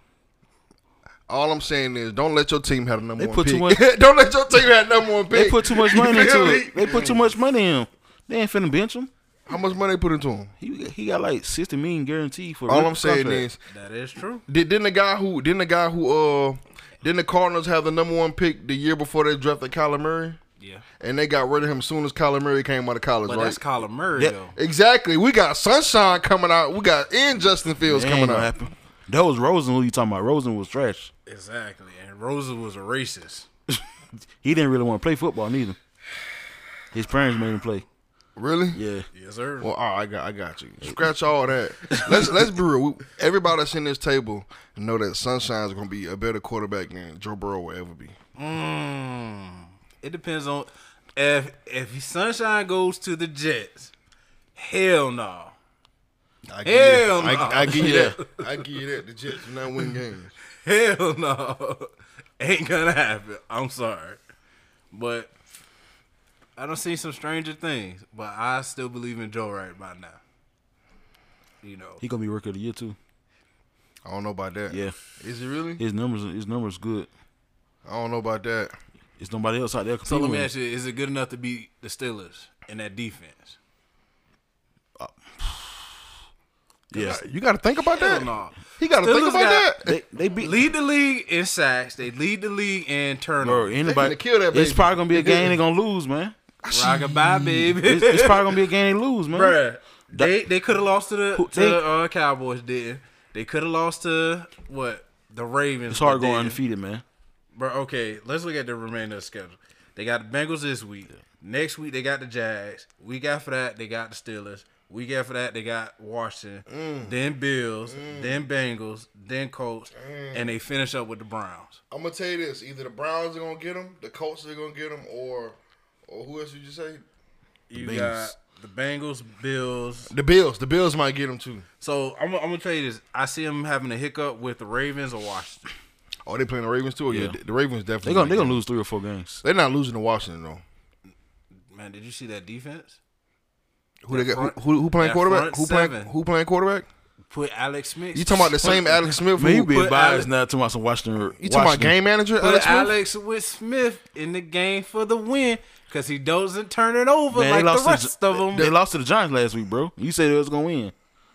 Speaker 10: All I'm saying is, don't let your team have a number
Speaker 6: They
Speaker 10: one
Speaker 6: put
Speaker 10: pick.
Speaker 6: too much-
Speaker 10: don't let your team have number one pick.
Speaker 6: They put too much
Speaker 10: You
Speaker 6: money
Speaker 10: feel
Speaker 6: into
Speaker 10: me?
Speaker 6: it. They put too much money in him. They ain't finna bench him.
Speaker 10: How much money they put into him?
Speaker 6: He he got like 60 million guaranteed for
Speaker 10: All
Speaker 6: rookie
Speaker 10: I'm saying
Speaker 6: contract.
Speaker 10: is,
Speaker 4: That is true.
Speaker 10: did, didn't the guy who didn't the guy who uh didn't the Cardinals have the number one pick the year before they drafted Kyler Murray?
Speaker 4: Yeah,
Speaker 10: And they got rid of him as soon as Kyler Murray came out of college,
Speaker 4: but
Speaker 10: right?
Speaker 4: that's Kyler Murray,
Speaker 6: Yeah.
Speaker 4: though.
Speaker 10: exactly. We got Sunshine coming out. We got and Justin Fields
Speaker 6: That ain't
Speaker 10: coming
Speaker 6: gonna
Speaker 10: out.
Speaker 6: happen. That was Rosen who you talking about. Rosen was trash.
Speaker 4: Exactly. And Rosa was a racist.
Speaker 6: He didn't really want to play football neither. His parents made him play.
Speaker 10: Really?
Speaker 6: Yeah.
Speaker 4: Yes, sir.
Speaker 10: Well, all right, I got, I got you. Scratch all that. Let's let's be real. We, everybody that's in this table know that Sunshine's going to be a better quarterback than Joe Burrow will ever be.
Speaker 4: Hmm. It depends on if if Sunshine goes to the Jets. Hell no.
Speaker 10: I give
Speaker 4: Hell
Speaker 10: you, that.
Speaker 4: no.
Speaker 10: I, I give you that. I give you that. The Jets do not win games.
Speaker 4: Hell no. Ain't gonna happen. I'm sorry. But I don't see some stranger things. But I still believe in Joe right by now. You know.
Speaker 6: He gonna be rookie of the year too.
Speaker 10: I don't know about that.
Speaker 6: Yeah.
Speaker 10: Is it really?
Speaker 6: His numbers his numbers good.
Speaker 10: I don't know about that.
Speaker 6: It's nobody else out there
Speaker 4: So
Speaker 6: competing.
Speaker 4: let me
Speaker 6: with
Speaker 4: ask
Speaker 6: him.
Speaker 4: you, is it good enough to beat the Steelers in that defense?
Speaker 6: Yes.
Speaker 10: You got to think about that.
Speaker 4: Hell no.
Speaker 10: He got to
Speaker 4: Steelers
Speaker 10: think about
Speaker 4: got-
Speaker 10: that.
Speaker 6: They they beat
Speaker 4: Lead the league in sacks. They lead the league in
Speaker 6: Bro,
Speaker 4: turnovers.
Speaker 6: anybody
Speaker 10: finna kill that
Speaker 6: It's
Speaker 10: baby.
Speaker 6: probably gonna be a game they gonna lose, man.
Speaker 4: Rock goodbye, baby.
Speaker 6: It's, it's probably gonna be a game they lose, man.
Speaker 4: Bruh, they they could have lost to the
Speaker 6: Who-
Speaker 4: to
Speaker 6: they-
Speaker 4: uh, Cowboys. Did they could have lost to what the Ravens?
Speaker 6: It's hard
Speaker 4: but
Speaker 6: going
Speaker 4: didn't.
Speaker 6: undefeated, man.
Speaker 4: Bro, okay, let's look at the remainder of the schedule. They got the Bengals this week. Next week they got the Jags. Week after that they got the Steelers. Week after that they got Washington.
Speaker 10: Mm.
Speaker 4: Then Bills. Then Bengals. Then Colts.
Speaker 10: Mm.
Speaker 4: And they finish up with the Browns.
Speaker 10: I'm gonna tell you this: either the Browns are gonna get him, the Colts are gonna get him, or or who else did you say?
Speaker 4: You
Speaker 6: Bengals.
Speaker 4: got the Bengals, Bills.
Speaker 10: The Bills. The Bills might get him too.
Speaker 4: So I'm, I'm gonna tell you this. I see them having a hiccup with the Ravens or Washington.
Speaker 10: Oh, they playing the Ravens too. Yeah,
Speaker 6: Yeah.
Speaker 10: the- the Ravens definitely.
Speaker 6: They gonna
Speaker 10: might
Speaker 6: they
Speaker 10: get
Speaker 6: gonna
Speaker 10: him.
Speaker 6: lose three or four games.
Speaker 10: They're not losing to Washington though.
Speaker 4: Man, did you see that defense?
Speaker 10: Who they got?
Speaker 4: front-
Speaker 10: Who, who, who playing
Speaker 4: that
Speaker 10: quarterback?
Speaker 4: front
Speaker 10: Who playing?
Speaker 4: seven.
Speaker 10: Who playing quarterback?
Speaker 4: Put Alex Smith.
Speaker 10: You talking about the same Alex Smith? who-
Speaker 6: Man, you being
Speaker 4: put Alex-
Speaker 6: biased now talking about some Washington.
Speaker 10: you talking about game manager?
Speaker 4: Put
Speaker 10: Alex Smith?
Speaker 4: Alex with Smith in the game for the win because he doesn't turn it over
Speaker 6: Man, they
Speaker 4: like
Speaker 6: lost
Speaker 4: the rest
Speaker 6: to,
Speaker 4: of them.
Speaker 6: They, they lost to the Giants last week, bro. You said they was gonna win.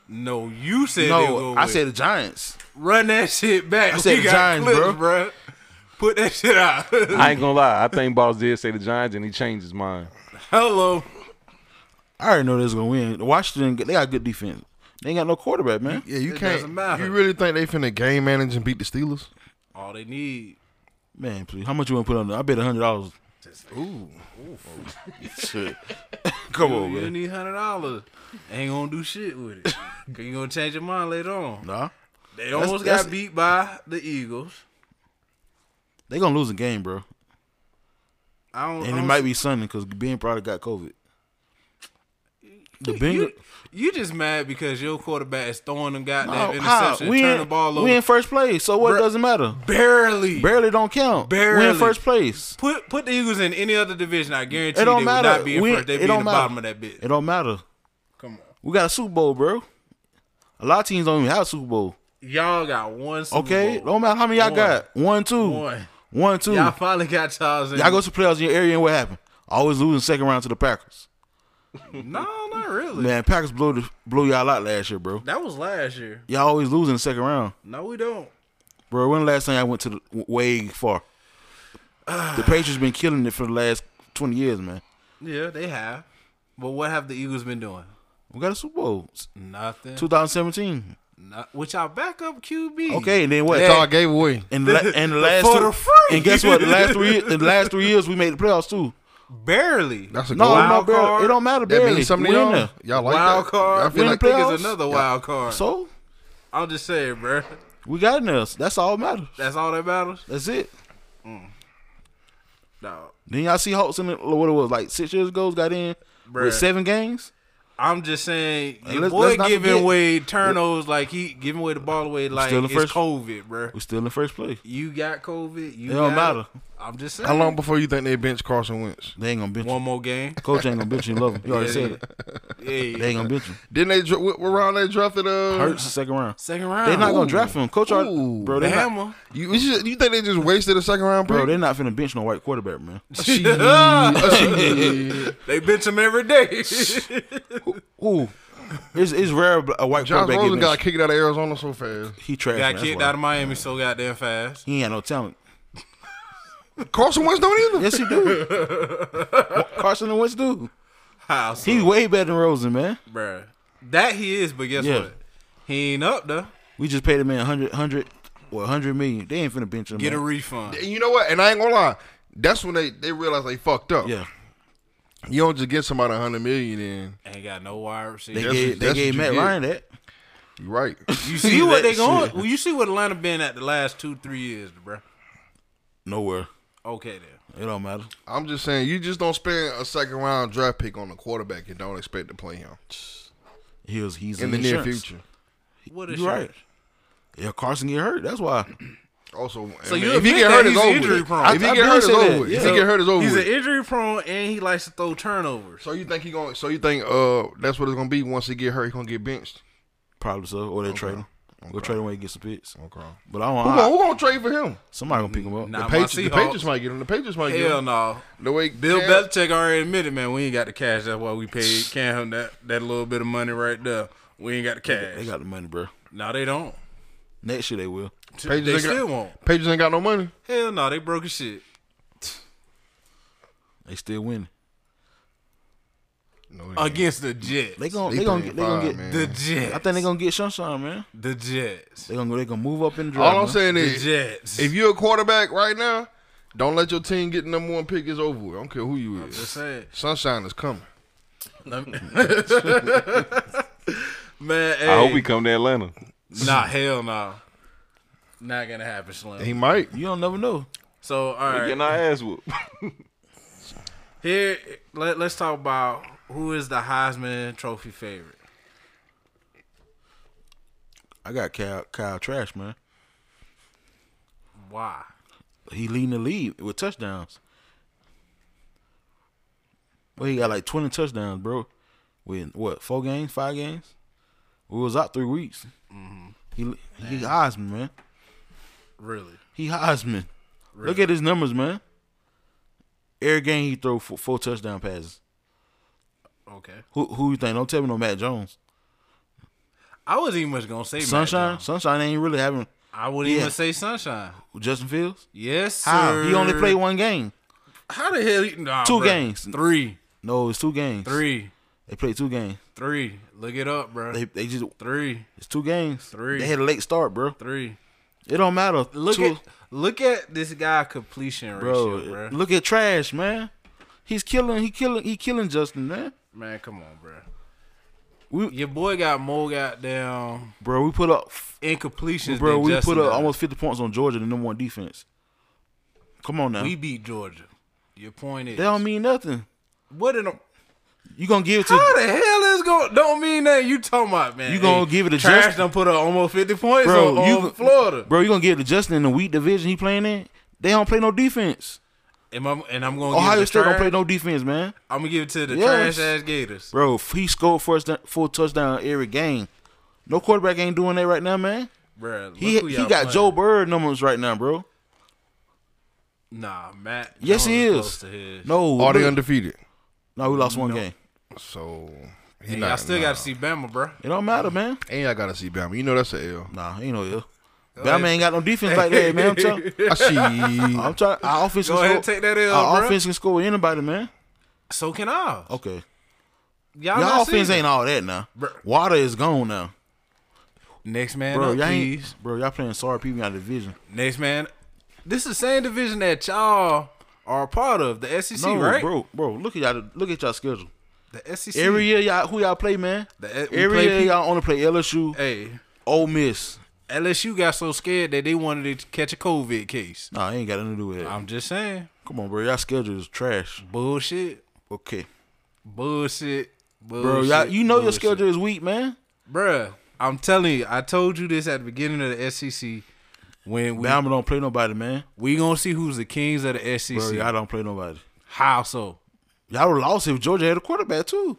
Speaker 4: no, you said they were
Speaker 6: No,
Speaker 4: gonna
Speaker 6: I
Speaker 4: win.
Speaker 6: said the Giants.
Speaker 4: run that shit back.
Speaker 6: I said
Speaker 4: we
Speaker 6: the
Speaker 4: got
Speaker 6: Giants,
Speaker 4: clips,
Speaker 6: bro.
Speaker 4: bro. Put that shit out.
Speaker 8: I ain't gonna lie. I think Boss did say the Giants, and he changed his mind.
Speaker 4: Hello.
Speaker 6: I already know they was gonna win. Washington, they got good defense. They ain't got no quarterback, man.
Speaker 10: Yeah, you
Speaker 4: It
Speaker 10: can't.
Speaker 4: doesn't matter.
Speaker 10: You really think they finna game manage and beat the Steelers?
Speaker 4: All they need.
Speaker 6: Man, please, how much you want to put on there? I bet hundred dollars. Come on,
Speaker 4: You
Speaker 6: man.
Speaker 4: need hundred dollars. Ain't gonna do shit with it. Cause you gonna change your mind later on.
Speaker 6: Nah,
Speaker 4: They almost
Speaker 6: that's-
Speaker 4: got beat by the Eagles.
Speaker 6: they gonna lose a game, bro.
Speaker 4: I don't. I
Speaker 6: And it
Speaker 4: don't
Speaker 6: might be Sunday because Ben probably got COVID.
Speaker 4: The
Speaker 11: Bengals-
Speaker 4: you, you just mad because your quarterback is throwing them goddamn
Speaker 6: Oh, how?
Speaker 4: interception,
Speaker 6: We
Speaker 4: turn
Speaker 6: in,
Speaker 4: the ball over
Speaker 6: we in first place, so what
Speaker 4: Bruh.
Speaker 6: doesn't matter?
Speaker 4: barely.
Speaker 6: Barely don't count. We
Speaker 4: Barely.
Speaker 6: in first place.
Speaker 4: Put put the Eagles in any other division, I guarantee
Speaker 6: It
Speaker 4: they
Speaker 6: don't
Speaker 4: would
Speaker 6: matter.
Speaker 4: not be in
Speaker 6: We-
Speaker 4: first. They'd
Speaker 6: it
Speaker 4: be in the
Speaker 6: don't matter.
Speaker 4: bottom of that bitch.
Speaker 6: It don't matter.
Speaker 4: Come on,
Speaker 6: We got a Super Bowl, bro. A lot of teams don't even have a Super Bowl.
Speaker 4: y'all got one. Super
Speaker 6: Okay,
Speaker 4: Bowl.
Speaker 6: don't matter how many y'all
Speaker 4: One.
Speaker 6: got. One, two,
Speaker 4: One.
Speaker 6: One, two.
Speaker 4: Y'all
Speaker 6: Y'all,
Speaker 4: finally got Charles. In.
Speaker 6: go to playoffs in your area, and what happened? Always losing second round to the Packers.
Speaker 4: No, not really.
Speaker 6: Man, Packers blew the, blew y'all out last year, bro.
Speaker 4: That was last year.
Speaker 6: Y'all always losing the second round,
Speaker 4: No, we don't.
Speaker 6: bro. When the last time I went to the w- way far? the Patriots been killing it for the last twenty years, man.
Speaker 4: Yeah, they have. But what have the Eagles been doing?
Speaker 6: We got a Super Bowl,
Speaker 4: Nothing.
Speaker 6: 2017.
Speaker 4: Not, with y'all backup QB.
Speaker 6: Okay, and then what?
Speaker 10: That's all I gave away.
Speaker 6: And la- and the last
Speaker 4: For
Speaker 6: two,
Speaker 4: the free.
Speaker 6: and guess what? The last three the last three years we made the playoffs too.
Speaker 4: barely.
Speaker 10: That's a
Speaker 6: No,
Speaker 10: goal.
Speaker 6: no,
Speaker 4: Wild
Speaker 6: barely.
Speaker 4: card.
Speaker 6: it don't matter.
Speaker 10: that
Speaker 6: Barely.
Speaker 10: means something
Speaker 6: We
Speaker 10: to
Speaker 6: in
Speaker 10: y'all.
Speaker 6: there.
Speaker 10: Y'all like
Speaker 4: wild
Speaker 10: that?
Speaker 4: card.
Speaker 10: I feel
Speaker 6: We in the
Speaker 10: like
Speaker 4: I think
Speaker 6: playoffs?
Speaker 4: it's another wild card.
Speaker 6: So
Speaker 4: I'm just saying, bruh.
Speaker 6: we got in there. That's all that matters.
Speaker 4: That's all that matters.
Speaker 6: That's it.
Speaker 4: No,
Speaker 6: Then y'all see Hawks in the, what it was like six years ago got in
Speaker 4: Bruh.
Speaker 6: with seven games.
Speaker 4: I'm just saying,
Speaker 6: And
Speaker 4: your
Speaker 6: let's-
Speaker 4: boy
Speaker 6: let's not
Speaker 4: giving
Speaker 6: forget-
Speaker 4: away turnovers like he giving away the ball away like
Speaker 6: still in
Speaker 4: it's
Speaker 6: first-
Speaker 4: COVID, bruh.
Speaker 6: We still in first place.
Speaker 4: You got COVID. You
Speaker 6: It don't
Speaker 4: got
Speaker 6: matter.
Speaker 4: I'm just saying.
Speaker 10: How long before you think they bench Carson Wentz?
Speaker 6: They ain't gonna bench
Speaker 4: One
Speaker 6: him.
Speaker 4: more game.
Speaker 6: Coach ain't gonna bench him. Love him. You already
Speaker 4: Yeah,
Speaker 6: said it. They
Speaker 4: Yeah,
Speaker 6: ain't gonna bench him.
Speaker 10: Didn't they? dra- What what round they drafted? Uh,
Speaker 6: Hurts the second round.
Speaker 4: second round.
Speaker 6: They not gonna draft him. Coach, already-
Speaker 10: Ooh.
Speaker 6: bro, they not,
Speaker 4: Bama.
Speaker 10: You, you should- you think they just wasted a second round
Speaker 6: bro,
Speaker 10: pick?
Speaker 6: they not finna bench no white quarterback, man.
Speaker 4: they bench him every day.
Speaker 6: Ooh, it's it's rare a white
Speaker 10: Josh
Speaker 6: quarterback
Speaker 10: Rosen
Speaker 6: get
Speaker 10: got
Speaker 6: benched.
Speaker 10: kicked out of Arizona so fast.
Speaker 6: He trash. man,
Speaker 4: got
Speaker 6: that's
Speaker 4: kicked
Speaker 6: why.
Speaker 4: out of Miami so goddamn fast.
Speaker 6: He ain't got no talent.
Speaker 10: Carson Wentz don't either.
Speaker 6: Yes, he do. Carson and Wentz do.
Speaker 4: How? So,
Speaker 6: He's way better than Rosen, man.
Speaker 4: bruh. That he is, but guess
Speaker 6: Yeah.
Speaker 4: what? He ain't up though.
Speaker 6: We just paid him in 100, 100 well, 100 million. They ain't finna bench him.
Speaker 4: Get a
Speaker 6: man.
Speaker 4: refund.
Speaker 10: And you know what? And I ain't gonna lie. That's when they, they realized they fucked up.
Speaker 6: yeah.
Speaker 10: You don't just get somebody a hundred million in.
Speaker 4: Ain't got no wide receiver.
Speaker 6: They
Speaker 10: That's
Speaker 6: gave,
Speaker 10: what-
Speaker 6: they
Speaker 10: that's
Speaker 6: gave
Speaker 10: what
Speaker 6: Matt
Speaker 10: you get.
Speaker 6: Ryan that.
Speaker 10: You're right.
Speaker 4: You see what
Speaker 6: that
Speaker 4: they going? Well, you see what Atlanta been at the last two, three years, bruh.
Speaker 6: Nowhere.
Speaker 4: Okay, then.
Speaker 6: It don't matter.
Speaker 10: I'm just saying, you just don't spend a second round draft pick on a quarterback and don't expect to play him
Speaker 6: He was, he's
Speaker 10: in the
Speaker 6: insurance.
Speaker 10: near future.
Speaker 4: What
Speaker 6: You
Speaker 4: is
Speaker 6: right. Yeah, Carson get hurt. That's why.
Speaker 10: Also,
Speaker 4: So
Speaker 10: I mean,
Speaker 4: you
Speaker 10: if he
Speaker 4: admit
Speaker 10: get hurt,
Speaker 4: that
Speaker 10: it's
Speaker 4: he's
Speaker 10: over.
Speaker 4: injury
Speaker 10: with.
Speaker 4: prone.
Speaker 10: If
Speaker 6: I-
Speaker 10: he
Speaker 6: I
Speaker 10: get
Speaker 6: been
Speaker 10: hurt, it's
Speaker 6: said that,
Speaker 10: over. with. If
Speaker 6: yeah.
Speaker 10: he get hurt, it's over.
Speaker 4: He's an
Speaker 10: with.
Speaker 4: injury prone and he likes to throw turnovers.
Speaker 10: So you think he going? So you think uh that's what it's gonna be once he get hurt? He gonna get benched.
Speaker 6: Probably so. Or they trade him. We'll trade him when he gets the picks.
Speaker 10: Okay.
Speaker 6: But I don't
Speaker 10: Who gonna,
Speaker 6: I,
Speaker 10: Oh, who gonna trade for him?
Speaker 6: Somebody going to pick him up.
Speaker 4: Nah,
Speaker 10: The
Speaker 4: my
Speaker 10: Patriots, the
Speaker 4: Seahawks.
Speaker 10: Patriots might get him. The Patriots might get
Speaker 4: Hell
Speaker 10: him.
Speaker 4: no.
Speaker 10: The way
Speaker 4: Bill
Speaker 10: Cam-
Speaker 4: Belichick already admitted, man, we ain't got the cash. That's why we paid Cam that, that little bit of money right there. We ain't got the cash.
Speaker 6: They got the money, bro.
Speaker 4: no, they don't.
Speaker 6: Next year they will.
Speaker 10: Patriots
Speaker 4: they
Speaker 10: ain't
Speaker 4: still
Speaker 10: got-
Speaker 4: won't.
Speaker 10: Patriots ain't got no money.
Speaker 4: Hell no, they broke as shit.
Speaker 6: They still winning.
Speaker 10: No,
Speaker 4: Against the Jets.
Speaker 6: They going to they gonna get. They gonna get
Speaker 4: the Jets.
Speaker 6: I think they going to get Sunshine, man.
Speaker 4: the Jets.
Speaker 6: they going to they gonna move up in the draft.
Speaker 10: All I'm
Speaker 6: man.
Speaker 10: saying
Speaker 4: The
Speaker 10: is,
Speaker 4: Jets.
Speaker 10: if you're a quarterback right now, don't let your team get the number one pick. It's over. with. I don't care who you
Speaker 4: Just
Speaker 10: is.
Speaker 4: saying.
Speaker 10: Sunshine is coming.
Speaker 4: Let me- man, hey,
Speaker 8: I hope he come to Atlanta.
Speaker 4: Nah, hell no. Not gonna happen, Slim.
Speaker 10: He might.
Speaker 6: You don't never know.
Speaker 4: So all
Speaker 8: We
Speaker 4: right,
Speaker 8: Getting our ass whooped.
Speaker 4: here let, let's talk about who is the Heisman Trophy favorite.
Speaker 6: I got Kyle, Kyle Trash, man.
Speaker 4: Why?
Speaker 6: He leading the lead with touchdowns. Well, he got like twenty touchdowns, bro. With what four games, five games? We was out three weeks. Mm-hmm. He he Heisman, man.
Speaker 4: Really?
Speaker 6: He Heisman. Look at his numbers, man. Every game he throw four, four touchdown passes.
Speaker 4: Okay.
Speaker 6: Who who you think? Don't tell me no Matt Jones.
Speaker 4: I wasn't even much gonna say Matt
Speaker 6: Sunshine,
Speaker 4: Jones.
Speaker 6: Sunshine ain't really having
Speaker 4: I wouldn't
Speaker 6: Yeah.
Speaker 4: even say Sunshine.
Speaker 6: Justin Fields.
Speaker 4: Yes, sir.
Speaker 6: How Ah, he only played one game?
Speaker 4: How the hell? He, nah,
Speaker 6: Two
Speaker 4: bruh.
Speaker 6: games.
Speaker 4: Three.
Speaker 6: No, it's two games.
Speaker 4: Three.
Speaker 6: They played two games.
Speaker 4: Three. Look it up, bro.
Speaker 6: They they just
Speaker 4: three.
Speaker 6: It's two games.
Speaker 4: Three.
Speaker 6: They had a late start, bro.
Speaker 4: Three.
Speaker 6: It don't matter.
Speaker 4: Look
Speaker 6: two,
Speaker 4: at look at this guy completion
Speaker 6: bro,
Speaker 4: ratio, bro.
Speaker 6: Look at trash, man. He's killing. He killing. He killing Justin, man.
Speaker 4: Man, come on, bro.
Speaker 6: We,
Speaker 4: Your boy got more goddamn
Speaker 6: bro, we put up.
Speaker 4: incompletions.
Speaker 6: Bro,
Speaker 4: than
Speaker 6: we
Speaker 4: Justin
Speaker 6: put up
Speaker 4: does.
Speaker 6: almost fifty points on Georgia, the number one defense. Come on now.
Speaker 4: We beat Georgia. Your point is
Speaker 6: that don't mean nothing.
Speaker 4: what in the
Speaker 6: You gonna give it to?
Speaker 4: how the hell is just going don't mean that you talking about man.
Speaker 6: You gonna
Speaker 4: Hey,
Speaker 6: give it a
Speaker 4: trash?
Speaker 6: just-
Speaker 4: done put up almost fifty points
Speaker 6: bro,
Speaker 4: on,
Speaker 6: you
Speaker 4: on Florida,
Speaker 6: Bro, you gonna give it to Justin in the weak division he playing in? They don't play no defense.
Speaker 4: and I'm, and I'm gonna give
Speaker 6: Ohio
Speaker 4: it to
Speaker 6: State don't
Speaker 4: trash-
Speaker 6: play no defense, man.
Speaker 4: I'm gonna give it to the
Speaker 6: Yes.
Speaker 4: trash ass Gators.
Speaker 6: Bro, if he scored first full touchdown every game. No quarterback ain't doing that right now, man.
Speaker 4: Bro, look
Speaker 6: He
Speaker 4: who
Speaker 6: he
Speaker 4: y'all
Speaker 6: got
Speaker 4: playing.
Speaker 6: Joe Bird numbers right now, bro.
Speaker 4: Nah, Matt. Jones
Speaker 6: Yes, he
Speaker 4: Close
Speaker 6: is.
Speaker 4: to his.
Speaker 6: No,
Speaker 10: Are they
Speaker 6: look-
Speaker 10: undefeated?
Speaker 6: no, we lost one game.
Speaker 10: So he
Speaker 4: And
Speaker 10: not.
Speaker 4: y'all still
Speaker 10: nah.
Speaker 4: got to see Bama, bro.
Speaker 6: It don't matter, man.
Speaker 10: And y'all got to see Bama. You know that's a L.
Speaker 6: Nah, ain't no ill. Bama ain't got no defense like that, man. I'm telling.
Speaker 10: I see.
Speaker 6: I'm trying. Our offense
Speaker 4: Go
Speaker 6: can
Speaker 4: ahead and
Speaker 6: score.
Speaker 4: take that L,
Speaker 6: our
Speaker 4: bro.
Speaker 6: offense can score with anybody, man.
Speaker 4: So can I.
Speaker 6: Okay.
Speaker 4: Y'all,
Speaker 6: Y'all
Speaker 4: not
Speaker 6: offense
Speaker 4: see it.
Speaker 6: ain't all that now.
Speaker 4: Bro.
Speaker 6: Water is gone now,
Speaker 4: Next man
Speaker 6: bro.
Speaker 4: up,
Speaker 6: Y'all
Speaker 4: please.
Speaker 6: ain't, bro. Y'all playing sorry people in our division.
Speaker 4: Next man. This is the same division that y'all are a part of, the SEC,
Speaker 6: No,
Speaker 4: right?
Speaker 6: bro, bro. Look at y'all. Look at y'all schedule.
Speaker 4: The SEC.
Speaker 6: Every year, y'all who y'all play, man.
Speaker 4: The- E- we
Speaker 6: Every
Speaker 4: play
Speaker 6: year,
Speaker 4: P-
Speaker 6: y'all only play LSU,
Speaker 4: Hey,
Speaker 6: Ole Miss.
Speaker 4: LSU got so scared that they wanted to catch a COVID case.
Speaker 6: Nah, I ain't got nothing to do with it.
Speaker 4: I'm just saying.
Speaker 6: Come on, bro. Y'all schedule is trash.
Speaker 4: Bullshit.
Speaker 6: Okay,
Speaker 4: Bullshit. Bullshit.
Speaker 6: bro. Y'all, you know
Speaker 4: bullshit.
Speaker 6: your schedule is weak, man.
Speaker 4: Bruh, I'm telling you, I told you this at the beginning of the SEC. When we
Speaker 6: Bama don't play nobody, man.
Speaker 4: we gonna see who's the kings of the SEC.
Speaker 6: Bro, y'all don't play nobody.
Speaker 4: How so?
Speaker 6: Y'all would have lost if Georgia had a quarterback too.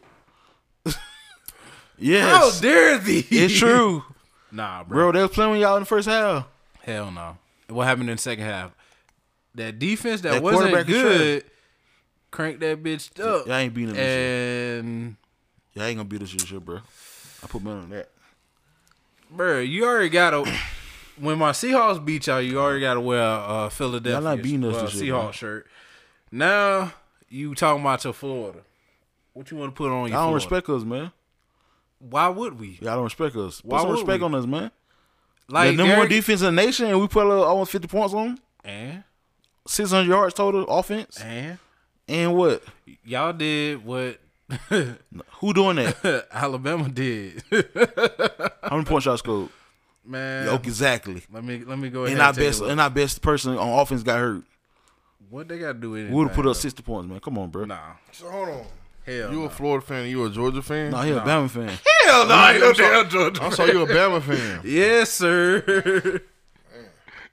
Speaker 4: How
Speaker 6: yes,
Speaker 4: dare thee?
Speaker 6: it's true,
Speaker 4: Nah, bro.
Speaker 6: bro. They was playing with y'all in the first half.
Speaker 4: Hell no. What happened in the second half? That defense that,
Speaker 6: That
Speaker 4: wasn't
Speaker 6: quarterback is trash.
Speaker 4: good cranked that bitch up.
Speaker 6: Y'all ain't beating them this year.
Speaker 4: and
Speaker 6: Y'all ain't gonna beat us this year, bro. I put money on that.
Speaker 4: bro, you already got to. when my Seahawks beat y'all, you already got to wear a uh, Philadelphia
Speaker 6: Y'all not beating us
Speaker 4: well,
Speaker 6: this year,
Speaker 4: Seahawks
Speaker 6: man.
Speaker 4: shirt. Now you talking about your Florida. What you want to put on your
Speaker 6: Y'all don't
Speaker 4: Florida?
Speaker 6: respect us, man.
Speaker 4: Why would we?
Speaker 6: Y'all don't respect us. Put
Speaker 4: Why
Speaker 6: some
Speaker 4: would
Speaker 6: respect
Speaker 4: we?
Speaker 6: on us, man.
Speaker 4: Like
Speaker 6: the number one
Speaker 4: Derrick-
Speaker 6: defense in the nation, and we put up almost fifty points on them.
Speaker 4: And
Speaker 6: Six hundred yards total offense,
Speaker 4: and
Speaker 6: and what?
Speaker 4: y'all did what
Speaker 6: Who doing that?
Speaker 4: Alabama did,
Speaker 6: How many points y'all scored?
Speaker 4: man.
Speaker 6: Yo, exactly.
Speaker 4: Let me let me go ahead. And
Speaker 6: And our
Speaker 4: I
Speaker 6: best, and our best person on offense got hurt.
Speaker 4: what they got to do with it?
Speaker 6: We would have put up sixty points, man. Come on, bro.
Speaker 4: Nah,
Speaker 10: So hold on.
Speaker 4: hell.
Speaker 10: You a Florida fan? You a Georgia fan?
Speaker 6: Nah, he a Bama fan.
Speaker 4: hell no, I ain't no
Speaker 10: I
Speaker 4: Georgia.
Speaker 10: saw you a Bama fan.
Speaker 4: Yes, sir.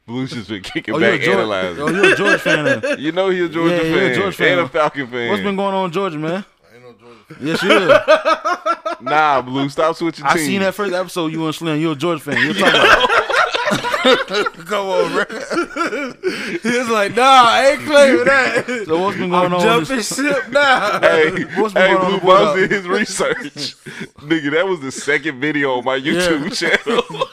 Speaker 8: Belushi's been kicking
Speaker 6: Oh, you a
Speaker 8: back,
Speaker 6: Georgia?
Speaker 8: analyzing.
Speaker 6: Oh, you a Georgia fan? then.
Speaker 8: You know he a Georgia
Speaker 6: Yeah, he a
Speaker 8: fan,
Speaker 6: Georgia fan.
Speaker 8: and a Falcon fan.
Speaker 6: What's been going on, in Georgia, man?
Speaker 10: Ain't no Georgia fan.
Speaker 6: Yes, you is.
Speaker 8: nah, Blue, stop switching
Speaker 6: I
Speaker 8: teams.
Speaker 6: seen that first episode. You and Slim, you a Georgia fan. You're talking about
Speaker 4: Come on, bro. it's like nah, I ain't claiming that.
Speaker 6: so what's been going
Speaker 4: I'm
Speaker 6: on? with
Speaker 4: jumping
Speaker 6: this-
Speaker 4: ship now.
Speaker 8: Hey,
Speaker 6: What's been
Speaker 8: hey,
Speaker 6: going on
Speaker 8: Blue
Speaker 6: with the-
Speaker 8: Buzz did his research. Nigga, that was the second video on my YouTube channel.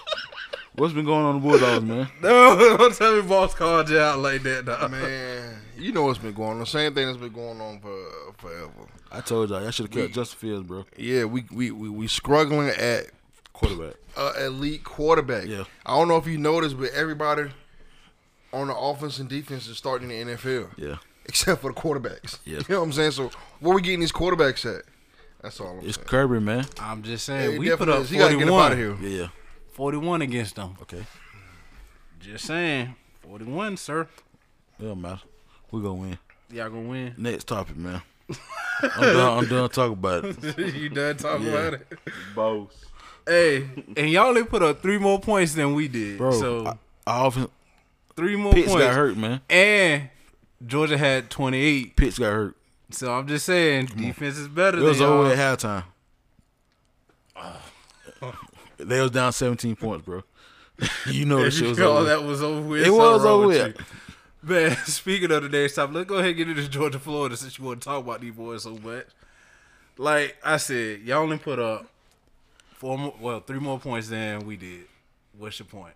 Speaker 6: What's been going on with the Bulldogs, man?
Speaker 4: No, don't tell me boss called you out like that, dog.
Speaker 10: Man, you know what's been going on. Same thing that's been going on for forever.
Speaker 6: I told y'all, y'all should have kept Justin Fields, bro.
Speaker 10: Yeah, we we we, we struggling at
Speaker 6: Quarterback.
Speaker 10: uh, elite quarterback.
Speaker 6: Yeah.
Speaker 10: I don't know if you noticed, but everybody on the offense and defense is starting in the NFL.
Speaker 6: Yeah,
Speaker 10: Except for the quarterbacks.
Speaker 6: Yeah.
Speaker 10: You know what I'm saying? So where we getting these quarterbacks at? That's all I'm
Speaker 6: it's
Speaker 10: saying.
Speaker 6: Kirby, man.
Speaker 4: I'm just
Speaker 10: It
Speaker 4: saying, we
Speaker 10: definitely
Speaker 4: put up
Speaker 10: is. He gotta get up
Speaker 4: 41.
Speaker 10: out of here.
Speaker 6: Yeah,
Speaker 4: 41 against them.
Speaker 6: Okay.
Speaker 4: Just saying, 41, sir.
Speaker 6: it don't matter. We gonna win.
Speaker 4: Y'all gonna win.
Speaker 6: Next topic, man. I'm done. I'm done talking about it.
Speaker 4: you done talking about it? Both. Hey, and y'all only put up three more points than we did.
Speaker 6: Bro,
Speaker 4: so
Speaker 6: I, I often
Speaker 4: three more
Speaker 6: Pitts
Speaker 4: points.
Speaker 6: got hurt, man.
Speaker 4: And Georgia had 28.
Speaker 6: Pitts got hurt.
Speaker 4: So I'm just saying, defense is better
Speaker 6: It
Speaker 4: than
Speaker 6: was
Speaker 4: y'all.
Speaker 6: over at halftime. they was down 17 points, bro. you know the
Speaker 4: If
Speaker 6: shit
Speaker 4: you
Speaker 6: was
Speaker 4: call
Speaker 6: over.
Speaker 4: that was over with.
Speaker 6: It was
Speaker 4: something wrong
Speaker 6: over
Speaker 4: with.
Speaker 6: with.
Speaker 4: you. Man, speaking of the next topic, let's go ahead and get into Georgia, Florida, since you want to talk about these boys so much. Like I said, y'all only put up four, more, well, three more points than we did. What's your point?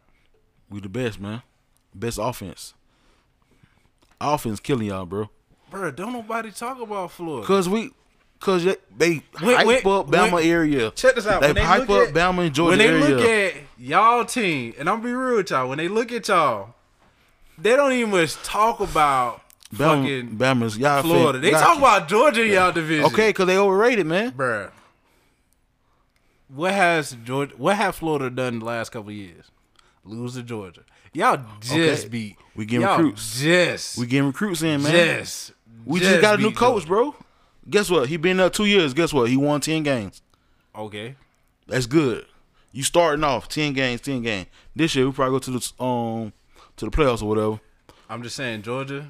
Speaker 6: We the best, man. Best offense. Offense killing y'all, bro.
Speaker 4: Bro, don't nobody talk about Florida.
Speaker 6: Cause we, cause they, they
Speaker 4: When-
Speaker 6: hype
Speaker 4: when-
Speaker 6: up Bama
Speaker 4: when-
Speaker 6: area.
Speaker 4: Check this out.
Speaker 6: They
Speaker 4: When they
Speaker 6: hype
Speaker 4: look
Speaker 6: up
Speaker 4: at-
Speaker 6: Bama and Georgia
Speaker 4: when they
Speaker 6: area.
Speaker 4: look at y'all team, and I'm gonna be real with y'all, when they look at y'all, they don't even much talk about
Speaker 6: Bama,
Speaker 4: fucking
Speaker 6: Bama's y'all fit-
Speaker 4: Florida. They
Speaker 6: y'all-
Speaker 4: talk about Georgia in y'all division.
Speaker 6: okay, cause they overrated, man.
Speaker 4: bruh. What has Georgia? What have Florida done the last couple of years? Lose to Georgia. Y'all just
Speaker 6: Okay.
Speaker 4: beat.
Speaker 6: We getting
Speaker 4: y'all
Speaker 6: recruits.
Speaker 4: Just
Speaker 6: We getting recruits in, man.
Speaker 4: Just.
Speaker 6: we just got a new
Speaker 4: beat
Speaker 6: coach,
Speaker 4: Georgia.
Speaker 6: bro. Guess what? He been there two years. Guess what? He won ten games.
Speaker 4: Okay.
Speaker 7: That's good. You starting off ten games, ten games. This year we probably go to the um to the playoffs or whatever.
Speaker 4: I'm just saying, Georgia,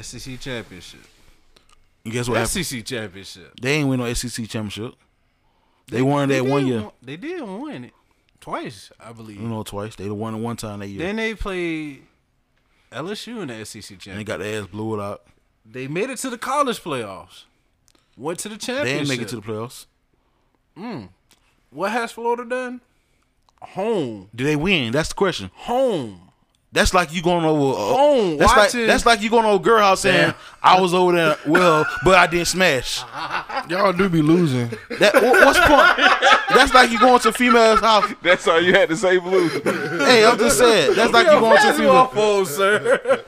Speaker 4: SEC championship.
Speaker 7: And guess what? happened?
Speaker 4: SEC championship.
Speaker 7: They ain't win no SEC championship. They, won that
Speaker 4: They
Speaker 7: one
Speaker 4: did
Speaker 7: year.
Speaker 4: win- They did win it twice, I believe.
Speaker 6: Mm-hmm.
Speaker 7: You know, twice. They won it one time that year.
Speaker 4: Then they played LSU in the SEC championship.
Speaker 7: and they got their ass blew it out.
Speaker 4: They made it to the college playoffs. Went to the
Speaker 7: They
Speaker 4: championship.
Speaker 7: ain't make it to the playoffs.
Speaker 4: What has Florida done? Home,
Speaker 7: Did they win? That's the question.
Speaker 4: home.
Speaker 7: That's like you going over. Uh,
Speaker 4: Home,
Speaker 7: that's
Speaker 4: Oh, watching-
Speaker 7: like that's like you going over girl house saying I was over there. Well, but I didn't smash.
Speaker 10: Y'all do be losing.
Speaker 7: That wha- what's the point? That's like you going to female's house.
Speaker 8: That's all you had to say, Blue.
Speaker 7: Hey, I'm just saying. That's like you going to female.
Speaker 4: phone, sir.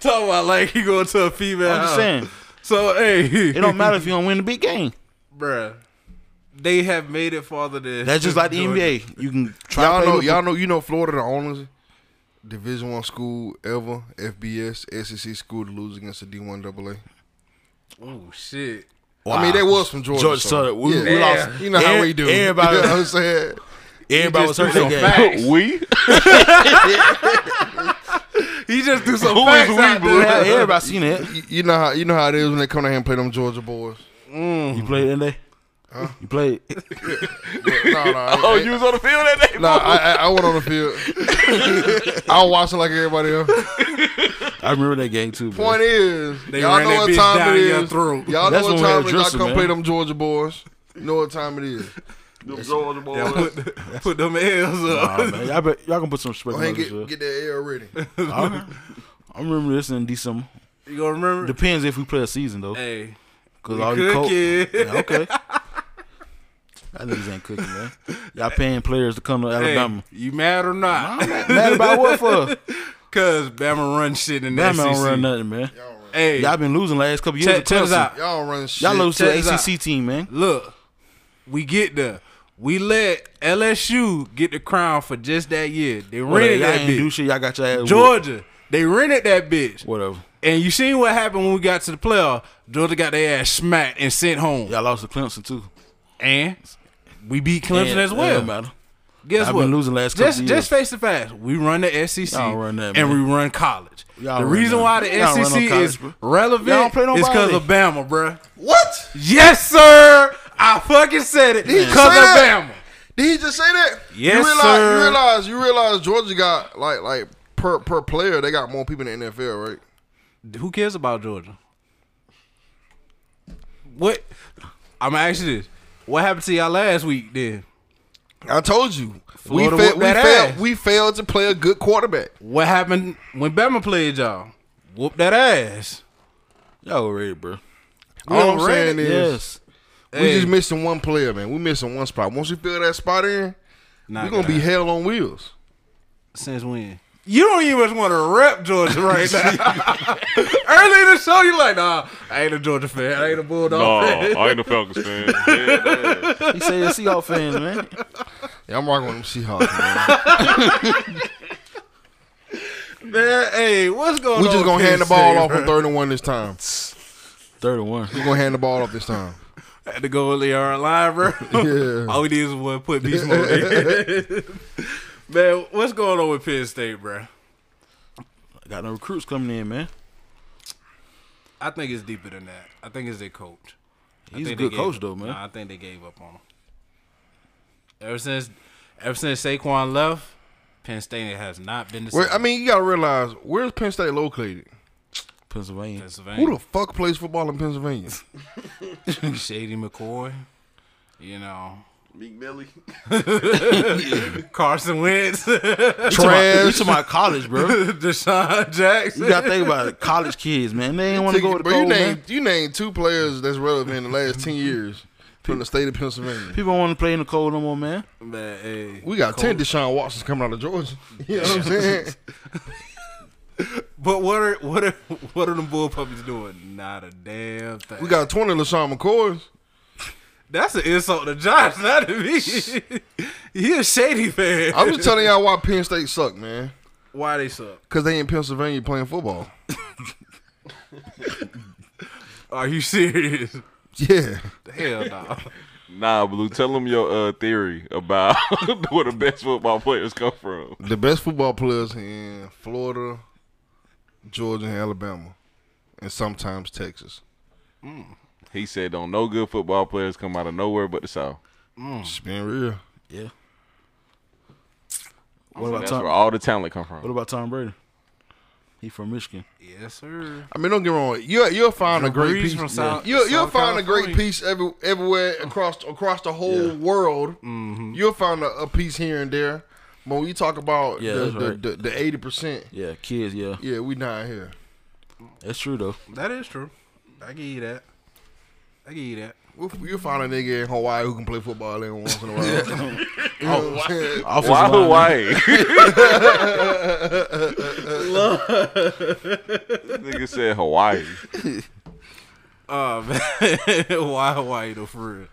Speaker 4: Talk about like you going to a female.
Speaker 7: I'm just
Speaker 4: house.
Speaker 7: saying.
Speaker 4: So hey,
Speaker 7: It don't matter if you don't win the big game.
Speaker 4: bruh. They have made it farther than
Speaker 7: That's just like the
Speaker 4: Georgia.
Speaker 7: NBA. You can try. to
Speaker 10: Y'all
Speaker 7: play
Speaker 10: know,
Speaker 7: with
Speaker 10: y'all know, you know, Florida the only Division One school ever, FBS, SEC E school to lose against a D one AA.
Speaker 4: Oh shit.
Speaker 10: I mean, they was from Georgia.
Speaker 7: Georgia
Speaker 10: so-
Speaker 7: Southern. We- we lost.
Speaker 10: You know how
Speaker 7: Every-
Speaker 10: we do.
Speaker 7: everybody-
Speaker 10: you know what I'm saying.
Speaker 7: Everybody was hurt that game.
Speaker 8: we?
Speaker 4: He just threw some
Speaker 10: Who is
Speaker 4: facts
Speaker 10: we,
Speaker 4: out
Speaker 10: Blue?
Speaker 7: Yeah,
Speaker 4: there.
Speaker 7: everybody seen it.
Speaker 10: You- You know how you know how it is when they come down here and play them Georgia boys.
Speaker 7: You played in there. You played.
Speaker 10: No, no, I-
Speaker 8: Oh,
Speaker 10: I-
Speaker 8: you was on the field that day?
Speaker 10: no, I, I, I went on the field. I was watching like everybody else.
Speaker 7: I remember that game too. Bro.
Speaker 10: Point is,
Speaker 4: They
Speaker 10: y'all
Speaker 4: ran
Speaker 10: know
Speaker 4: that
Speaker 10: what
Speaker 4: bitch
Speaker 10: time
Speaker 4: down
Speaker 10: it
Speaker 4: your
Speaker 10: is.
Speaker 4: throat.
Speaker 10: Y'all
Speaker 7: That's
Speaker 10: know
Speaker 7: when we had
Speaker 10: what time it is. Y'all
Speaker 7: Driscoll,
Speaker 10: come play
Speaker 7: man.
Speaker 10: them Georgia boys. You know what time it is.
Speaker 5: Them Georgia boys.
Speaker 4: Yeah, put, put them L's up.
Speaker 7: Nah, man. Y'all, bet, y'all can put some respect
Speaker 10: Go
Speaker 7: on
Speaker 10: ahead and
Speaker 7: this year.
Speaker 10: get, get that L ready.
Speaker 7: I remember this in December.
Speaker 4: You gonna remember?
Speaker 7: Depends if we play a season though.
Speaker 4: hey,
Speaker 7: Cause
Speaker 4: we
Speaker 7: all you coach.
Speaker 4: cooking.
Speaker 7: Yeah, okay. That niggas ain't cooking, man. Y'all paying players to come to
Speaker 4: hey,
Speaker 7: Alabama.
Speaker 4: you mad or not?
Speaker 7: Mad about what for?
Speaker 4: Cause Bama run shit in the
Speaker 7: Alabama
Speaker 4: SEC.
Speaker 7: don't run nothing, man.
Speaker 4: Hey,
Speaker 7: Y'all been losing last couple years.
Speaker 4: E check,
Speaker 7: to
Speaker 4: check us
Speaker 7: Clemson.
Speaker 4: out.
Speaker 10: Y'all run shit.
Speaker 7: Y'all lose to
Speaker 4: check
Speaker 7: the
Speaker 4: us out.
Speaker 7: ACC team, man.
Speaker 4: Look, we get there. We let LSU get the crown for just that year. They rented
Speaker 7: y'all
Speaker 4: that
Speaker 7: ain't do
Speaker 4: bitch.
Speaker 7: shit. Y'all got your ass. whooped.
Speaker 4: Georgia, they rented that bitch.
Speaker 7: Whatever.
Speaker 4: And you seen what happened when we got to the playoff. Georgia got their ass smacked and sent home.
Speaker 7: Y'all lost to Clemson too.
Speaker 4: And we beat Clemson
Speaker 7: And-
Speaker 4: as
Speaker 7: and
Speaker 4: well.
Speaker 7: it matter.
Speaker 4: Guess
Speaker 7: I've
Speaker 4: what?
Speaker 7: been losing the last couple
Speaker 4: just,
Speaker 7: years.
Speaker 4: just face the facts. We run the SEC
Speaker 7: Y'all run that,
Speaker 4: and we
Speaker 7: man.
Speaker 4: run college.
Speaker 7: Y'all
Speaker 4: the
Speaker 7: run
Speaker 4: reason
Speaker 7: that.
Speaker 4: why the
Speaker 7: Y'all run
Speaker 4: SEC
Speaker 7: no college,
Speaker 4: is
Speaker 7: bro. Y'all
Speaker 4: relevant
Speaker 7: don't play
Speaker 4: is because
Speaker 7: nobody.
Speaker 4: of Bama, bruh.
Speaker 10: What?
Speaker 4: Yes, sir. I fucking said it because of Bama.
Speaker 10: Did he just say that?
Speaker 4: Yes,
Speaker 10: you realize,
Speaker 4: sir.
Speaker 10: You realize you realize Georgia got like like per per player they got more people in the NFL, right?
Speaker 4: Who cares about Georgia? What? I'm gonna ask you this. What happened to y'all last week then?
Speaker 10: I told you.
Speaker 4: Florida
Speaker 10: we failed
Speaker 4: whooped
Speaker 10: we,
Speaker 4: that
Speaker 10: failed
Speaker 4: ass.
Speaker 10: we failed to play a good quarterback.
Speaker 4: What happened when Bama played y'all? Whoop that ass.
Speaker 7: Y'all ready, bro?
Speaker 10: All I'm
Speaker 4: overrated?
Speaker 10: saying is
Speaker 7: Yes.
Speaker 10: we
Speaker 4: Hey,
Speaker 10: just missing one player, man. We missing one spot. Once we fill that spot in,
Speaker 4: nah,
Speaker 10: we're gonna
Speaker 4: get
Speaker 10: be
Speaker 4: out.
Speaker 10: hell on wheels.
Speaker 4: Since when? You don't even want to rep Georgia right now. Early in the show, you like, nah, I ain't a Georgia fan. I ain't a Bulldog fan.
Speaker 8: ain't a Falcons fan. Yeah, yeah.
Speaker 7: He say the Seahawks fans, man.
Speaker 10: Yeah, I'm rocking with them Seahawks, man.
Speaker 4: Man, hey, what's going
Speaker 10: we
Speaker 4: on?
Speaker 10: just gonna
Speaker 4: with
Speaker 10: hand the
Speaker 4: Penn
Speaker 10: ball
Speaker 4: State,
Speaker 10: off
Speaker 4: bro?
Speaker 10: on third and one this time.
Speaker 7: Thirty-one.
Speaker 10: We're gonna hand the ball off this time.
Speaker 4: Had to go with Leon Line, bro.
Speaker 10: Yeah.
Speaker 4: All we did is one put Beast Mode in. Man, what's going on with Penn State, bro?
Speaker 7: Got no recruits coming in, man.
Speaker 4: I think it's deeper than that. I think it's their coach. I
Speaker 7: He's a
Speaker 4: think
Speaker 7: good
Speaker 4: they gave
Speaker 7: coach
Speaker 4: up-
Speaker 7: though, man.
Speaker 4: Nah, I think they gave up on him. Ever since, ever since Saquon left, Penn State has not been the same.
Speaker 10: Where, I mean, you gotta realize where's Penn State located?
Speaker 7: Pennsylvania.
Speaker 4: Pennsylvania.
Speaker 10: Who the fuck plays football in Pennsylvania?
Speaker 4: Shady McCoy, you know
Speaker 5: Meek Millie.
Speaker 4: Carson Wentz,
Speaker 7: You
Speaker 10: Trash.
Speaker 7: to my college, bro.
Speaker 4: Deshaun Jackson.
Speaker 7: You gotta think about it. College kids, man. They ain't want to go to
Speaker 10: Bro, you
Speaker 7: cold,
Speaker 10: named
Speaker 7: man.
Speaker 10: you named two players that's relevant in the last ten years from the state of Pennsylvania.
Speaker 7: People don't want to play in the cold no more, man.
Speaker 4: Man, hey,
Speaker 10: We got ten Deshaun Watsons coming out of Georgia. You know what I'm saying?
Speaker 4: but what are what are what are them bull puppies doing? Not a damn thing.
Speaker 10: We got twenty LaShawn McCoys.
Speaker 4: That's an insult to Josh, not to me. he a shady fan.
Speaker 10: I'm just telling y'all why Penn State suck, man.
Speaker 4: Why they suck?
Speaker 10: Cause they in Pennsylvania playing football.
Speaker 4: Are you serious?
Speaker 10: Yeah.
Speaker 4: Hell no.
Speaker 8: Nah, Blue, tell them your uh, theory about where the best football players come from.
Speaker 10: The best football players in Florida, Georgia, and Alabama, and sometimes Texas.
Speaker 8: He said, "Don't no good football players come out of nowhere but the South."
Speaker 7: Mm.
Speaker 10: Just being real.
Speaker 7: Yeah.
Speaker 8: So
Speaker 7: What about
Speaker 8: that's
Speaker 7: Tom?
Speaker 8: where all the talent come from.
Speaker 7: What about Tom Brady? He from Michigan.
Speaker 4: Yes, sir.
Speaker 10: I mean, don't get me wrong. You you'll find a
Speaker 4: Drew
Speaker 10: great
Speaker 4: Brees
Speaker 10: piece.
Speaker 4: from South-
Speaker 10: you'll you'll
Speaker 4: South
Speaker 10: find a great
Speaker 4: California.
Speaker 10: piece every, everywhere across across the whole world.
Speaker 4: Mm-hmm.
Speaker 10: You'll find a, a piece here and there. But when you talk about
Speaker 7: Yeah, that's
Speaker 10: the
Speaker 7: right.
Speaker 10: the- the eighty percent,
Speaker 7: Yeah, kids. Yeah,
Speaker 10: yeah, we not here.
Speaker 7: that's true though.
Speaker 4: That is true. I give you that. I give you that.
Speaker 10: We'll- You'll find a nigga in Hawaii who can play football every once in a while. You know what I'm
Speaker 4: Oh,
Speaker 10: saying?
Speaker 7: Offensive
Speaker 8: Why
Speaker 7: lineman.
Speaker 8: Hawaii? Nigga said Hawaii.
Speaker 4: Oh man, why Hawaii though for real?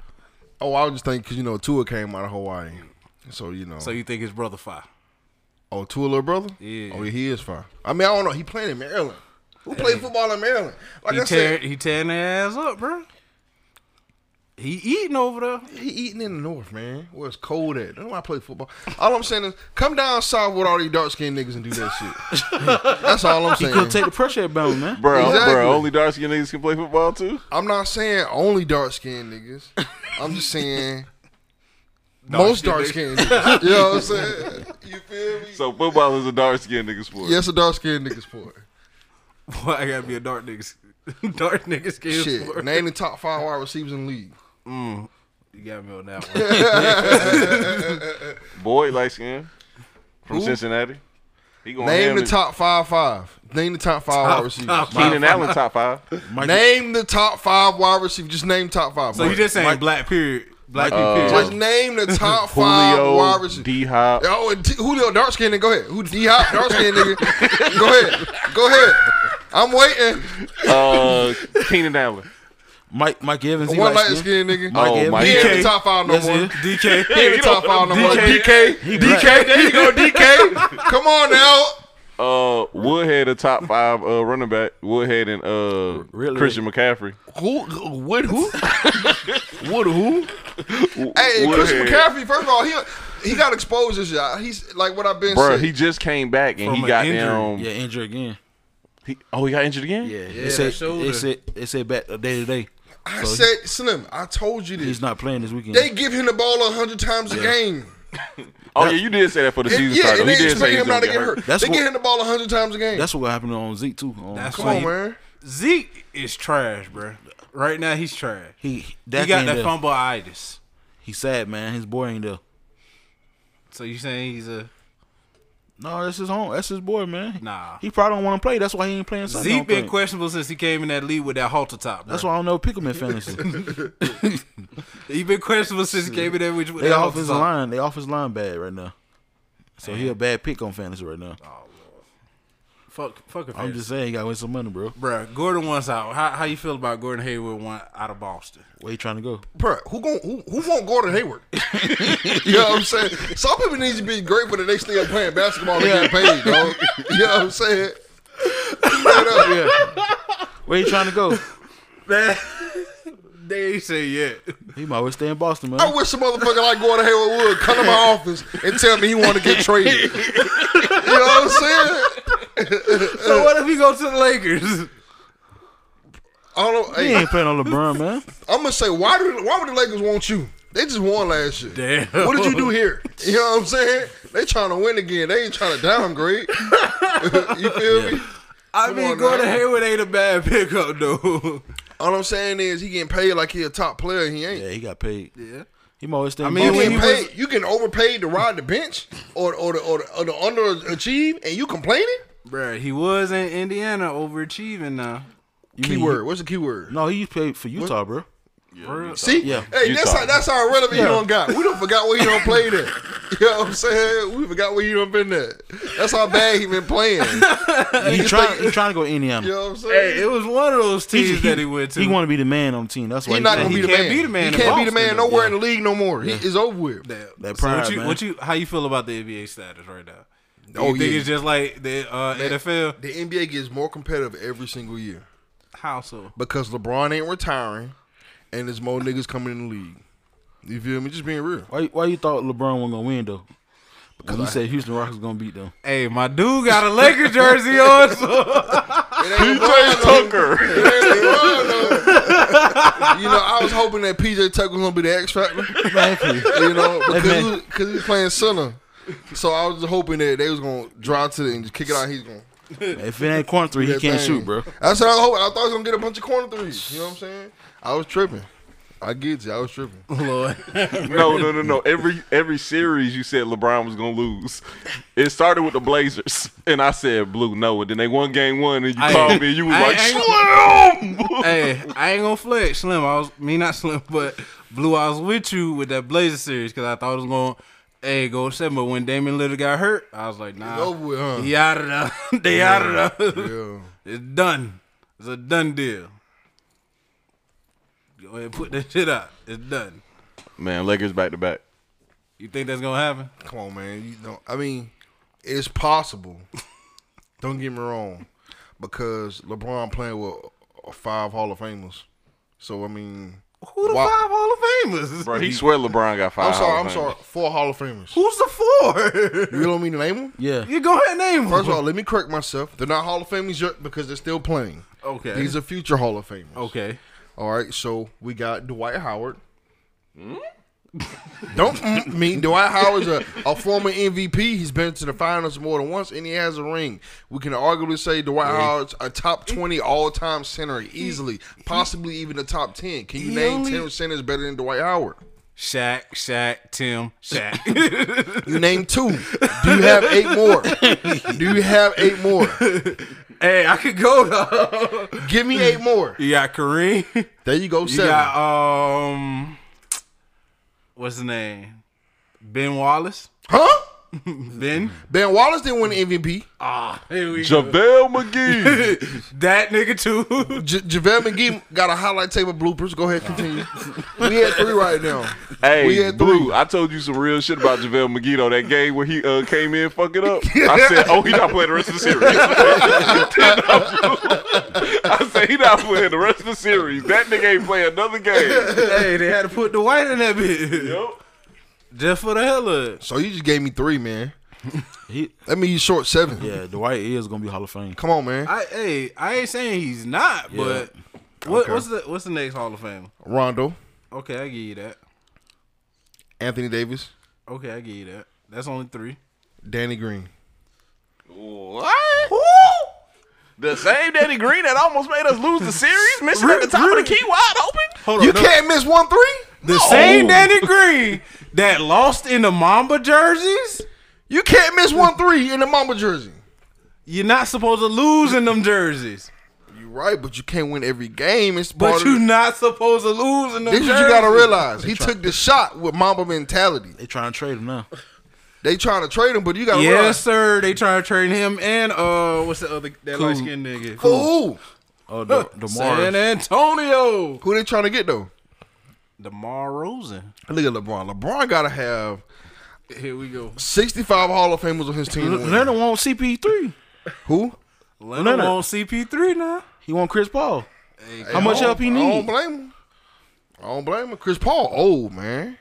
Speaker 10: Oh, I was just thinking because you know Tua came out of Hawaii, so you know.
Speaker 4: So you think his brother fire?
Speaker 10: oh, Tua little brother.
Speaker 4: Yeah.
Speaker 10: Oh, he is fine. I mean, I don't know. He played in Maryland. Who played football in Maryland? Like
Speaker 4: He
Speaker 10: I
Speaker 4: tear,
Speaker 10: said,
Speaker 4: he tearing their ass up, bro. He eating over there.
Speaker 10: he eating in the north, man. Where it's cold at. Don't nobody play football. All I'm saying is, come down south with all these dark skinned niggas and do that shit. That's all I'm saying.
Speaker 7: Couldn't take the pressure at bound, man.
Speaker 8: Bro,
Speaker 10: Exactly.
Speaker 8: bro, only dark skinned niggas can play football too?
Speaker 10: I'm not saying only dark skinned niggas. I'm just saying most dark skinned niggas. You know what I'm saying? You feel me?
Speaker 8: So football is a dark skinned nigga sport.
Speaker 10: Yes, a dark skinned nigga sport.
Speaker 4: Boy, I gotta be a dark niggas, dark niggas kid. for
Speaker 10: Shit.
Speaker 4: it.
Speaker 10: Name the top five wide receivers in the league.
Speaker 4: You got me on that one.
Speaker 8: Boyd light skin from
Speaker 10: Who?
Speaker 8: Cincinnati. He going
Speaker 10: Name the top five five. Name the top five wide receivers.
Speaker 8: Keenan Allen top five.
Speaker 10: Name the top five wide receivers. Just name top five.
Speaker 4: so you just saying black period, black people period.
Speaker 10: just name the top five wide
Speaker 8: Julio,
Speaker 10: receivers.
Speaker 8: D Hop.
Speaker 10: Oh, and T- Julio dark skinned nigga. Go ahead. Who D hop dark skinned nigga? Go ahead. Go ahead. I'm waiting.
Speaker 8: Uh, Keenan Allen.
Speaker 7: Mike Mike Evans. He
Speaker 10: One
Speaker 7: light
Speaker 10: light
Speaker 7: skin.
Speaker 10: skinned nigga.
Speaker 8: Oh,
Speaker 7: Evans.
Speaker 8: my
Speaker 10: he ain't in
Speaker 8: God.
Speaker 10: the top five no
Speaker 7: Yes,
Speaker 10: more.
Speaker 7: he
Speaker 10: He
Speaker 7: is.
Speaker 4: DK,
Speaker 10: ain't in the top five no more. DK. DK. There you go. DK. Come on now.
Speaker 8: Uh, Woodhead a top five uh, running back. Woodhead and uh,
Speaker 7: Really?
Speaker 8: Christian McCaffrey.
Speaker 7: Who? What? Who? what? Who?
Speaker 10: Hey, Chris
Speaker 8: Woodhead.
Speaker 10: McCaffrey. First of all, he he got exposed this year. He's like what I've been
Speaker 8: Bro,
Speaker 10: saying.
Speaker 8: he just came back and
Speaker 4: From
Speaker 8: he
Speaker 4: an
Speaker 8: got
Speaker 4: injury.
Speaker 8: down.
Speaker 7: Yeah, injured again.
Speaker 8: He, oh, he got injured again.
Speaker 7: Yeah, yeah.
Speaker 4: that
Speaker 7: They said
Speaker 4: shoulder.
Speaker 7: they said they said back uh, day to day.
Speaker 10: I
Speaker 7: so he-
Speaker 10: said, Slim, I told you this.
Speaker 7: He's not playing this weekend.
Speaker 10: They give him the ball a hundred times a game.
Speaker 8: Oh yeah, you did say that for the
Speaker 10: It-
Speaker 8: season
Speaker 10: yeah,
Speaker 8: started.
Speaker 10: and
Speaker 8: We
Speaker 10: they
Speaker 8: did
Speaker 10: expect
Speaker 8: say he's
Speaker 10: him
Speaker 8: gonna
Speaker 10: not to
Speaker 8: get
Speaker 10: get hurt.
Speaker 8: hurt.
Speaker 7: That's
Speaker 10: they
Speaker 7: what-
Speaker 10: give him the ball a hundred times a game.
Speaker 7: That's what happened on Zeke too. Um,
Speaker 4: That's
Speaker 10: Come
Speaker 4: why
Speaker 10: on,
Speaker 4: you-
Speaker 10: man.
Speaker 4: Zeke is trash, bro. Right now he's trash. He,
Speaker 7: he that
Speaker 4: got
Speaker 7: ain't
Speaker 4: that
Speaker 7: there.
Speaker 4: fumbleitis.
Speaker 7: He sad man. His boy ain't there.
Speaker 4: So you saying he's a
Speaker 7: No, that's his home. That's his boy, man.
Speaker 4: Nah.
Speaker 7: He probably don't want to play. That's why he ain't playing. Sunday, I
Speaker 4: Zeke
Speaker 7: don't
Speaker 4: been
Speaker 7: think.
Speaker 4: questionable since he came in that league with that halter top. Bro.
Speaker 7: That's why I don't know pick him in fantasy.
Speaker 4: he been questionable since he came in there with with
Speaker 7: they
Speaker 4: that halter
Speaker 7: offensive
Speaker 4: top.
Speaker 7: line. They offensive line bad right now. So he a bad pick on fantasy right now.
Speaker 4: Oh, Fuck, fuck a
Speaker 7: I'm
Speaker 4: fan.
Speaker 7: just saying he got to win some money, bro.
Speaker 4: Bro, Gordon wants out. How how you feel about Gordon Hayward one out of Boston?
Speaker 7: Where he trying to go?
Speaker 10: Bruh, who gon' who, who won't Gordon Hayward? you know what I'm saying? Some people need to be grateful that they still playing basketball and getting paid, dog. You know what I'm saying? Straight up,
Speaker 7: Where he trying to go?
Speaker 4: Man, they ain't say yet.
Speaker 7: He might well stay in Boston, man.
Speaker 10: I
Speaker 4: Oh,
Speaker 10: wish some motherfucker like Gordon Hayward would come to my office and tell me he want to get traded. you know what I'm saying?
Speaker 4: So what if he goes to the Lakers?
Speaker 10: I don't know.
Speaker 7: he
Speaker 10: Hey,
Speaker 7: ain't playing on LeBron, man.
Speaker 10: I'm gonna say why do why would the Lakers want you? They just won last year.
Speaker 4: Damn.
Speaker 10: What did you do here? You know what I'm saying? They trying to win again. They ain't trying to downgrade. you feel me?
Speaker 4: I
Speaker 10: Come
Speaker 4: mean,
Speaker 10: on
Speaker 4: Gordon
Speaker 10: now.
Speaker 4: Hayward ain't a bad pickup though.
Speaker 10: All I'm saying is he getting paid like he a top player. He ain't.
Speaker 7: Yeah, he got paid. Yeah. He might well stay. I mean,
Speaker 4: mean,
Speaker 10: You
Speaker 4: when
Speaker 10: getting
Speaker 7: Boston.
Speaker 4: he
Speaker 10: paid. you getting overpaid to ride the bench or or the or the, or the underachieve, and you complaining?
Speaker 4: Bruh, he was in Indiana overachieving now.
Speaker 7: You mean
Speaker 10: Keyword. What's the keyword?
Speaker 7: he- no, he paid for Utah, bro.
Speaker 10: See,
Speaker 7: Yeah.
Speaker 10: hey, that's
Speaker 8: Utah.
Speaker 10: how, that's how relevant you don't got. We don't forgot where you don't play there. You know what I'm saying? We forgot where you don't been there. That's how bad he been playing.
Speaker 7: He trying, he trying to go to Indiana.
Speaker 10: You know what I'm saying?
Speaker 4: Hey, it was one of those teams
Speaker 7: he,
Speaker 4: that he went to.
Speaker 7: He want to be the man on the team. That's why
Speaker 10: He's
Speaker 7: he
Speaker 10: not
Speaker 7: playing.
Speaker 10: gonna
Speaker 4: he
Speaker 10: be the
Speaker 4: can't
Speaker 10: man.
Speaker 4: be the man
Speaker 10: He
Speaker 4: in
Speaker 10: can't be the
Speaker 4: Boston,
Speaker 10: man
Speaker 4: though.
Speaker 10: nowhere in the league no more. He, it's over with.
Speaker 4: that.
Speaker 7: That
Speaker 4: so what
Speaker 7: pride,
Speaker 4: you,
Speaker 7: man.
Speaker 4: what you, how you feel about the NBA status right now? Do you
Speaker 10: Oh,
Speaker 4: think
Speaker 10: yeah.
Speaker 4: it's just like the uh, NFL?
Speaker 10: The NBA gets more competitive every single year
Speaker 4: How so?
Speaker 10: because LeBron ain't retiring, and there's more niggas coming in the league. You feel me? Just being real.
Speaker 7: Why why you thought LeBron wasn't gonna win though? Because you said Houston Rockets gonna beat them.
Speaker 4: Hey, my dude got a Laker jersey on. So
Speaker 10: PJ Tucker. you know, I was hoping that PJ Tucker was gonna be the X factor. you know, because he was- 'cause he was playing center. So I was hoping that they was gonna drive to it and just kick it out. He's gonna.
Speaker 7: If it ain't corner three, he
Speaker 10: that
Speaker 7: can't
Speaker 10: thing.
Speaker 7: shoot, bro.
Speaker 10: That's what I was hoping. I thought I was gonna get a bunch of corner threes. You know what I'm saying? I was tripping. I get you. I was tripping.
Speaker 8: No, no, no, no. Every every series you said LeBron was gonna lose. It started with the Blazers, and I said blue no, and then they won game one, and you
Speaker 4: I-
Speaker 8: called me, and you was
Speaker 4: I-
Speaker 8: like slim.
Speaker 4: hey, I ain't gonna flex Slim. I was me not Slim, but Blue. I was with you with that Blazer series because I thought it was gonna. Hey, go seven. But when Damon Little got hurt, I was like,
Speaker 7: Uh-huh.
Speaker 4: nah,
Speaker 10: over with, huh?
Speaker 4: he out of there. they out of there.
Speaker 10: Yeah.
Speaker 4: It's done. It's a done deal. Go ahead, put that shit out. It's done.
Speaker 8: Man, Lakers back to back.
Speaker 4: You think that's gonna happen?
Speaker 10: Come on, man. You don't. I mean, it's possible. don't get me wrong, because LeBron playing with five Hall of Famers. So I mean,
Speaker 4: Who the
Speaker 10: Why-
Speaker 4: five Hall of Famers?
Speaker 8: Bro, he swear LeBron got five.
Speaker 10: I'm sorry.
Speaker 8: Hall
Speaker 10: I'm
Speaker 8: of
Speaker 10: sorry.
Speaker 8: Famers.
Speaker 10: Four Hall of Famers.
Speaker 4: Who's the four?
Speaker 10: You don't mean to name them?
Speaker 7: Yeah.
Speaker 4: you go ahead and name
Speaker 10: First
Speaker 4: them.
Speaker 10: of all, let me correct myself. They're not Hall of Famers yet because they're still playing.
Speaker 4: Okay.
Speaker 10: These are future Hall of Famers.
Speaker 4: okay.
Speaker 10: All right. So we got Dwight Howard. Don't mm mean Dwight Howard's a, a former MVP. He's been to the finals more than once, and he has a ring. We can arguably say Dwight Howard's a top twenty all time center easily, possibly even the top ten. Can you
Speaker 4: he
Speaker 10: name
Speaker 4: only-
Speaker 10: ten centers better than Dwight Howard?
Speaker 4: Shaq, Shaq, Tim, Shaq.
Speaker 10: You name two. Do you have eight more? Do you have eight more?
Speaker 4: hey, I could go though.
Speaker 10: Give me eight more.
Speaker 4: You got Kareem. You
Speaker 10: There you go, seven.
Speaker 4: got um, what's his name? Ben Wallace.
Speaker 10: huh?
Speaker 4: Ben.
Speaker 10: Ben Wallace didn't win the MVP.
Speaker 4: Here we go.
Speaker 8: JaVale McGee.
Speaker 4: That nigga too.
Speaker 10: J- JaVale McGee got a highlight tape of bloopers. Go ahead, continue. we had three right now. We
Speaker 8: hey,
Speaker 10: had
Speaker 8: Blue,
Speaker 10: three.
Speaker 8: I told you some real shit about JaVale McGee though. That game where he uh, came in, fuck it up. I said, oh, he not playing the rest of the series. I said, he not playing the rest of the series. That nigga ain't play another game.
Speaker 4: hey, they had to put the white in that bitch just for the hell of it.
Speaker 10: So you just gave me three, man.
Speaker 7: He,
Speaker 10: That means you short seven.
Speaker 7: yeah, Dwight is gonna be Hall of Fame.
Speaker 10: Come on, man.
Speaker 4: I hey, I ain't saying he's not, but what,
Speaker 10: Okay.
Speaker 4: what's the what's the next Hall of Fame?
Speaker 10: Rondo,
Speaker 4: Okay, I give you that.
Speaker 10: Anthony Davis,
Speaker 4: Okay, I give you that. That's only three.
Speaker 10: Danny Green.
Speaker 8: What? The same Danny Green that almost made us lose the series, missing at the top of the key wide open.
Speaker 10: you can't miss one three.
Speaker 4: The same Danny Green that lost in the Mamba jerseys.
Speaker 10: You can't miss one three in the Mamba jersey.
Speaker 4: You're not supposed to lose in them jerseys,
Speaker 10: You're right, but you can't win every game. It's part
Speaker 4: but
Speaker 10: of
Speaker 4: you're
Speaker 10: the-
Speaker 4: not supposed to lose in them
Speaker 10: This is
Speaker 4: jerseys.
Speaker 10: what you gotta realize. He took the shot with Mamba mentality.
Speaker 7: They trying to trade him now.
Speaker 10: They trying to trade him, but you gotta
Speaker 4: Yes,
Speaker 10: realize
Speaker 4: sir. They trying to trade him and uh, what's the other that light skinned nigga?
Speaker 10: for who?
Speaker 7: Oh, the, the
Speaker 4: San
Speaker 7: Morris.
Speaker 4: Antonio.
Speaker 10: Who they trying to get though?
Speaker 4: Demar Rosen.
Speaker 10: Look at LeBron. LeBron gotta have
Speaker 4: Here we go.
Speaker 10: 65 Hall of Famers on his team. to win.
Speaker 7: Leonard want CP three.
Speaker 10: Who?
Speaker 4: Leonard,
Speaker 7: Leonard.
Speaker 4: on CP3 now.
Speaker 7: He want Chris Paul. How much
Speaker 10: I don't-
Speaker 7: help he
Speaker 10: I don't
Speaker 7: need?
Speaker 10: blame him. I don't blame him. Chris Paul, old man.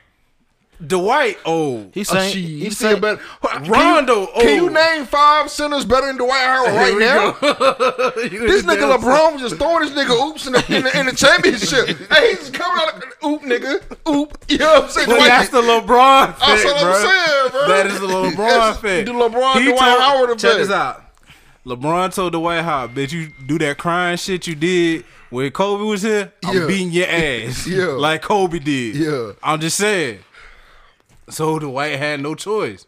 Speaker 4: Dwight. Oh,
Speaker 7: He's
Speaker 10: Uh,
Speaker 7: saying
Speaker 10: shit, you
Speaker 7: he's
Speaker 10: still
Speaker 7: saying
Speaker 10: better. Can you-
Speaker 4: Rondo,
Speaker 10: Can you,
Speaker 4: old.
Speaker 10: name five centers better than Dwight Howard right now? this nigga LeBron was just throwing this nigga oops in the, in the, in the championship. hey, he's just coming out of oop, nigga. Oop. You know what I'm saying?
Speaker 4: But
Speaker 10: Dwight-
Speaker 4: that's the LeBron effect,
Speaker 10: That's what I'm
Speaker 4: bro.
Speaker 10: saying, bro.
Speaker 4: That is the LeBron
Speaker 10: That's
Speaker 4: effect.
Speaker 10: the LeBron
Speaker 4: He
Speaker 10: Dwight
Speaker 4: told-
Speaker 10: Howard effect.
Speaker 4: Check this out. LeBron told Dwight Howard, "Bitch, you do that crying shit you did when Kobe was here. I'm
Speaker 10: Yeah.
Speaker 4: beating your ass,
Speaker 10: Yeah.
Speaker 4: like Kobe did.
Speaker 10: Yeah.
Speaker 4: I'm just saying." So Dwight had no choice.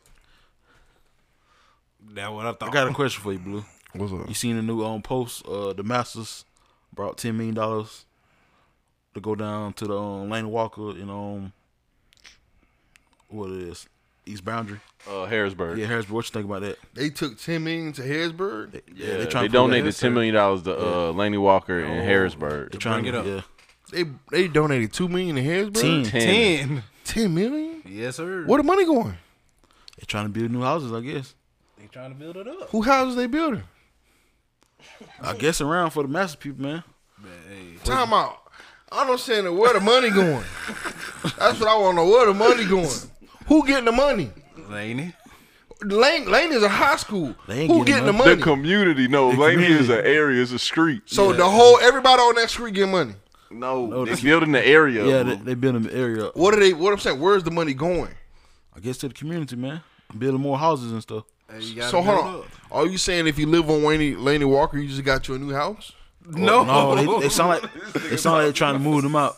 Speaker 4: That's what I thought.
Speaker 7: I got a question for you, Blue.
Speaker 10: What's up?
Speaker 7: You seen the new um post? Uh, the Masters brought ten million dollars to go down to the um, Lane Walker and um, what it is East Boundary?
Speaker 8: Uh, Harrisburg.
Speaker 7: Yeah, Harrisburg. What you think about that?
Speaker 10: They took 10 million to Harrisburg.
Speaker 7: Yeah, tryna
Speaker 8: Yeah, they
Speaker 7: put that-
Speaker 8: donated ten million dollars to uh, Laney Walker and Harrisburg.
Speaker 7: They trying to
Speaker 4: Bring it up.
Speaker 7: Yeah,
Speaker 10: They they donated 2 million to Harrisburg.
Speaker 7: ten.
Speaker 8: Ten.
Speaker 4: ten.
Speaker 10: 10 million?
Speaker 4: Yes, sir.
Speaker 10: Where the money going?
Speaker 7: They trying to build new houses, I guess.
Speaker 4: They trying to build it up.
Speaker 10: Who houses they building?
Speaker 7: I guess around for the Masters people, man.
Speaker 10: Time out. I don't understand where the money going. That's what I want to know. Where the money going? Who getting the money?
Speaker 4: Laney.
Speaker 10: Lane Lane is a high school. Who
Speaker 12: ain't
Speaker 10: getting,
Speaker 12: getting
Speaker 10: the money?
Speaker 8: The community, no, Laney is an area, it's a street.
Speaker 10: so the whole everybody on that street getting money.
Speaker 8: no, they building the area.
Speaker 6: Yeah,
Speaker 8: Yeah,
Speaker 6: they, they build an area. up.
Speaker 10: What are they? What I'm saying? Where's the money going?
Speaker 6: I guess to the community, man. Building more houses and stuff.
Speaker 10: So hold on. Are you saying if you live on Laney, Laney Walker, you just got you a new house?
Speaker 4: No,
Speaker 6: No, they, they sound like they sound like they're trying to move them out.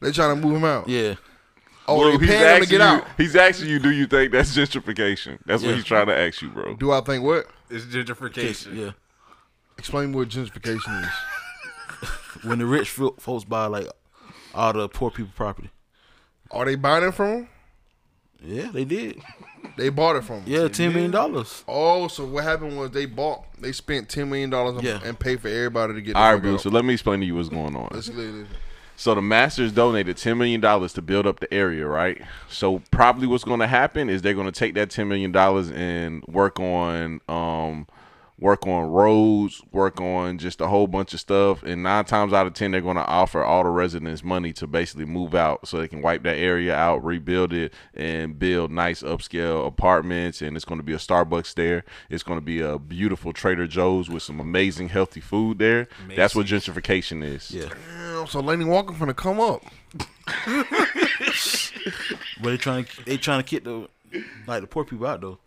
Speaker 10: They trying to move him out.
Speaker 6: Yeah,
Speaker 10: Oh, they
Speaker 8: he's,
Speaker 10: paying him to
Speaker 8: asking
Speaker 10: get
Speaker 8: you,
Speaker 10: out.
Speaker 8: he's asking you, do you think that's gentrification? That's what he's trying to ask you, bro.
Speaker 10: Do I think what?
Speaker 4: it's gentrification.
Speaker 6: yeah.
Speaker 10: Explain what gentrification is.
Speaker 6: When the rich fo- folks buy like all the poor people property.
Speaker 10: Are they buying it from him?
Speaker 6: Yeah, they did.
Speaker 10: They bought it from him.
Speaker 6: Yeah, ten million dollars.
Speaker 10: Oh, so what happened was they bought, they spent ten million dollars
Speaker 6: Yeah.
Speaker 10: and paid for everybody to get. the
Speaker 8: All right,
Speaker 10: fuck
Speaker 8: Blue.
Speaker 10: out.
Speaker 8: So let me explain to you what's going on.
Speaker 10: Let's get it.
Speaker 8: So the Masters donated ten million dollars to build up the area, right? So probably what's going to happen is they're going to take that ten million dollars and work on um work on roads, work on just a whole bunch of stuff. And nine times out of ten, they're going to offer all the residents money to basically move out, so they can wipe that area out, rebuild it, and build nice upscale apartments. And it's going to be a Starbucks there. It's going to be a beautiful Trader Joe's with some amazing healthy food there. That's what gentrification is. Yeah.
Speaker 10: Damn, so Laney Walker finna come up.
Speaker 6: But they trying to they trying to kick the like the poor people out though.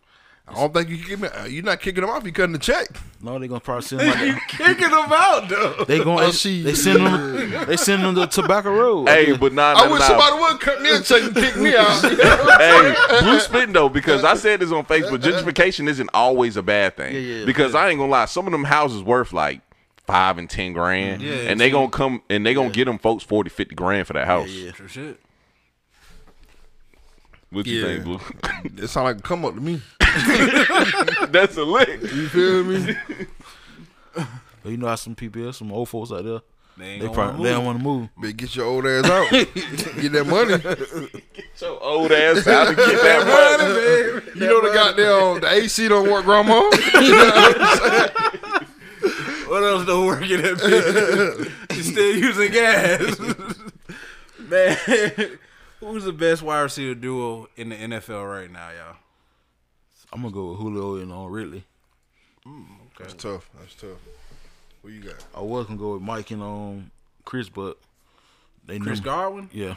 Speaker 10: I don't think you can. uh, You're not kicking him off. You cutting the check.
Speaker 6: No, they gonna probably send them. Like
Speaker 10: Kicking him out, though.
Speaker 6: they gonna
Speaker 10: Oh, she-
Speaker 6: they send them they send them to Tobacco Road.
Speaker 8: Hey, but not
Speaker 10: I wish somebody would cut me a check and kick me out.
Speaker 8: hey, blue spitting though, because I said this on Facebook. Gentrification isn't always a bad thing. because I ain't gonna lie, some of them houses worth like five and ten grand, and they gonna come and they gonna get them folks 40, 50 grand for that house.
Speaker 4: True shit.
Speaker 8: What you think, blue?
Speaker 10: it sound like a come up to me.
Speaker 8: That's a lick.
Speaker 10: You feel me?
Speaker 6: But you know how some people here, some old folks out there.
Speaker 4: ain't
Speaker 6: They
Speaker 4: gonna
Speaker 6: probably they don't want to move.
Speaker 10: But get your old ass out. get that money.
Speaker 8: So old ass out to get that money.
Speaker 10: You know the goddamn the AC don't work, grandma.
Speaker 4: What else don't work in that bitch? you still using gas. Man, who's the best wide receiver duo in the NFL right now, y'all?
Speaker 6: I'm gonna go with Julio and on Ridley.
Speaker 10: That's tough. That's tough. What you got?
Speaker 6: I was gonna go with Mike and um Chris, but they
Speaker 4: Chris
Speaker 6: knew-
Speaker 4: Godwin?
Speaker 6: Yeah,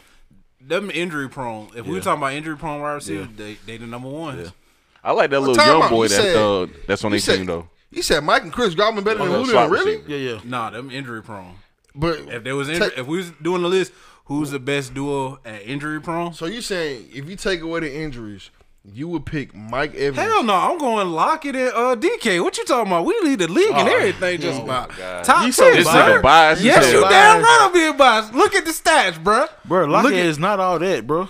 Speaker 4: Them injury prone. If we were
Speaker 6: Yeah.
Speaker 4: talking about injury prone wide receivers, they, they the number ones.
Speaker 8: I like that little
Speaker 10: time
Speaker 8: young
Speaker 10: out.
Speaker 8: boy
Speaker 10: You
Speaker 8: that
Speaker 10: said-
Speaker 8: uh, that's on their
Speaker 10: You said,
Speaker 8: team though.
Speaker 10: you said Mike and Chris Godwin better than
Speaker 8: Oh, no,
Speaker 10: Julio,
Speaker 8: slot
Speaker 10: really?
Speaker 8: receiver.
Speaker 6: yeah, yeah.
Speaker 4: Nah, them injury prone.
Speaker 10: But
Speaker 4: If there was injury,
Speaker 10: Take-
Speaker 4: if we was doing the list, who's the best duo at injury prone?
Speaker 10: so you saying if you take away the injuries, you would pick Mike Evans?
Speaker 4: Hell no, I'm going Lockett and uh, DK. What you talking about? We lead the league and everything just about. Top
Speaker 6: You
Speaker 4: 10,
Speaker 6: so
Speaker 4: sir.
Speaker 8: This nigga biased. as
Speaker 4: Yes, you
Speaker 8: hell.
Speaker 4: damn right I'm being biased. Look at the stats, bruh.
Speaker 6: Bro,
Speaker 4: Look
Speaker 6: Lockett
Speaker 4: at-
Speaker 6: is not all that, bro.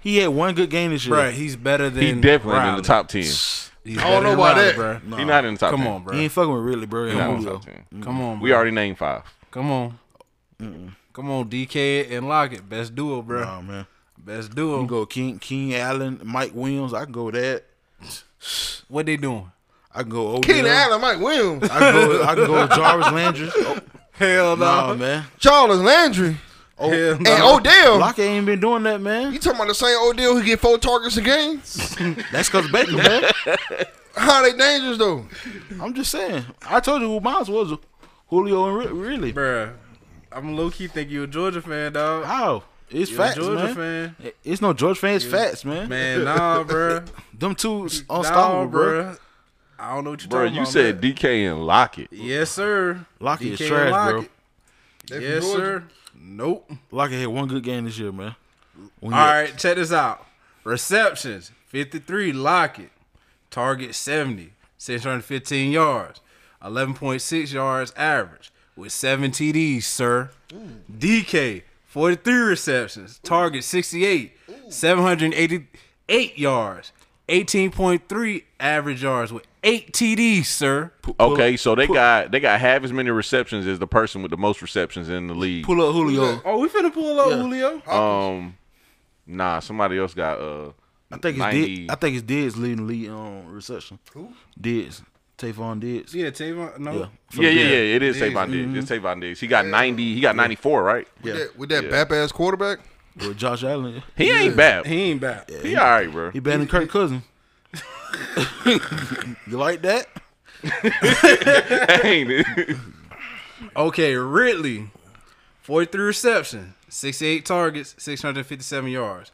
Speaker 6: He had one good game this year.
Speaker 4: Bruh, he's better than
Speaker 8: He definitely in
Speaker 4: Riley.
Speaker 8: the top ten.
Speaker 4: He's
Speaker 10: I don't
Speaker 4: better
Speaker 10: know about
Speaker 4: than
Speaker 10: that.
Speaker 4: Riley, bruh.
Speaker 8: He not in the top
Speaker 4: Come
Speaker 8: 10.
Speaker 4: on,
Speaker 6: He
Speaker 4: bro.
Speaker 6: ain't fucking with Ridley, bro.
Speaker 8: He not
Speaker 6: And
Speaker 8: in the
Speaker 6: Julio.
Speaker 8: top ten.
Speaker 4: Come on,
Speaker 8: We
Speaker 4: bruh.
Speaker 8: already named five.
Speaker 4: Come on. Come on, DK and Lockett. Best duo, bro.
Speaker 6: Oh man,
Speaker 4: Best
Speaker 6: you
Speaker 4: duo.
Speaker 6: go King, King Allen, Mike Williams. I can go with that.
Speaker 4: What they doing?
Speaker 6: I can go Odell.
Speaker 10: Keenan Allen, Mike Williams,
Speaker 6: I can go. With, I can go with Jarvis Landry. Oh,
Speaker 4: Hell
Speaker 6: nah, man.
Speaker 10: Charles Landry,
Speaker 6: Oh,
Speaker 4: Hell no.
Speaker 10: and Odell.
Speaker 6: Lockett ain't been doing that, man.
Speaker 10: You talking about the same Odell who get four targets a game?
Speaker 6: That's cause Baker, man.
Speaker 10: How they dangerous though?
Speaker 6: I'm just saying. I told you who mine was. Julio and Rid- Ridley.
Speaker 4: Bruh, I'm low key think you a Georgia fan, dog.
Speaker 6: How? It's
Speaker 4: You
Speaker 6: facts,
Speaker 4: a Georgia
Speaker 6: man.
Speaker 4: fan.
Speaker 6: It's no George fans. Facts, man.
Speaker 4: Man, nah, bruh.
Speaker 6: Them two s-
Speaker 4: nah,
Speaker 6: unstoppable, bro.
Speaker 4: bruh. I don't know what you're
Speaker 8: Bro,
Speaker 4: talking
Speaker 8: you
Speaker 4: about.
Speaker 8: said
Speaker 4: man.
Speaker 8: DK and Lockett.
Speaker 4: Yes, sir.
Speaker 6: Lockett is
Speaker 4: DK
Speaker 6: trash, bro.
Speaker 4: Lockett. Yes, sir. Nope.
Speaker 6: Lockett had one good game this year, man. When
Speaker 4: All right, check this out. Receptions 53, Lockett. Target 70, 615 yards, 11.6 yards average with 7 TDs, sir. DK 43 receptions, target 68, 788 yards, 18.3 average yards with 8 TDs, sir.
Speaker 8: Okay, so they got they got half as many receptions as the person with the most receptions in the league.
Speaker 6: Pull up Julio.
Speaker 4: Oh, we finna pull up Julio.
Speaker 8: Um, nah, somebody else got uh.
Speaker 6: I think it's
Speaker 8: 90.
Speaker 6: Diggs. I think it's Diggs leading the lead on reception. Who? Diggs. Tavon Diggs.
Speaker 4: Yeah, Tavon. No.
Speaker 6: Yeah.
Speaker 8: yeah, yeah, yeah. It
Speaker 6: Mm-hmm.
Speaker 8: is Tavon Diggs. It's Tavon Diggs. He got ninety. He got ninety four, right?
Speaker 10: With that, with that bap ass quarterback.
Speaker 7: Well, Josh Allen,
Speaker 8: He ain't bad. He,
Speaker 4: He ain't back.
Speaker 8: all right, bro.
Speaker 7: he better than Kirk Cousins. you like that?
Speaker 8: ain't it?
Speaker 4: Okay, Ridley, 43 reception, 68 targets, 657 yards,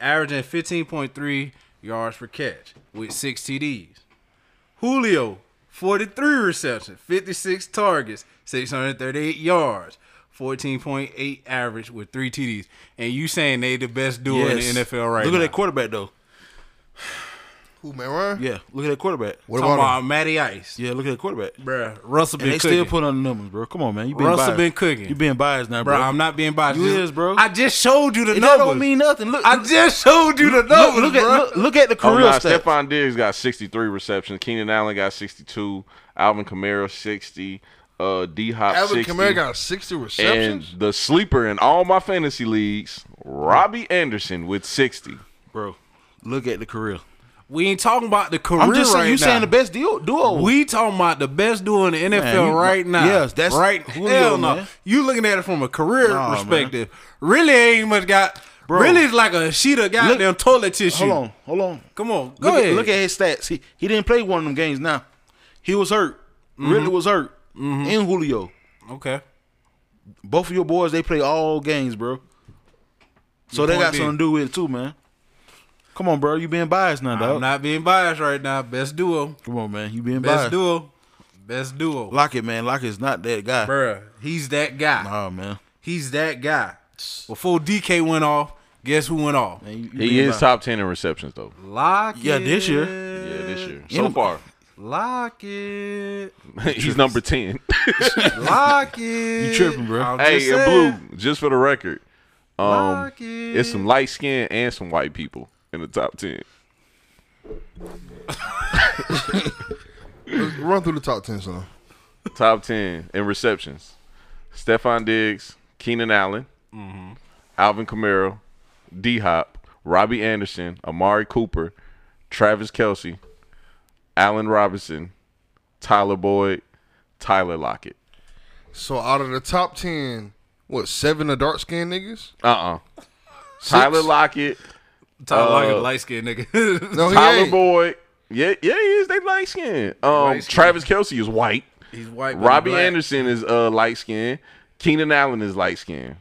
Speaker 4: averaging 15.3 yards per catch with six TDs. Julio, 43 reception, 56 targets, 638 yards, 14.8 average with three TDs. And you saying they the best duo in the NFL right
Speaker 7: Look
Speaker 4: now?
Speaker 7: at that quarterback though.
Speaker 10: Who man, Ryan?
Speaker 7: Yeah, look at that quarterback.
Speaker 10: What
Speaker 4: Talking
Speaker 10: about
Speaker 4: about
Speaker 10: him?
Speaker 4: Matty Ice,
Speaker 7: Yeah, look at that quarterback.
Speaker 4: bruh. Russell
Speaker 7: And
Speaker 4: been
Speaker 7: they
Speaker 4: cooking.
Speaker 7: still put on the numbers, bro. Come on, man. You been
Speaker 4: Russell
Speaker 7: biased.
Speaker 4: been cooking.
Speaker 7: You being biased now, bro.
Speaker 4: bro, I'm not being biased.
Speaker 7: You
Speaker 4: Just-
Speaker 7: is, bro.
Speaker 4: I just showed you the
Speaker 7: It
Speaker 4: numbers.
Speaker 7: don't mean nothing. Look,
Speaker 4: I
Speaker 7: look-
Speaker 4: just showed you the
Speaker 7: look,
Speaker 4: numbers,
Speaker 7: look at
Speaker 4: bro.
Speaker 7: look, look at the
Speaker 8: Oh,
Speaker 7: career
Speaker 8: nah,
Speaker 7: stats.
Speaker 8: Stephon Diggs got 63 receptions. Keenan Allen got 62. Alvin Kamara 60. Uh, D Hop
Speaker 10: Alvin
Speaker 8: 60.
Speaker 10: Kamara got 60
Speaker 8: and
Speaker 10: receptions.
Speaker 8: the sleeper in all my fantasy leagues, Robbie Anderson with 60.
Speaker 7: bro. Look at the career.
Speaker 4: We ain't talking about the career
Speaker 7: I'm just saying,
Speaker 4: right
Speaker 7: you
Speaker 4: now.
Speaker 7: saying the best deal, duo.
Speaker 4: We talking about the best duo in the NFL
Speaker 7: Man, you-
Speaker 4: right now.
Speaker 7: Yes, that's
Speaker 4: right.
Speaker 7: Julio,
Speaker 4: Hell no.
Speaker 7: man.
Speaker 4: You looking at it from a career
Speaker 7: Nah, man.
Speaker 4: perspective. Really ain't much got.
Speaker 7: Bro.
Speaker 4: Really is like a sheet of goddamn toilet tissue.
Speaker 7: hold on, hold on.
Speaker 4: Come on, go
Speaker 7: Look
Speaker 4: ahead.
Speaker 7: at, look at his stats. He he didn't play one of them games. Now he was hurt.
Speaker 4: Mm-hmm.
Speaker 7: Ridley was hurt. And Julio,
Speaker 4: okay.
Speaker 7: both of your boys, they play all games, bro. So they
Speaker 4: point
Speaker 7: got
Speaker 4: being-
Speaker 7: something to do with it too, man. Come on, bro. You being biased now,
Speaker 4: I'm
Speaker 7: dog.
Speaker 4: not being biased right now. Best duo.
Speaker 7: Come on, man. You being
Speaker 4: Best
Speaker 7: biased.
Speaker 4: duo. Best duo.
Speaker 7: Lockett, man. Lockett's not that guy.
Speaker 4: Bruh, he's that guy.
Speaker 7: Nah, man.
Speaker 4: He's that guy. Before DK went off, guess who went off?
Speaker 7: Man, you- you
Speaker 8: He
Speaker 7: being
Speaker 8: is
Speaker 7: biased.
Speaker 8: top 10 in receptions, though.
Speaker 4: Lock
Speaker 7: Yeah, this year.
Speaker 8: Yeah, this year. So
Speaker 7: Yeah.
Speaker 8: far,
Speaker 4: Lock it.
Speaker 8: he's number 10.
Speaker 4: Lock it.
Speaker 7: You tripping, bro.
Speaker 4: I'm
Speaker 8: hey,
Speaker 4: just
Speaker 8: and
Speaker 4: saying.
Speaker 8: Blue, just for the record, um,
Speaker 4: Lock it.
Speaker 8: it's some light skin and some white people in the top 10.
Speaker 10: Run through the top 10, son.
Speaker 8: top 10 in receptions. Stephon Diggs, Keenan Allen,
Speaker 10: Mm-hmm.
Speaker 8: Alvin Kamara, D Hop, Robbie Anderson, Amari Cooper, Travis Kelsey, Allen Robinson, Tyler Boyd, Tyler Lockett.
Speaker 10: So out of the top 10, what, seven are dark skinned niggas?
Speaker 8: Uh uh Tyler Lockett,
Speaker 4: Tyler Lockett,
Speaker 8: Uh,
Speaker 4: light skinned nigga.
Speaker 10: No, Oh, he
Speaker 8: Tyler
Speaker 10: ain't.
Speaker 8: Boyd. Yeah, yeah, he is. They light skin. Um,
Speaker 4: skin.
Speaker 8: Travis Kelsey is white.
Speaker 4: He's white. but he
Speaker 8: Robbie
Speaker 4: black.
Speaker 8: Anderson is uh light skin. Keenan Allen is light skin.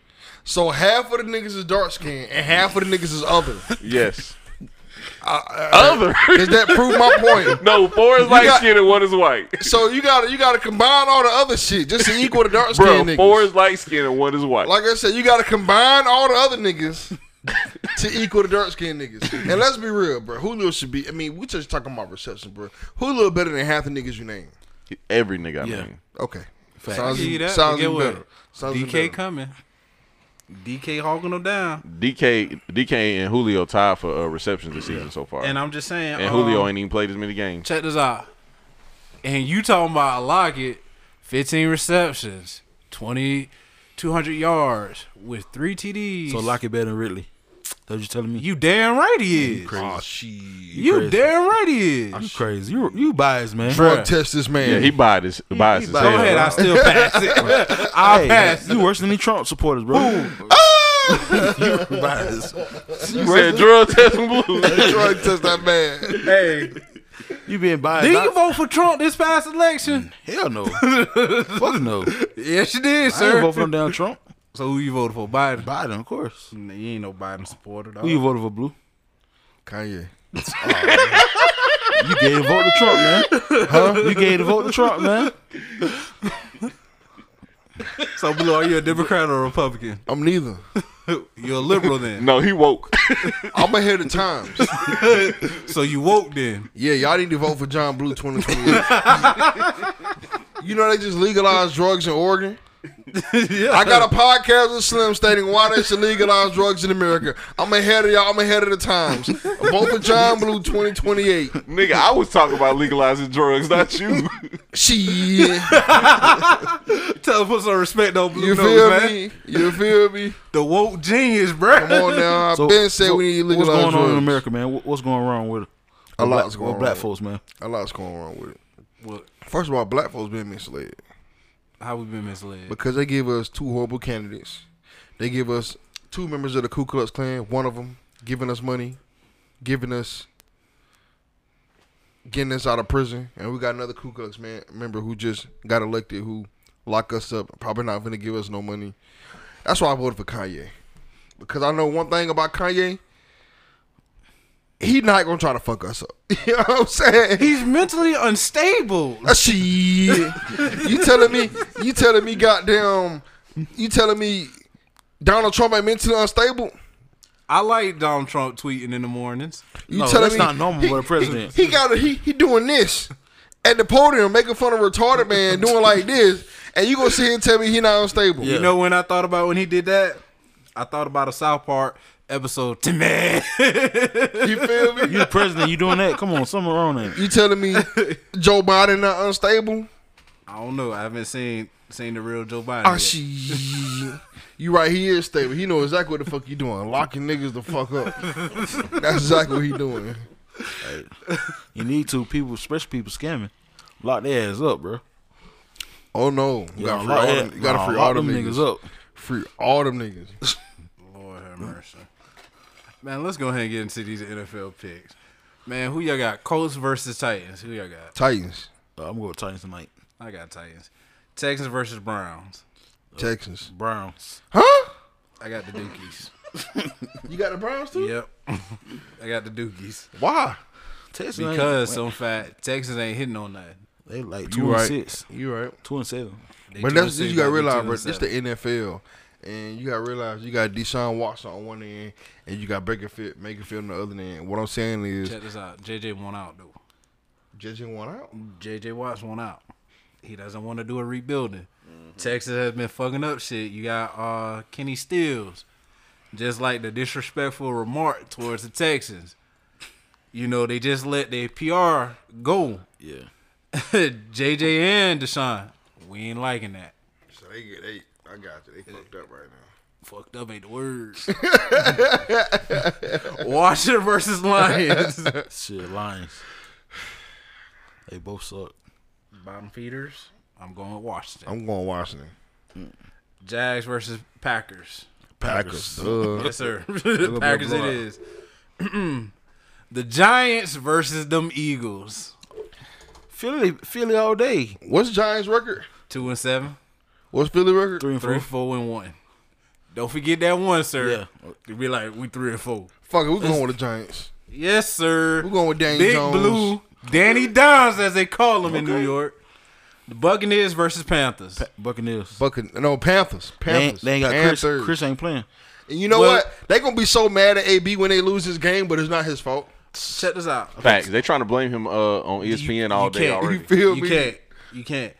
Speaker 10: So half of the niggas is dark skinned and half of the niggas is other.
Speaker 8: Yes. Other.
Speaker 10: Does Uh, that prove my point?
Speaker 8: No, four is light
Speaker 10: got-
Speaker 8: skinned and one is white.
Speaker 10: So you gotta you gotta combine all the other shit just to equal the dark
Speaker 8: Bro,
Speaker 10: skinned niggas.
Speaker 8: four is light skinned and one is white.
Speaker 10: Like I said, you gotta combine all the other niggas to equal the dark skinned niggas. And let's be real, bro. Julio should be I mean, we just talking about reception, bro. Julio better than half the niggas you name.
Speaker 8: Every nigga I name.
Speaker 10: Okay.
Speaker 4: I
Speaker 10: Sounds,
Speaker 4: give you that.
Speaker 10: sounds
Speaker 4: But get
Speaker 10: even
Speaker 4: what?
Speaker 10: better. Sounds even
Speaker 4: DK
Speaker 10: better.
Speaker 4: coming. DK hogging them down.
Speaker 8: DK, DK and Julio tied for uh, receptions this season so far.
Speaker 4: And
Speaker 8: And,
Speaker 4: I'm just saying.
Speaker 8: Julio
Speaker 4: um,
Speaker 8: ain't even played as many games.
Speaker 4: Check this out. And you talking about Lockett, 15 receptions, 20, 200 yards with three TDs.
Speaker 7: So Lockett better than Ridley. That's what you telling me.
Speaker 4: You damn right he is.
Speaker 7: crazy.
Speaker 4: You
Speaker 7: crazy.
Speaker 4: damn right he is.
Speaker 7: You crazy. You you biased, man.
Speaker 10: Drug test this man.
Speaker 8: Yeah, he biased. He, biased as
Speaker 7: biased.
Speaker 4: Go
Speaker 8: hell.
Speaker 4: ahead, I still pass it. I'll
Speaker 7: Hey,
Speaker 4: pass.
Speaker 7: you worse than the Trump supporters, bro. you biased.
Speaker 8: You said drug test and blue.
Speaker 10: drug test that man.
Speaker 4: Hey,
Speaker 7: You being biased.
Speaker 4: did
Speaker 7: I-
Speaker 4: you vote for Trump this past election?
Speaker 7: Mm, Hell no. Fuck no.
Speaker 4: Yes, you did,
Speaker 7: I ain't
Speaker 4: sir.
Speaker 7: vote for them down Trump.
Speaker 4: so who you voted for? Biden. Mm,
Speaker 7: Biden, of course.
Speaker 4: You ain't no Biden supporter. Dog.
Speaker 7: Who you voted for, Blue?
Speaker 10: Kanye.
Speaker 7: You gave the vote to Trump, man. Huh? You gave the vote to Trump, man.
Speaker 4: So, Blue, are you a Democrat or a Republican?
Speaker 10: I'm neither.
Speaker 4: You're a liberal then.
Speaker 8: No, he woke.
Speaker 10: I'm ahead of times.
Speaker 4: So you woke then.
Speaker 10: Yeah, y'all need to vote for John Blue 2028. you know they just legalized drugs in Oregon. I got a podcast with Slim stating why they should legalize drugs in America. I'm ahead of y'all. I'm ahead of the times. Vote for John Blue 2028.
Speaker 8: nigga, I was talking about legalizing drugs, not you.
Speaker 10: Shit.
Speaker 4: Tell him put some respect on Blue
Speaker 10: You
Speaker 4: Nose,
Speaker 10: feel
Speaker 4: man.
Speaker 10: me? You feel me?
Speaker 4: The woke genius, bro.
Speaker 10: Come on now. I've been saying we need to legalize
Speaker 7: what's going
Speaker 10: drugs.
Speaker 7: on in America, man? What- What's going wrong with
Speaker 10: A
Speaker 7: black,
Speaker 10: lot's going
Speaker 7: with black
Speaker 10: wrong.
Speaker 7: folks, man?
Speaker 10: A lot's going wrong with it. First of all, black folks being misled.
Speaker 4: How we been misled?
Speaker 10: because they give us two horrible candidates. They give us two members of the Ku Klux Klan. One of them giving us money, giving us, getting us out of prison, and we got another Ku Klux man member who just got elected who lock us up. Probably not gonna give us no money. That's why I voted for Kanye because I know one thing about Kanye. He not gonna try to fuck us up. You know what I'm saying?
Speaker 4: He's mentally unstable.
Speaker 10: Uh, Shit. you telling me? You telling me? Goddamn! You telling me Donald Trump ain't mentally unstable?
Speaker 4: I like Donald Trump tweeting in the mornings.
Speaker 10: You
Speaker 7: No,
Speaker 10: telling
Speaker 7: that's
Speaker 10: me
Speaker 7: not normal
Speaker 10: he-
Speaker 7: for the president.
Speaker 10: He, got a, he he doing this at the podium, making fun of retarded man, doing like this, and you gonna sit here and tell me he not unstable?
Speaker 4: You know when I thought about when he did that? I thought about a South Park episode. Timmy.
Speaker 10: You feel me?
Speaker 7: You the president, you doing that? Come on, something wrong there.
Speaker 10: You telling me Joe Biden not unstable?
Speaker 4: I don't know. I haven't seen seen the real Joe Biden.
Speaker 10: Ah,
Speaker 4: yet.
Speaker 10: shit. You right here, stable. He know exactly what the fuck you doing. Locking niggas the fuck up. That's exactly what he doing.
Speaker 7: You need to people, especially people scamming, lock their ass up, bro.
Speaker 10: Oh no, you gotta free
Speaker 7: lock
Speaker 10: all
Speaker 7: that-
Speaker 10: them, you gotta
Speaker 7: nah,
Speaker 10: free
Speaker 7: lock
Speaker 10: all them
Speaker 7: them
Speaker 10: niggas.
Speaker 7: niggas up.
Speaker 10: Free all them niggas.
Speaker 4: Lord have mercy. Man, let's go ahead and get into these NFL picks. Man, who y'all got? Colts versus Titans. Who y'all got?
Speaker 10: Titans,
Speaker 7: Uh, I'm going with Titans tonight.
Speaker 4: I got Titans. Texans versus Browns.
Speaker 10: Texans.
Speaker 7: Browns.
Speaker 10: Huh?
Speaker 4: I got the Dookies.
Speaker 10: You got the Browns too?
Speaker 4: yep. I got the Dookies.
Speaker 10: Why?
Speaker 7: Texas ain't-
Speaker 4: Because some fat Texans ain't hitting on nothing.
Speaker 7: they like two and
Speaker 10: right.
Speaker 7: six,
Speaker 10: You right.
Speaker 7: two and seven.
Speaker 4: They
Speaker 10: But
Speaker 4: two
Speaker 10: that's
Speaker 4: and
Speaker 10: this
Speaker 4: six,
Speaker 10: you gotta
Speaker 4: they two
Speaker 10: realize,
Speaker 4: and
Speaker 10: bro. This the
Speaker 4: seven.
Speaker 10: NFL, and you gotta realize you got Deshaun Watson on one end, and you got Bakerfield, Bakerfield on the other end. What I'm saying is,
Speaker 4: Check this out. JJ won out though.
Speaker 10: JJ one out.
Speaker 4: JJ Watts won out. He doesn't want to do a rebuilding. Texas has been fucking up shit. You got uh Kenny Stills. Just like the disrespectful remark towards the Texans. You know, they just let their PR go.
Speaker 7: Yeah.
Speaker 4: JJ and Deshaun. We ain't liking that.
Speaker 10: So they get eight. I got you. They fucked up right now.
Speaker 4: Fucked up ain't the words. Washington versus Lions.
Speaker 7: Shit, Lions. They both suck.
Speaker 4: Bottom feeders. I'm going with Washington.
Speaker 10: I'm going Washington.
Speaker 4: Jags versus Packers.
Speaker 10: Packers. Uh,
Speaker 4: Yes, sir. Packers it is. the Giants versus them Eagles.
Speaker 7: Philly, Philly all day.
Speaker 10: what's Giants record?
Speaker 4: Two and seven.
Speaker 10: What's Philly record?
Speaker 7: Three and
Speaker 4: Three,
Speaker 7: four.
Speaker 4: four, and one. Don't forget that one, sir.
Speaker 7: Yeah.
Speaker 4: You be like, we three and four.
Speaker 10: Fuck it, we're going with the Giants.
Speaker 4: Yes, sir.
Speaker 10: We're going with Danny
Speaker 4: Big
Speaker 10: Jones.
Speaker 4: Blue. Danny Dimes, as they call him in New York. The Buccaneers versus Panthers.
Speaker 7: Buccaneers.
Speaker 10: Fucking no Panthers.
Speaker 7: They ain't,
Speaker 10: Panthers.
Speaker 7: they ain't got
Speaker 10: Panthers.
Speaker 7: Chris. Chris ain't playing.
Speaker 10: And you know
Speaker 4: Well-
Speaker 10: what? They gonna be so mad at AB when they lose this game, but it's not his fault.
Speaker 4: Check this out.
Speaker 8: Facts. They trying to blame him uh, on ESPN all
Speaker 4: you
Speaker 8: day
Speaker 4: can't-
Speaker 8: already.
Speaker 10: Feel
Speaker 4: You
Speaker 10: me?
Speaker 4: can't. You can't.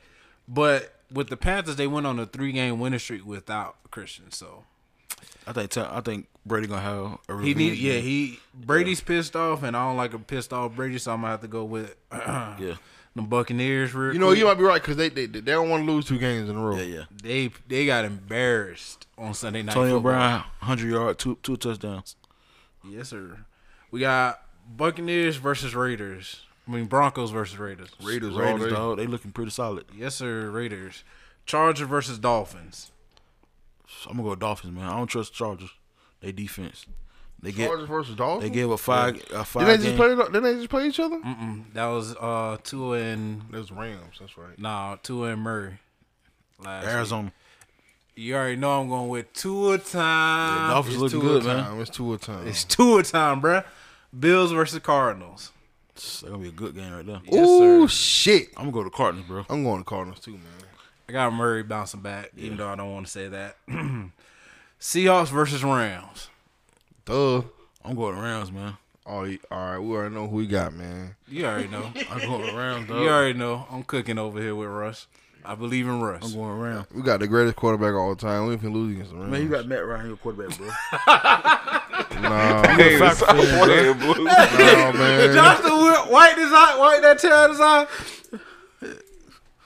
Speaker 4: But with the Panthers, they went on a three game winning streak without Christian. So
Speaker 7: I think. Ty- I think Brady gonna have a
Speaker 4: He
Speaker 7: revenge
Speaker 4: need yeah,
Speaker 7: game.
Speaker 4: he Brady's pissed off and I don't like a pissed off Brady, so I'm gonna have to go with the
Speaker 7: yeah,
Speaker 4: Buccaneers real
Speaker 10: You know
Speaker 4: quick.
Speaker 10: you might be right because they, they they don't want to lose two games in a row.
Speaker 7: yeah, yeah.
Speaker 4: they they got embarrassed on Sunday night.
Speaker 7: Antonio
Speaker 4: Football.
Speaker 7: Brown, hundred yard, two two touchdowns.
Speaker 4: Yes, sir. We got Buccaneers versus Raiders. I mean Broncos versus Raiders.
Speaker 10: Raiders, all
Speaker 7: Raiders,
Speaker 10: day.
Speaker 7: dog. They looking pretty solid.
Speaker 4: Yes, sir, Raiders. Charger versus Dolphins.
Speaker 7: I'm gonna go Dolphins, man. I don't trust the Chargers. They defense. They get.
Speaker 10: Chargers versus Dolphins.
Speaker 7: They gave a five. A five. Mm.
Speaker 10: Did they just
Speaker 7: game-
Speaker 10: play? Did they just play each other?
Speaker 4: That was uh two and
Speaker 10: That's Rams. That's right.
Speaker 4: nah, two and Murray. Last week.
Speaker 7: Arizona.
Speaker 4: You already know I'm going with Tua time.
Speaker 7: Dolphins looking
Speaker 10: Two
Speaker 7: good,
Speaker 10: a
Speaker 7: man.
Speaker 10: time. Um, It's two a time.
Speaker 4: It's Tua time, bruh. Bills versus Cardinals.
Speaker 7: It's gonna be a good game right there.
Speaker 4: Yes,
Speaker 10: oh
Speaker 4: sir.
Speaker 10: shit!
Speaker 7: I'm gonna go to Cardinals, bro.
Speaker 10: I'm going to Cardinals too, man.
Speaker 4: I got Murray bouncing back, even though I don't want to say that. Seahawks versus Rams.
Speaker 10: Duh.
Speaker 7: I'm going to Rams, man.
Speaker 10: All right, all right. We already know who we got, man.
Speaker 4: You already know.
Speaker 7: I'm going to Rams, dog.
Speaker 4: you already know. I'm cooking over here with Russ. I believe in Russ.
Speaker 7: I'm going Rams.
Speaker 10: We got the greatest quarterback of all time. We ain't finna lose against the Rams.
Speaker 7: Man, you got Matt Ryan, your quarterback, bro.
Speaker 10: nah,
Speaker 8: Hey, stop playing, Blue.
Speaker 10: nah, man.
Speaker 4: Johnson Wi- White is out. White that tail is out.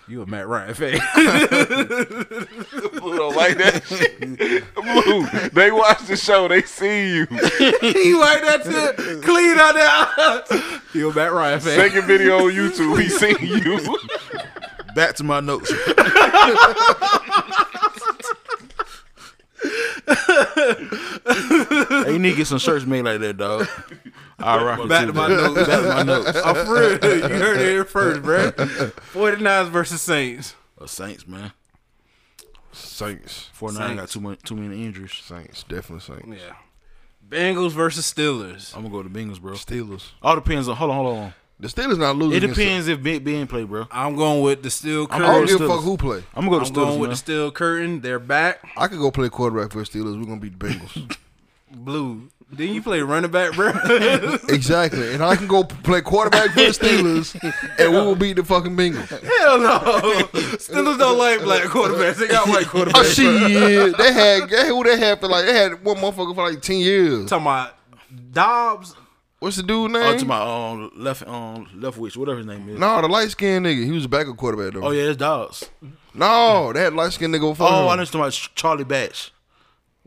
Speaker 4: You a Matt Ryan fan?
Speaker 8: Blue don't like that shit. Blue, they watch the show. They see you.
Speaker 4: he white that tail. Clean out that. you a Matt Ryan fan?
Speaker 8: Second video on YouTube. He seen you.
Speaker 7: Back to my notes. Hey, you need to get some shirts made like that, dog.
Speaker 8: I rock with
Speaker 4: Back
Speaker 8: you,
Speaker 4: to my
Speaker 8: man.
Speaker 4: notes.
Speaker 7: That's my notes.
Speaker 4: I'm for real. You heard it here first, bro. 49ers versus Saints.
Speaker 7: Uh, Saints, man.
Speaker 10: Saints.
Speaker 7: 49 got too much, too many injuries.
Speaker 10: Saints. Definitely Saints.
Speaker 4: Yeah. Bengals versus Steelers.
Speaker 7: I'm gonna go to Bengals, bro.
Speaker 10: Steelers.
Speaker 7: All depends on. Hold on, hold on.
Speaker 10: The Steelers not losing.
Speaker 7: It
Speaker 10: against-
Speaker 7: depends if Big Ben play, bro.
Speaker 4: I'm going with the Steel
Speaker 10: I don't
Speaker 4: Curtain.
Speaker 10: give a
Speaker 7: Steelers.
Speaker 10: fuck who play.
Speaker 7: I'm gonna go to
Speaker 4: I'm
Speaker 7: Steelers,
Speaker 4: going with
Speaker 7: man.
Speaker 4: the Steel Curtain. They're back.
Speaker 10: I could go play quarterback for the Steelers. We're gonna beat the Bengals.
Speaker 4: Blue. Then you play running back, bro.
Speaker 10: exactly. And I can go play quarterback for the Steelers, and we will beat the fucking Bengals.
Speaker 4: Hell no. Steelers don't like black quarterbacks. They got white quarterbacks.
Speaker 10: Oh shit! They had they, who they had for like they had one motherfucker for like ten years.
Speaker 4: Talking about Dobbs.
Speaker 10: What's the dude name?
Speaker 7: Oh, to my um left um left witch, whatever his name is.
Speaker 10: No, the light skinned nigga. He was a backup quarterback though.
Speaker 7: Oh yeah, it's Dobbs.
Speaker 10: No, they had light skinned nigga before.
Speaker 7: Oh,
Speaker 10: him.
Speaker 7: I know about Charlie Batch.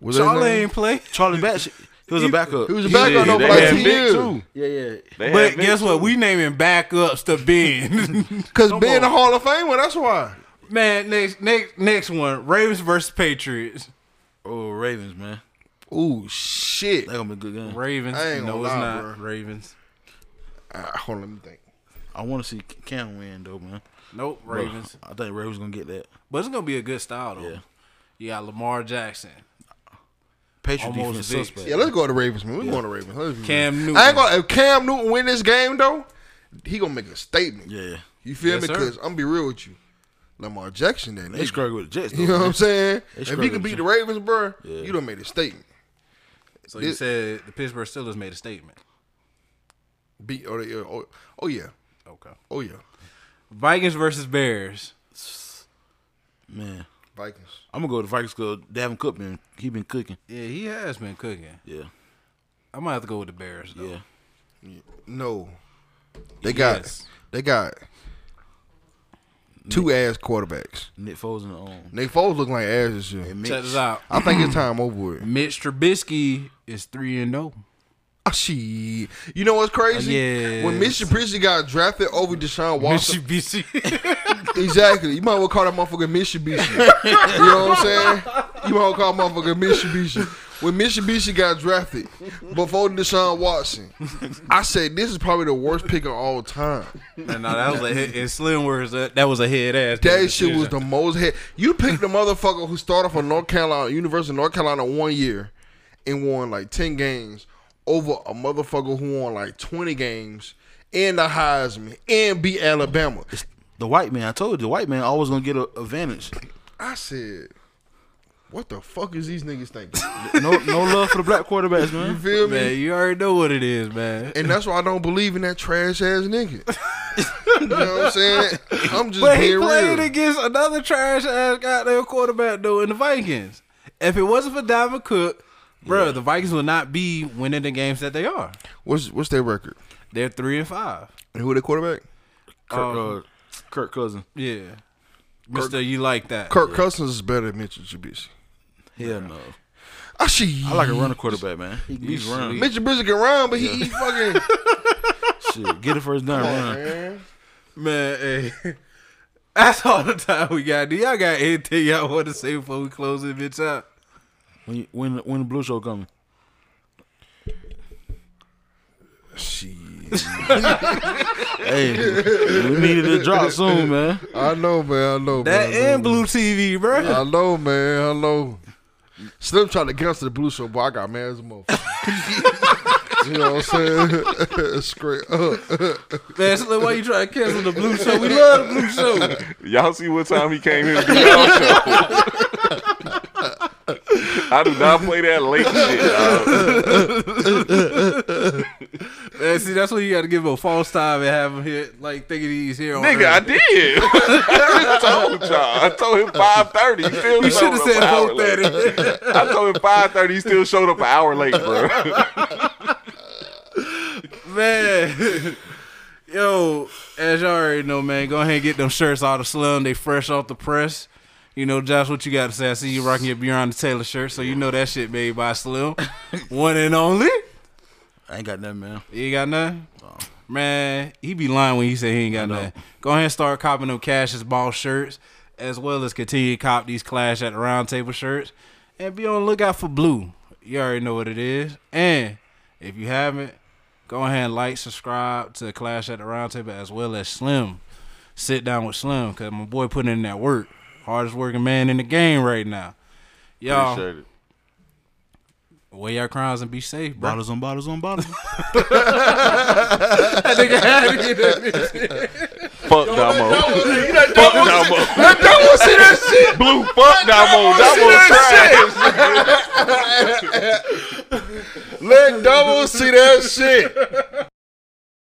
Speaker 10: Was that his
Speaker 4: Charlie
Speaker 10: name?
Speaker 4: ain't play.
Speaker 7: Charlie Batch. He was a backup.
Speaker 10: He was a backup though
Speaker 8: they
Speaker 10: for like
Speaker 8: had
Speaker 10: ten
Speaker 8: Vic,
Speaker 10: years.
Speaker 7: yeah, yeah.
Speaker 8: They
Speaker 4: But
Speaker 8: had Vic
Speaker 4: guess what?
Speaker 8: too.
Speaker 4: We naming backups to Ben.
Speaker 10: Cause being a Hall of Famer, that's why.
Speaker 4: Man, next next next one. Ravens versus Patriots.
Speaker 7: Oh, Ravens, man.
Speaker 10: Ooh shit!
Speaker 7: That gonna be a good game.
Speaker 4: Ravens.
Speaker 10: I ain't
Speaker 4: No,
Speaker 10: gonna
Speaker 4: it's
Speaker 10: lie,
Speaker 4: not.
Speaker 10: bro.
Speaker 4: Ravens.
Speaker 10: Ah, hold on, let me think.
Speaker 7: I want to see Cam win though, man.
Speaker 4: Nope, Ravens.
Speaker 7: I think Ravens gonna get that.
Speaker 4: But it's gonna be a good style though.
Speaker 7: Yeah.
Speaker 4: You got Lamar Jackson.
Speaker 7: Patriot
Speaker 4: Almost
Speaker 7: defense
Speaker 4: Vicks.
Speaker 7: suspect.
Speaker 10: Yeah, let's go to Ravens, man. We're going to Ravens. Let's be
Speaker 4: Cam
Speaker 10: real.
Speaker 4: Newton.
Speaker 10: I ain't gonna if Cam Newton win this game though, he gonna make a statement.
Speaker 7: Yeah,
Speaker 10: You feel
Speaker 4: Yes,
Speaker 10: me?
Speaker 4: sir.
Speaker 10: Cause I'm gonna be real with you. Lamar Jackson that
Speaker 7: they
Speaker 10: nigga.
Speaker 7: struggle with the Jets. Though,
Speaker 10: You know what
Speaker 7: man.
Speaker 10: I'm saying?
Speaker 7: They
Speaker 10: If you can
Speaker 7: struggling,
Speaker 10: beat
Speaker 7: too.
Speaker 10: the Ravens, bro, you done made a statement.
Speaker 4: So you
Speaker 10: It-
Speaker 4: said the Pittsburgh Steelers made a statement.
Speaker 10: Beat oh, yeah, oh, oh yeah.
Speaker 4: Okay.
Speaker 10: Oh yeah.
Speaker 4: Vikings versus Bears.
Speaker 7: Man,
Speaker 10: Vikings.
Speaker 7: I'm gonna go to Vikings because Davin Cook been he been cooking.
Speaker 4: Yeah, he has been cooking.
Speaker 7: Yeah,
Speaker 4: I might have to go with the Bears though.
Speaker 7: yeah.
Speaker 10: No. They got
Speaker 4: Yes.
Speaker 10: they got two ass quarterbacks.
Speaker 7: Nick Foles and um,
Speaker 10: Nick Foles look like ass this year.
Speaker 4: Check this out.
Speaker 10: I think it's time over with.
Speaker 4: Mitch Trubisky is three and oh. zero.
Speaker 10: Ah, shit. You know what's crazy?
Speaker 4: Yes.
Speaker 10: When Mitch Trubisky got drafted over Deshaun Watson,
Speaker 4: Mitsubishi.
Speaker 10: exactly. You might well call that motherfucker Mitsubishi. you know what I'm saying? You might well call that motherfucker Mitsubishi. When Mitsubishi got drafted before Deshaun Watson, I said this is probably the worst pick of all time.
Speaker 4: no, no, that was a hit. In Slim words, that, that was a head ass.
Speaker 10: That shit was the most head. You picked the motherfucker who started for North Carolina, University of North Carolina, one year and won like 10 games over a motherfucker who won like 20 games and the Heisman and beat Alabama.
Speaker 7: the white man. I told you the white man always gonna get an advantage.
Speaker 10: I said, what the fuck is these niggas thinking?
Speaker 7: No, no love for the black quarterbacks, man.
Speaker 10: You feel me?
Speaker 4: man. You already know what it is, man.
Speaker 10: And that's why I don't believe in that trash ass nigga. you know what I'm saying? I'm just
Speaker 4: But he
Speaker 10: being
Speaker 4: played
Speaker 10: real.
Speaker 4: against another trash ass goddamn quarterback though in the Vikings. If it wasn't for Dalvin Cook, bro, the Vikings would not be winning the games that they are.
Speaker 10: What's what's their record?
Speaker 4: They're three and five.
Speaker 10: And who their quarterback?
Speaker 7: Kirk,
Speaker 4: Um,
Speaker 7: uh, Kirk Cousin.
Speaker 4: Yeah, Mister, you like that?
Speaker 10: Kirk Cousins is better than Mitchell Trubisky.
Speaker 7: Hell no.
Speaker 10: I see.
Speaker 7: I like a running quarterback, man. He, he's
Speaker 4: You
Speaker 7: running.
Speaker 10: Mitchell Trubisky can run, but he fucking.
Speaker 7: Shit, get it first down, run.
Speaker 4: Man, hey. That's all the time we got. Do y'all got anything y'all want to say before we close this bitch out?
Speaker 7: When, you, when when the blue show coming?
Speaker 10: Shit.
Speaker 7: Hey, we needed to drop soon, man.
Speaker 10: I know, man. I know,
Speaker 4: That
Speaker 10: man.
Speaker 4: and Blue TV, bro.
Speaker 10: I know, man. I know. Slim tried to get us to the blue show, but I got mad as a motherfucker. you know what I'm saying? Straight up.
Speaker 4: Man, so why you trying to cancel the Blue Show? We love the Blue Show.
Speaker 8: Y'all see what time he came here to do y'all show. I do not play that late shit. dog.
Speaker 4: Man, see, that's when you got to give him a false time and have him here, like thinking he's here on
Speaker 8: Nigga, I
Speaker 4: Earth.
Speaker 8: did. I told y'all. I told him five thirty. He still
Speaker 4: you should
Speaker 8: showed
Speaker 4: have
Speaker 8: up an
Speaker 4: said
Speaker 8: hour
Speaker 4: whole
Speaker 8: late.
Speaker 4: thirty.
Speaker 8: I told him five thirty. Oh. He still showed up an hour late, bro.
Speaker 4: man. Yo, as y'all already know, man, go ahead and get them shirts out of Slim. They fresh off the press. You know, Josh, what you got to say? I see you rocking your Beyond the Taylor shirt, so you know that shit made by Slim. One and only.
Speaker 7: I ain't got nothing, man.
Speaker 4: You ain't got nothing? Man, he be lying when he say he ain't got nothing. Go ahead and start copying them Cash's Ball shirts, as well as continue to cop these Clash at the Round Table shirts. And be on the lookout for Blue. You already know what it is. And if you haven't, go ahead and like, subscribe to Clash at the Roundtable as well as Slim. Sit down with Slim because my boy putting in that work. Hardest working man in the game right now. Y'all,
Speaker 8: Appreciate it.
Speaker 4: weigh your crimes and be safe, bro.
Speaker 7: Bottles on bottles on bottles.
Speaker 8: Fuck Damo. Fuck Damo. Blue, fuck Damo. Damo trash.
Speaker 10: Let double see that shit.